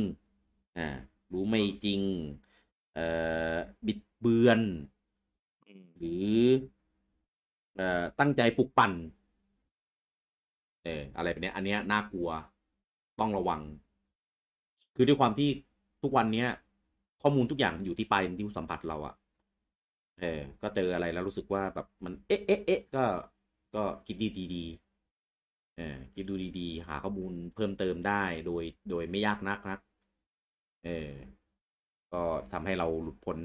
S1: อ่า รู้ไม่จริง เอ่อบิดเบือน
S2: อืม
S1: หรือเอ่อตั้งใจปลุกปั่น เอออะไรแบบเนี้ย อันเนี้ยน่ากลัวต้องระวัง คือด้วยความที่ทุกวันเนี้ย ข้อมูลทุกอย่างมันอยู่ที่ปลายนิ้วสัมผัสเราอะเออ ก็เจออะไรแล้วรู้สึกว่าแบบมัน เอ๊ะเอ๊ะเอ๊ะก็ ก็คิดดีดีดีๆเออคิดดูดีๆ หาข้อมูลเพิ่มเติมได้โดยโดยไม่ยากนักนักเออ ก็ทำให้เราหลุดพ้น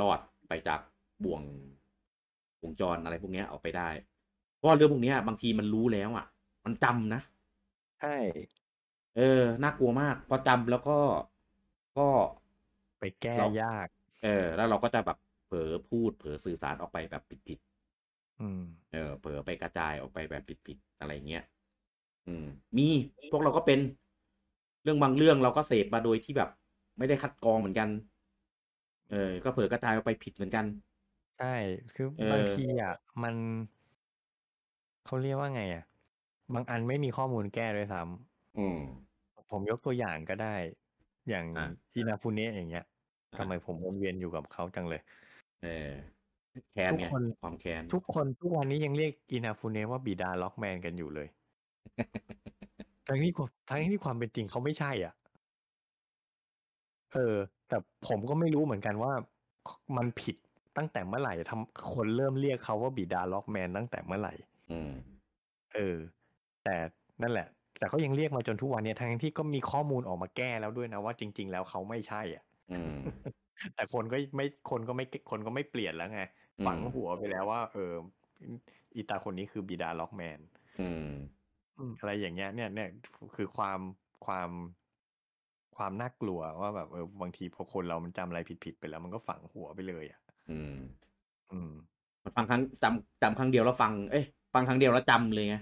S1: รอดไปจากบ่วงวงจรอะไรพวกเนี้ยออกไปได้ เพราะว่าเรื่องพวกเนี้ย บางทีมันรู้แล้วอ่ะ มันจำนะ
S2: ใช่
S1: เออ น่ากลัวมาก พอจำแล้วก็ ก็
S2: ไปแก้
S1: เราย
S2: ยาก
S1: เออ แล้วเราก็จะแบบเผลอพูด เผลอสื่อสารออกไปแบบผิดๆ
S2: อืม
S1: เออเผลอไปกระจายออกไปแบบผิดๆอะไรเงี้ย อืม มีพวกเราก็เป็นเรื่องบางเรื่องเราก็เสพมาโดยที่แบบ ไม่ได้คัดกรองเหมือนกัน เออ ก็เผลอกระจายออกไปผิดเหมือนกัน
S2: ใช่ คือ
S1: เออ
S2: บางทีอ่ะ มันเขาเรียกว่าไงอ่ะ บางอันไม่มีข้อมูลแก้ด้วยซ้
S1: อืม
S2: ำผมยกตัวอย่างก็ได้ อย่าง
S1: อ่ะ
S2: อินาฟูเนะอย่างเงี้ย
S1: อ่ะ
S2: ทำไมผมวนเวียนอยู่กับเขาจังเลย
S1: เออแค้น
S2: ทุก
S1: ไง
S2: คน
S1: ความแค้น
S2: ทุกคนทุกวันนี้ยังเรียกอินาฟูเนะว่าบิดาล็อกแมนกันอยู่เลย ทั้งที่ความทั้งที่ความเป็นจริงเขาไม่ใช่อ่ะ เออ แต่ผมก็ไม่รู้เหมือนกันว่า มันผิดตั้งแต่เมื่อไหร่ทำคนเริ่มเรียกเขาว่าบิดาล็อกแมนตั้งแต่เมื่อไหร่
S1: อื ม
S2: เออ แต่นั่นแหละ แต่ก็ยังเรียกมาจนทุกวันเนี่ยทั้งที่ก็มีข้อมูลออกมาแก้แล้วด้วยนะว่าจริง ๆ แล้วเขาไม่ใช่อ่ะ
S1: อืม
S2: แต่คนก็ไม่คนก็ไม่คนก็ไม่เปลี่ยนแล้วไง
S1: อืม
S2: ฝังหัวไปแล้วว่า เอออีตาคนนี้คือบิดาล็อกแมน
S1: อืม
S2: อืมอะไรอย่างเงี้ยเนี่ยเนี่ยคือความความความน่ากลัวว่าแบบเออบางทีพอคนเรามันจำอะไรผิดๆไปแล้ว มันก็ฝังหัวไปเลยอ่ะ
S1: อืม
S2: อืม
S1: ฟังครั้งจำจำครั้งเดียวแล้วฟัง เอ้ยฟังครั้งเดียวแล้วจำเลยไง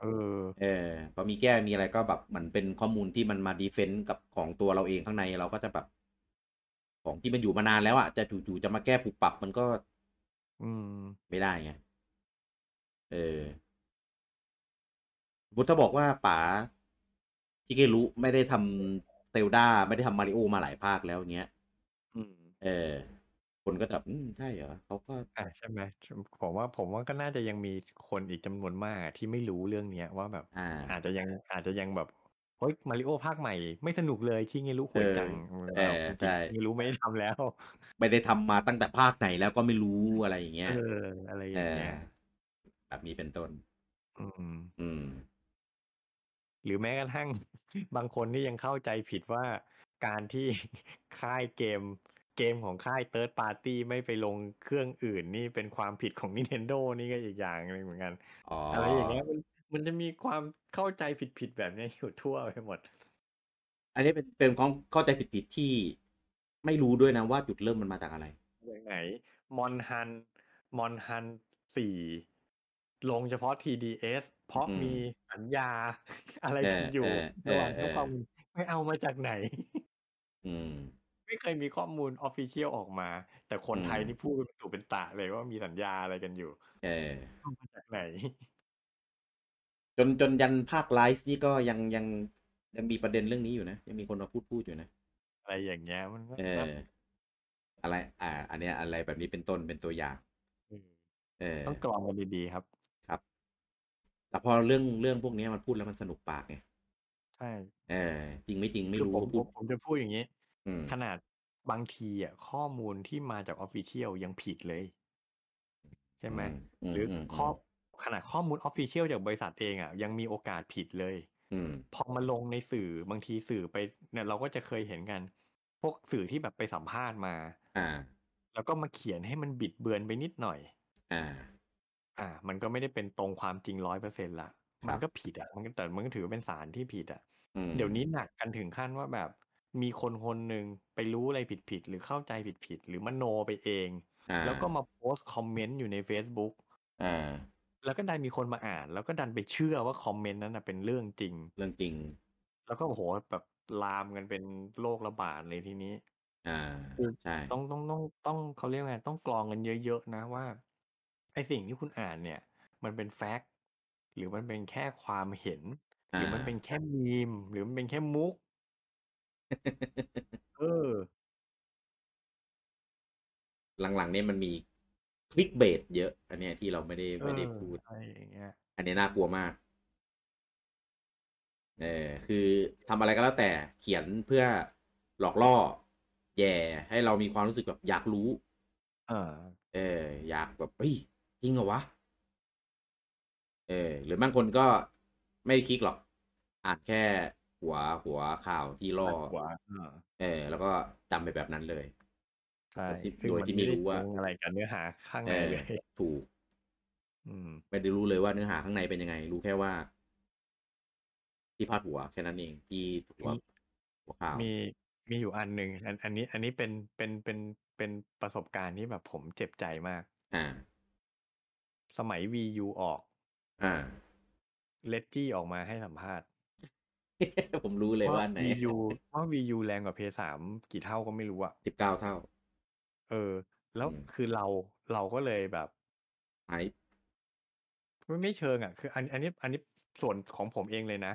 S2: เออ
S1: เออพอมีแก้มีอะไรก็แบบเหมือนเป็นข้อมูลที่มันมาดีเฟนต์กับของตัวเราเองข้างในเราก็จะแบบ ของที่มันอยู่มานานแล้วอะจะจู่ๆจะมาแก้ปรับปรับมันก็
S2: อืม
S1: ไม่ได้ไงเออสมมุติถ้าบอกว่าป๋าที่เกรู้ไม่ได้ทำเซลดาไม่ได้ทำมาริโอมาหลายภาคแล้วเงี้ย
S2: อืม
S1: เออ คนก็จะแบบอืมใช่เหรอเขาก็
S2: อ่ะใช่ไหมผมว่าผมว่าก็น่าจะยังมีคนอีกจำนวนมากอะที่ไม่รู้เรื่องเนี้ยว่าแบบ
S1: อ่า
S2: อาจจะยังอาจจะยังแบบเฮ้ยมาริโอภาคใหม่ ไม่สนุกเลยที่ไงรู้หวยจัง
S1: เออ
S2: เราจ
S1: ใช่
S2: ริงๆไม่รู้ไม่ได้ทำแล้ว
S1: ไม่ได้ทำมาตั้งแต่ภาคไหนแล้วก็ไม่รู้อะไรอย่างเงี้
S2: เอย อ อะไรอ
S1: เอย่าง อ
S2: เงี้ย
S1: แบบนี้เป็นต้น
S2: อืม
S1: อืม
S2: หรือแม้กระทั่ง บางคนที่ยังเข้าใจผิดว่าการที่ ค่ายเกม เกมของค่ายเติร์ดปาร์ตี้ไม่ไปลงเครื่องอื่น นี่เป็นความผิดของ Nintendo นี่ก็อีกอย่างหนึงเหมือนกัน
S1: อ๋ออ
S2: อะไรอย่างเงี้ยมันมันจะมีความเข้าใจผิดๆแบบเนี้ยอยู่ทั่วไปหมด
S1: อันนี้เป็นเป็นความเข้าใจผิดๆที่ไม่รู้ด้วยนะว่าจุดเริ่มมันมาจากอะไร
S2: ไหน มอนฮัน มอนฮันสี่ลงเฉพาะ TDS เพราะ
S1: อืม
S2: มีสัญญา อะไรกันอยู่
S1: เออ
S2: ระหว่าง
S1: เออเออ
S2: เจ้าของไม่เอามาจากไหน
S1: อืม
S2: ไม่เคยมีข้อมูลออฟฟิเชียลออกมา แต่คน
S1: อืม
S2: ไทยนี่พูดเป็นตุเป็นตะเลยว่ามีสัญญาอะไรกันอยู่
S1: เออ
S2: เอามาจากไหน
S1: จนจนยันภาคไลฟ์นี่ก็ยังยังยังมีประเด็นเรื่องนี้อยู่นะ ยังมีคนมาพูดพูดอยู่นะ
S2: อะไรอย่างเงี้ยมันก็
S1: เออ อะไร อ่า อันเนี้ยอะไรแบบนี้เป็นต้นเป็นตัวอย่าง เออ
S2: ต้องกรองกันดีๆครับ
S1: แต่พอเรื่องเรื่องพวกเนี้ยมันพูดแล้วมันสนุกปากไง
S2: ใช่
S1: เออ จริงไม่จริงไม่
S2: คือ
S1: รู้ก็
S2: ผม
S1: พูด
S2: ผมจะพูดอย่างนี้
S1: อืม
S2: ขนาดบางทีอ่ะข้อมูลที่มาจากออฟฟิเชียลยังผิดเลย ใช่ไหมหรืออ
S1: ม
S2: ข้อขนาดข้อมูลออฟฟิเชียลจากบริษัทเองอ่ะยังมีโอกาสผิดเลย
S1: อืม
S2: พอมาลงในสื่อบางทีสื่อไปเนี่ยเราก็จะเคยเห็นกัน พวกสื่อที่แบบไปสัมภาษณ์มา
S1: อ่า
S2: แล้วก็มาเขียนให้มันบิดเบือนไปนิดหน่อย
S1: อ่า
S2: อ่า มันก็ไม่ได้เป็นตรงความจริงร้อยเปอร์เซ็นต์ละ
S1: ครับ
S2: มันก็ผิดอ่ะมันก็แต่มันก็ถือว่าเป็นสารที่ผิดอ่ะ
S1: อืม
S2: เดี๋ยวนี้หนักกันถึงขั้นว่าแบบ มีคนคนหนึ่งไปรู้อะไรผิดผิดๆหรือเข้าใจผิดผิดๆหรือมโนไปเอง
S1: อ่า
S2: แล้วก็มาโพสต์คอมเมนต์อยู่ใน Facebook
S1: อ่า
S2: แล้วก็ดันมีคนมาอ่าน แล้วก็ดันไปเชื่อว่าคอมเมนต์นั้นนะเป็นเรื่องจริง
S1: เรื่องจริง
S2: แล้วก็โอ้โหแบบลามกันเป็นโรคระบาดเลยทีนี้
S1: อ่า
S2: คือ
S1: ใช่
S2: ต้องต้องต้องต้องเขาเรียกไงต้องกรองกันเยอะๆนะว่าไอสิ่งที่คุณอ่านเนี่ย มันเป็นแฟกต์หรือมันเป็นแค่ความเห็น ห
S1: อ่า
S2: รือมันเป็นแค่มีม หรือมันเป็นแค่มุก เออ
S1: หลังๆเนี่ยมันมีคลิกเบสเยอะ อันเนี้ยที่เราไม่ได้ไม่ได้
S2: เออ
S1: พูด
S2: อะไรอย่างเงี้ย
S1: อันนี้น่ากลัวมาก เออคือทำอะไรก็แล้วแต่เขียนเพื่อหลอกล่อแย่ให้เรามีความรู้สึกแบบอยากรู้
S2: เออ
S1: เออ อยากแบบเฮ้ยจริงเหรอวะ เออ หรือบางคนก็ไม่ได้คลิกหรอก อ่านแค่หัวหัวข่าวที่ล่อ
S2: มากกว่าเออ
S1: เออ แล้วก็จำไปแบบนั้นเลย
S2: ใช่
S1: โดยที่
S2: ซึ่ง
S1: โดยที่ไม่รู้ว่า
S2: นด้เกี่ยงอะไรกับเนื้อหาข้าง
S1: เอ
S2: ใน
S1: อ
S2: เลย
S1: ถูก
S2: อืม
S1: ไม่ได้รู้เลยว่าเนื้อหาข้างในเป็นยังไง รู้แค่ว่า ที่พาดหัวแค่นั้นเองที่หัว
S2: มี
S1: หัวข่าว
S2: มีมีอยู่อันหนึ่งอันอันนี้อันนี้เป็นเป็นเป็นเป็นประสบการณ์ที่แบบผมเจ็บใจมาก
S1: อ่า
S2: สมัย VU ออก
S1: อ่า
S2: เลดจี้ออกมาให้สัมภาษณ์
S1: ผมรู้เลยว่า
S2: ว่า
S1: อันไหน
S2: VU ว่า VU แรงกว่า PS3 กี่เท่าก็ไม่รู้อะ
S1: สิบเก้าเท่า
S2: เออ แล้ว
S1: อืม
S2: คือเราเราก็เลยแบบ
S1: ไอ้
S2: ไม่ไม่เชิงอ่ะคืออันอันนี้อันนี้ส่วนของผมเองเลยนะ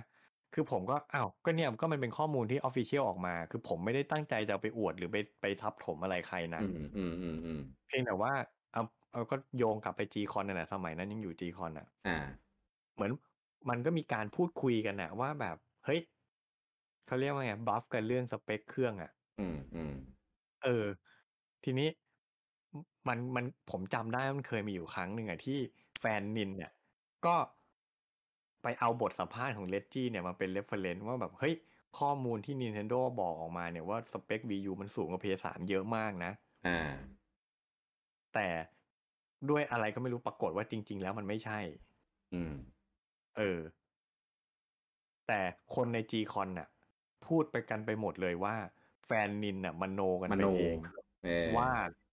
S2: คือผมก็อ้าวก็เนี่ยก็มันเป็นข้อมูลที่ออฟฟิเชียลออกมา คือผมไม่ได้ตั้งใจจะเอาไปอวดหรือไปไปทับถมอะไรใครนะ
S1: อืมอืมอืมอืม
S2: เพียงแต่ว่าเอาเอาก็โยงกลับไป G คอนนั่นแหละสมัยนั้นยังอยู่ G คอนอ่ะ
S1: อ่า
S2: เหมือนมันก็มีการพูดคุยกันนะว่าแบบ เฮ้ยเขาเรียกว่าไงบัฟกันเรื่องสเปคเครื่องอ่ะ
S1: อืมอืม
S2: เออ ทีนี้มมันมันผมจำได้ว่ามันเคยมีอยู่ครั้งหนึ่งอะที่แฟนนินเนี่ยก็ไปเอาบทสัมภาษณ์ของเลดจี้เนี่ยมาเป็นเรฟเฟรนซ์ว่าแบบ เฮ้ย ข้อมูลที่ Nintendo บอกออกมาเนี่ยว่าสเปค Wii U มันสูงกว่า PS3 เยอะมากนะ
S1: อ่า
S2: แต่ด้วยอะไรก็ไม่รู้ปรากฏว่าจริง ๆ แล้วมันไม่ใช่
S1: อืม
S2: เออ แต่คนใน G คอนน่ะ พูดไปกันไปหมดเลยว่า แฟนนินน่ะมโนกัน
S1: ม
S2: ไป
S1: โน
S2: เอง
S1: เออ
S2: ว่า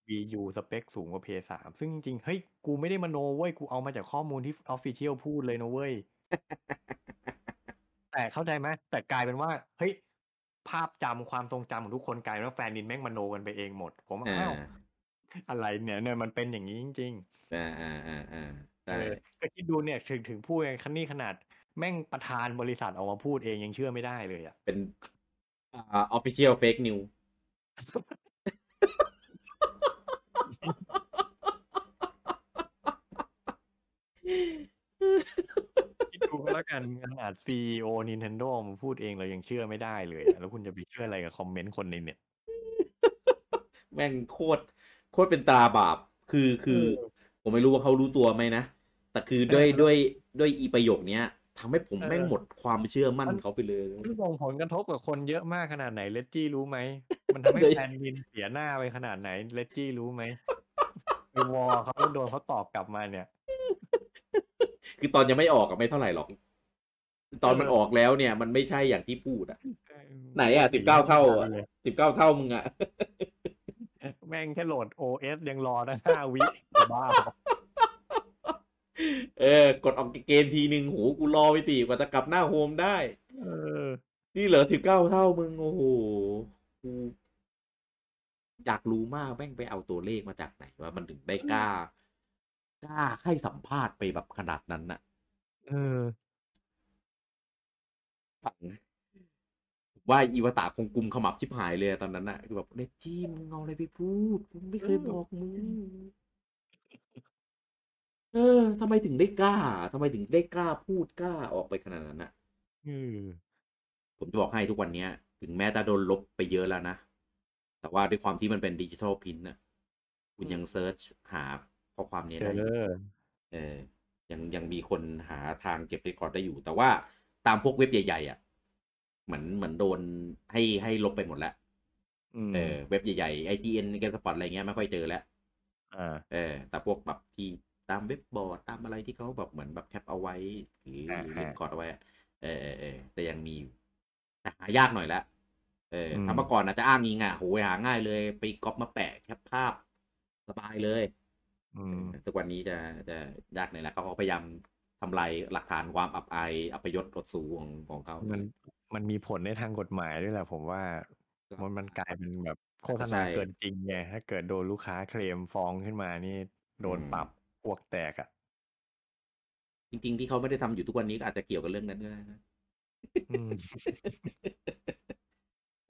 S2: VU สเปคสูงกว่า PS3 ซึ่งจริงๆ เฮ้ย กูไม่ได้มโนเว้ย กูเอามาจากข้อมูลที่ออฟฟิเชียลพูดเลยนะเว้ย แต่เข้าใจไหมแต่กลายเป็นว่า เฮ้ย ภาพจำความทรงจำของทุกคนกลายเป็นว่าแฟนนินแม่งมโนกันไปเองหมด ผมว่า
S1: อ่า
S2: อ้าวอะไรเนี่ยเนี่ยมันเป็นอย่างนี้จริง ๆ
S1: อ่าอ่าอ่าอ่า
S2: เอ
S1: ใช่
S2: อก็คิดดูเนี่ยถึงถึงพูดไงคันนี่ขนาดแม่งประธานบริษัทออกมาพูดเองยังเชื่อไม่ได้เลยอ่ะ
S1: เป็นอ่าออฟฟิเชียลเฟกนิว
S2: คิดดูก็แล้วกันขนาดซีโอ Nintendo ออกมาพูดเองเรายังเชื่อไม่ได้เลยอะแล้วคุณจะไปเชื่ออะไรกับคอมเมนต์คนในเน็ต
S1: แม่งโคตรโคตรเป็นตราบาป คือคือ
S2: เออ
S1: ผมไม่รู้ว่าเขารู้ตัวไหมนะ แต่คือด้วย
S2: เออ
S1: ด้วยด้วยอีประโยคเนี้ยทำให้ผม
S2: เออ
S1: แม่งหมดความเชื่อมั่น
S2: มัน
S1: เขาไปเลย
S2: มันส่งผลกระทบกับคนเยอะมากขนาดไหนเลจี้รู้ไหม มันทำให้
S1: เดี๋ยว
S2: แฟนลินเสียหน้าไปขนาดไหนเลจี้รู้ไหมไปวอเขาแล้วโดนเขาตอบกลับมาเนี่ย
S1: คือตอนยังไม่ออกก็ไม่เท่าไหร่หรอก ตอนมัน
S2: เออ
S1: ออกแล้วเนี่ย มันไม่ใช่อย่างที่พูดอะ
S2: เออ
S1: ไหนอะสิบเก้าเท่าสิบเก้าเท่ามึงอะ
S2: แม่งแค่โหลด OS ยังรอนะห้าวิบ้า
S1: เออ กดออกจากเกมทีหนึ่งโหกูรอไปตีกว่าจะกลับหน้าโฮมได้
S2: เออ
S1: นี่เหลือสิบเก้าเท่ามึง โอ้โหกูอยากรู้มากแม่งไปเอาตัวเลขมาจากไหนว่ามันถึงได้กล้า กล้าให้สัมภาษณ์ไปแบบขนาดนั้นน่ะ
S2: เออ
S1: ฝังว่าอีวตาคงกุมขมับชิบหายเลยอะตอนนั้นน่ะคือแบบเนจี้มึงเอาอะไรไปพูดกูไม่เคยบอกมึง เออทำไมถึงได้กล้าทำไมถึงได้กล้าพูดกล้าออกไปขนาดนั้นน่ะ
S2: เออ
S1: ผมจะบอกให้ทุกวันเนี้ย ถึงแม้จะโดนลบไปเยอะแล้วนะ แต่ว่าด้วยความที่มันเป็นดิจิทัลพินน่ะ คุณยังเซิร์ชหาข้อความเนี้ย
S2: เอ
S1: ได้อยู่
S2: อ
S1: เออยังยังมีคนหาทางเก็บเรคคอร์ดได้อยู่ แต่ว่าตามพวกเว็บใหญ่ๆอ่ะ เหมือนเหมือนโดนให้ให้ลบไปหมดแล้ว
S2: อืม
S1: เออเว็บใหญ่ๆ IGN เกมสปอร์ตอะไรเงี้ยไม่ค่อยเจอแล้ว
S2: อ่า
S1: เออ แต่พวกแบบที่ตามเว็บบอร์ดตามอะไรที่เขาแบบเหมือนแบบแคปเอาไว้ หรือ
S2: อ่า
S1: หรือ
S2: ฮะ
S1: เรคคอร์ดเอาไว้อะเออเออเออแต่ยังมีอยู่แต่หายากหน่อยละเออ
S2: อืม
S1: ถ้าเมื่อก่อนอาจจะอ้างยิงอ่ะโหหาง่ายเลยไปก๊อปมาแปะแคปภาพสบายเลย
S2: อืม
S1: ทุกวันนี้จะจะยากหน่อยละเขาก็พยายามทำลายหลักฐานความอับอายอัปยศอดสูงของของเขา
S2: มันมันมีผลในทางกฎหมายด้วยแหละผมว่า มันมันกลายเป็นแบบโฆษณา
S1: ใช่
S2: เกินจริงไงถ้าเกิดโดนลูกค้าเคลมฟ้องขึ้นมานี่ โดน
S1: อืม
S2: ปรับพวกแตกอ่ะ
S1: จริง ๆ ที่เขาไม่ได้ทำอยู่ทุกวันนี้ก็อาจจะเกี่ยวกับเรื่องนั้นก็ได้นะ
S2: อืม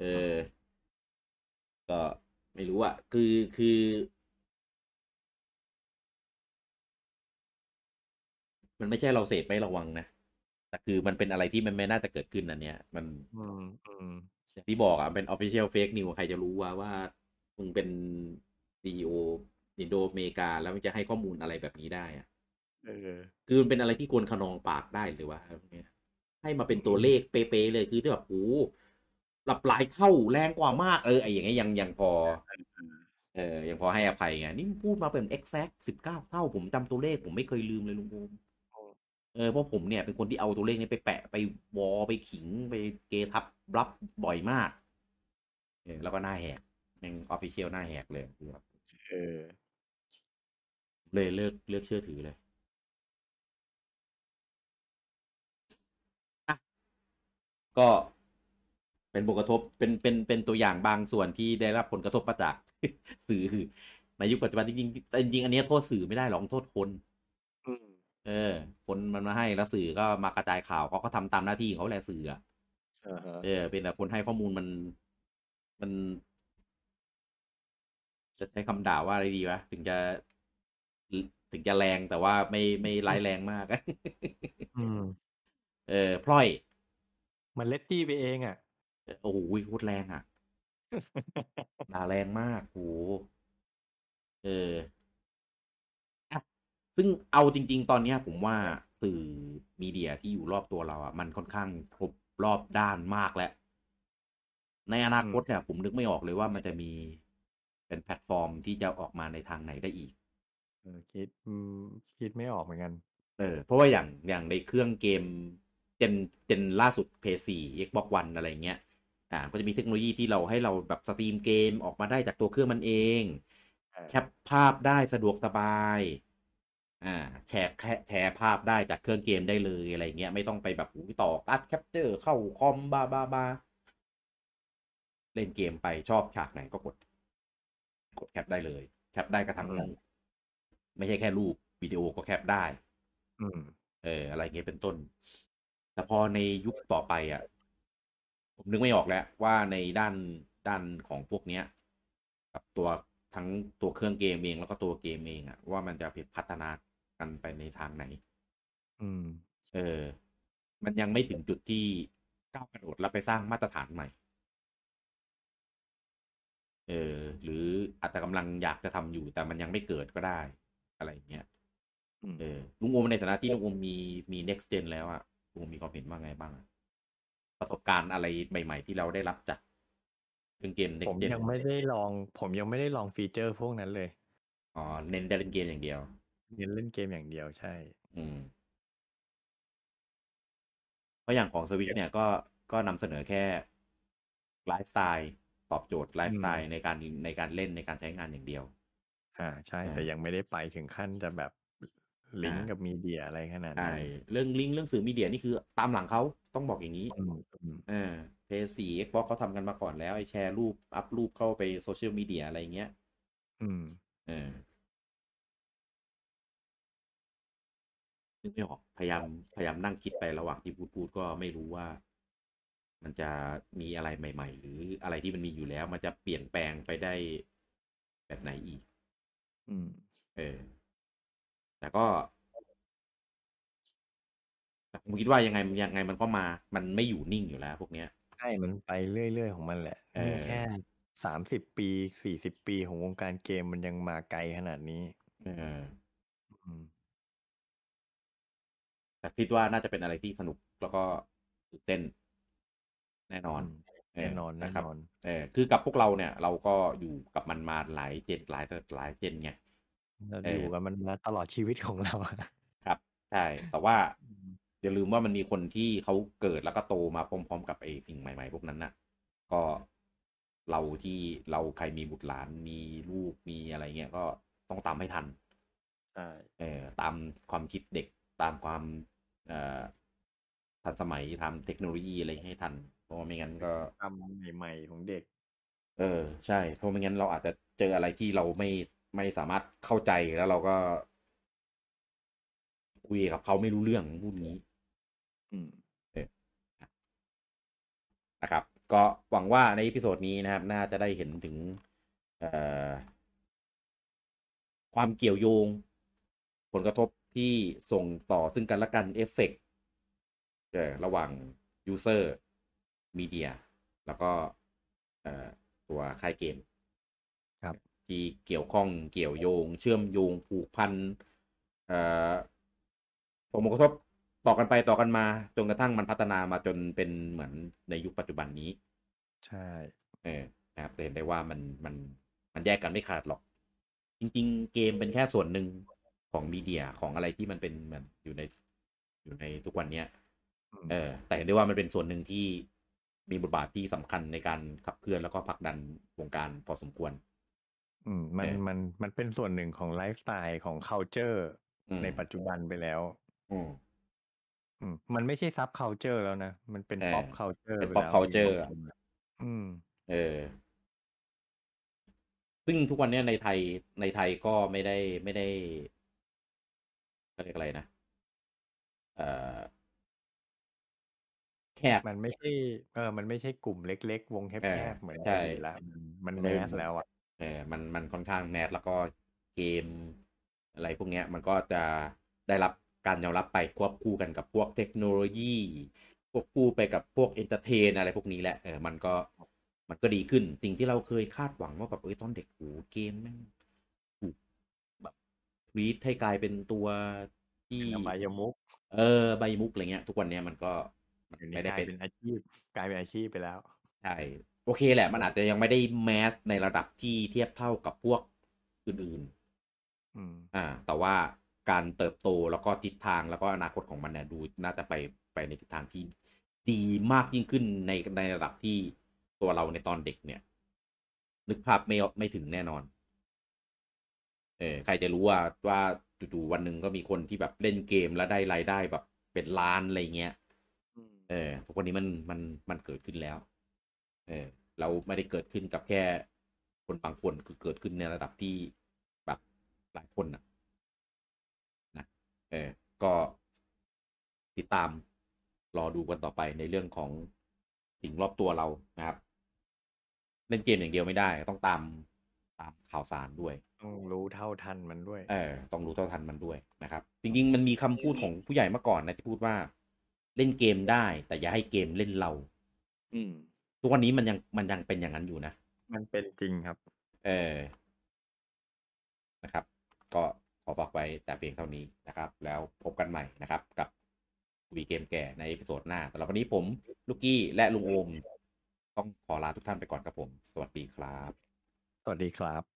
S1: เออ ก็ไม่รู้อ่ะ คือคือ มันไม่ใช่เราเสพไม่ระวังนะแต่คือมันเป็นอะไรที่มันไม่น่าจะเกิดขึ้นอันเนี้ยมัน
S2: อืมอืม
S1: อย่างที่บอกอ่ะเป็น official fake news ใครจะรู้ว่าว่ามึงเป็น CEO อินโดอเมริกา แล้วมันจะให้ข้อมูลอะไรแบบนี้ได้อ่ะ
S2: เออ
S1: คือมันเป็นอะไรที่ควรขนองปากได้เลยวะพวกเนี้ยให้มาเป็นตัวเลขเป๊ะๆเลยคือที่แบบโอ้โหหลับหลายเท่าแรงกว่ามากเออไอ้อย่างเงี้ยยังยังพอ เออยังพอให้อภัยไงนี่มึงพูดมาเป็น exact สิบเก้าเท่าผมจำตัวเลขผมไม่เคยลืมเลยลุงภูมิเออเพราะผมเนี่ยเป็นคนที่เอาตัวเลขนี้ไปแปะไปวอไปขิงไปเกทับรับบ่อยมากเออแล้วก็หน้าแหกยังออฟฟิเชียลหน้าแหกเลยคือแบบ
S2: เออ
S1: เลยเลิกเลิกเชื่อถือเลยอ่ะก็เป็นผลกระทบเป็นเป็นเป็นตัวอย่างบางส่วนที่ได้รับผลกระทบมาจาก สื่อในยุคปัจจุบันจริงๆแต่จริงๆอันเนี้ยโทษสื่อไม่ได้หรอกโทษคน
S2: อืม
S1: เออ คนมันมาให้แล้วสื่อก็มากระจายข่าวเขาก็ทำตามหน้าที่ของเขาแหละสื่ออะ
S2: อ่าฮะ
S1: เออ เป็นแต่คนให้ข้อมูลมัน มัน จะใช้คำด่าว่าอะไรดีวะ ถึงจะ ถึงจะแรงแต่ว่าไม่ไม่ร้ายแรงมาก
S2: อืม
S1: เออพล่อย
S2: มันเล็ดจี้ไปเองอ่ะ
S1: โอ้โหโคตรแรงอ่ะ ด่าแรงมากโห เอออ่ะซึ่งเอาจริง ๆ ตอนเนี้ย ผมว่าสื่อมีเดียที่อยู่รอบตัวเราอ่ะ มันค่อนข้างครบรอบด้านมากแล้ว ในอนาคตเนี่ย ผมนึกไม่ออกเลยว่ามันจะมีเป็นแพลตฟอร์มที่จะออกมาในทางไหนได้อีก
S2: เออคิดอืมคิดไม่ออกเหมือนกัน
S1: เออ เพราะว่าอย่างอย่างในเครื่องเกมเจนเจนล่าสุด PS4 Xbox One อะไรเงี้ย อ่า ก็จะมีเทคโนโลยีที่เราให้เราแบบสตรีมเกมออกมาได้จากตัวเครื่องมันเอง
S2: อ่า
S1: แคปภาพได้สะดวกสบาย อ่า แชร์แค่แชร์ภาพได้จากเครื่องเกมได้เลยอะไรเงี้ย ไม่ต้องไปแบบอุ๊ยต่อการ์ดแคปเจอร์เข้าคอมบ้าบ้าบ้าเล่นเกมไปชอบฉากไหนก็กด กดแคปได้เลย แคปได้กระทั่งไม่ใช่แค่รูปวิดีโอก็แคปได้
S2: อืม
S1: เอออะไรเงี้ยเป็นต้น แต่พอในยุคต่อไปอ่ะ ผมนึกไม่ออกแล้วว่าในด้านด้านของพวกเนี้ยกับตัวทั้งตัวเครื่องเกมเองแล้วก็ตัวเกมเองอ่ะว่ามันจะพัฒนากันไปในทางไหน
S2: อืม
S1: เออ มันยังไม่ถึงจุดที่ก้าวกระโดดแล้วไปสร้างมาตรฐานใหม่ เออ หรืออาจจะกำลังอยากจะทำอยู่แต่มันยังไม่เกิดก็ได้อะไรอย่างเงี้ย
S2: อืม
S1: เออลุงอมในฐานะที่ลุงอมมีมี next gen แล้วอะลุงอมมีความเห็นว่าไงบ้างอะประสบการณ์อะไรใหม่ ๆ ที่เราได้รับจากเครื่องเกม
S2: ผ
S1: next
S2: ม
S1: gen
S2: ยังไม่ได้ลอง ผมยังไม่ได้ลองฟีเจอร์พวกนั้นเลย
S1: อ๋อเน้นแต่เล่นเกมอย่างเดียว
S2: เน้นเล่นเกมอย่างเดียวใช่
S1: อืม เพราะอย่างของสวิตเนี่ยก็ก็นำเสนอแค่ไลฟ์สไตล์ ตอบโจทย์ไลฟ์สไตล์ในการในการเล่นในการใช้งานอย่างเดียว
S2: อ่าใช่
S1: อ่า
S2: แต่ยังไม่ได้ไปถึงขั้นจะแบบลิงก์
S1: อ่ากั
S2: กับมีเดียอะไรขนาด
S1: ใช่
S2: นั้น
S1: เรื่องลิงก์เรื่องสื่อมีเดียนี่คือตามหลังเขาต้องบอกอย่างนี้
S2: อืมอืม
S1: อ่าเพย์สี่เอ็กบ็อกเขาทำกันมาก่อนแล้วไอแชร์รูป อัพรูปเข้าไปโซเชียลมีเดียอะไรเงี้ย
S2: อืม
S1: เออนึกไม่ออกพยายามพยายามนั่งคิดไประหว่างที่พูดพูดก็ไม่รู้ว่า มันจะมีอะไรใหม่ ๆ หรืออะไรที่มันมีอยู่แล้ว มันจะเปลี่ยนแปลงไปได้แบบไหนอีก
S2: อืม
S1: เออ แต่ก็แต่ผมคิดว่ายังไงยังไงมันก็มา มันไม่อยู่นิ่งอยู่แล้ว พวกเนี้ย
S2: ใช่มันไปเรื่อยๆของมันแหละ
S1: เออ
S2: นี่แค่สามสิบปีสี่สิบปีของวงการเกมมันยังมาไกลขนาดนี้
S1: เออ
S2: อืม
S1: แต่คิดว่าน่าจะเป็นอะไรที่สนุกแล้วก็ตื่นเต้น แน่นอนเ
S2: แน่นอนแน่
S1: ะครับ
S2: นอน
S1: เออคือกับพวกเราเนี่ย เราก็อยู่กับมันมาหลายเจนหลายหลายเจนไง
S2: เรา
S1: เออ
S2: อ
S1: อ
S2: ยู่กับมันมาตลอดชีวิตของเราอะ
S1: ครับใช่แต่ว่าอย่าลืมว่ามันมีคนที่เขาเกิดแล้วก็โตมาพร้อมๆกับไอ้สิ่งใหม่ ๆ พวกนั้นน่ะ ก็เราที่เราใครมีบุตรหลานมีลูกมีอะไรเงี้ยก็ต้องตามให้ทัน
S2: ใช่
S1: เออตามความคิดเด็กตามความเอ่อทันสมัยตามเทคโนโลยีอะไรให้ทัน เพราะว่าไม่งั้นก็
S2: ทำใหม่ๆของเด็ก
S1: เออใช่เพราะไม่งั้นเราอาจจะเจออะไรที่เราไม่ไม่สามารถเข้าใจแล้วเราก็คุยกับเขาไม่รู้เรื่องพูดงี้
S2: อืม
S1: นะครับก็หวังว่าในอีพิโซดนี้นะครับ น่าจะได้เห็นถึงเอ่อความเกี่ยวโยง ผลกระทบที่ส่งต่อซึ่งกันและกันเอฟเฟกต์เอ่อระหว่างยูเซอร์มีเดียแล้วก็เอ่อตัวค่ายเกม
S2: ครับ
S1: ที่เกี่ยวข้องเกี่ยวโยง เชื่อมโยงผูกพันเอ่อส่งผลกระทบ ต่อกันไปต่อกันมาจนกระทั่งมันพัฒนามาจนเป็นเหมือนในยุคปัจจุบันนี้
S2: ใช่
S1: เออนะครับจะเห็นได้ว่ามันมันมันแยกกันไม่ขาดหรอก จริง ๆ เกมเป็นแค่ส่วนหนึ่งของมีเดียของอะไรที่มันเป็นเหมือนอยู่ในอยู่ในทุกวันเนี้ย
S2: อืม
S1: เออ แต่เห็นได้ว่ามันเป็นส่วนหนึ่งที่มีบทบาทที่สำคัญในการขับเคลื่อนแล้วก็ผลักดันวงการพอสมควร
S2: อืม มัน
S1: เออ
S2: มันมันเป็นส่วนหนึ่งของไลฟ์สไตล์ของ culture
S1: อืม
S2: ในปัจจุบันไปแล้ว
S1: อืม
S2: อืม มันไม่ใช่ sub culture แล้วนะ มันเป็น
S1: เออ
S2: pop culture
S1: เป็น
S2: ไป
S1: pop
S2: แล้ว
S1: culture อะ
S2: อืม
S1: เออ ซึ่งทุกวันเนี้ยในไทยในไทยก็ไม่ได้ไม่ได้เขาเรียกอะไรนะ เอ่อแคบ
S2: มันไม่ใช่ เออ มันไม่ใช่กลุ่มเล็กๆ วงแ
S1: เอ
S2: ค
S1: อบ
S2: ๆ เหมือน
S1: ใช่
S2: อดีตละมันมัน
S1: มัน
S2: แม
S1: ไม่
S2: สแล้วอ่ะ
S1: เออมันมันค่อนข้างแมสแล้วก็เกมอะไรพวกเนี้ย มันก็จะได้รับการยอมรับไปควบคู่กันกับพวกเทคโนโลยี ควบคู่ไปกับพวกเอนเตอร์เทนอะไรพวกนี้แหละเออมันก็มันก็ดีขึ้น สิ่งที่เราเคยคาดหวังว่าแบบเอ้ยตอนเด็กโหเกมแม่งถูกแบบทวีตให้กลายเป็นตัวที่
S2: เป็นอบายมุข
S1: เออใบมุกอะไรเงี้ย ทุกวันเนี้ยมันก็มัน
S2: เดี๋ยวนี้
S1: ไม่ได้
S2: กลาย
S1: เป็น
S2: เป็นอาชีพ กลายเป็นอาชีพไปแล้ว
S1: ใช่โอเคแหละ มันอาจจะยังไม่ได้แมสในระดับที่เทียบเท่ากับพวกอื่น
S2: อืม
S1: ๆ อ่า แต่ว่าการเติบโตแล้วก็ทิศทางแล้วก็อนาคตของมันเนี่ยดูน่าจะไปไปในทิศทางที่ดีมากยิ่งขึ้นในในระดับที่ตัวเราในตอนเด็กเนี่ย นึกภาพไม่ออกไม่ถึงแน่นอน เออใครจะรู้ว่าว่าจู่ๆวันหนึ่งก็มีคนที่แบบเล่นเกมแล้วได้รายได้แบบเป็นล้านอะไรเงี้ย
S2: อืม
S1: เออทุกวันนี้มันมันมันเกิดขึ้นแล้ว เออ เราไม่ได้เกิดขึ้นกับแค่คนบางคนคือเกิดขึ้นในระดับที่แบบหลายคนน่ะนะเออ ก็ติดตามรอดูกันต่อไปในเรื่องของสิ่งรอบตัวเรานะครับ เล่นเกมอย่างเดียวไม่ได้ ต้องตามตามข่าวสารด้วย
S2: ต้องรู้เท่าทันมันด้วย
S1: เออต้องรู้เท่าทันมันด้วยนะครับ จริง ๆ มันมีคำพูดของผู้ใหญ่มาก่อนนะที่พูดว่าเล่นเกมได้ แต่อย่าให้เกมเล่นเรา
S2: อืม
S1: ทุกวันนี้มันยังมันยังเป็นอย่างนั้นอยู่นะ
S2: มันเป็นจริงครับ
S1: เออ นะครับ ก็ขอฝากไว้แต่เพียงเท่านี้นะครับ แล้วพบกันใหม่นะครับ กับคุยเกมแก่ในเอพิโซดหน้าสำหรับวันนี้ผมลูกกี้และลุงโอม ต้องขอลาทุกท่านไปก่อนครับผม สวัสดีครับ
S2: สวัสดีครับ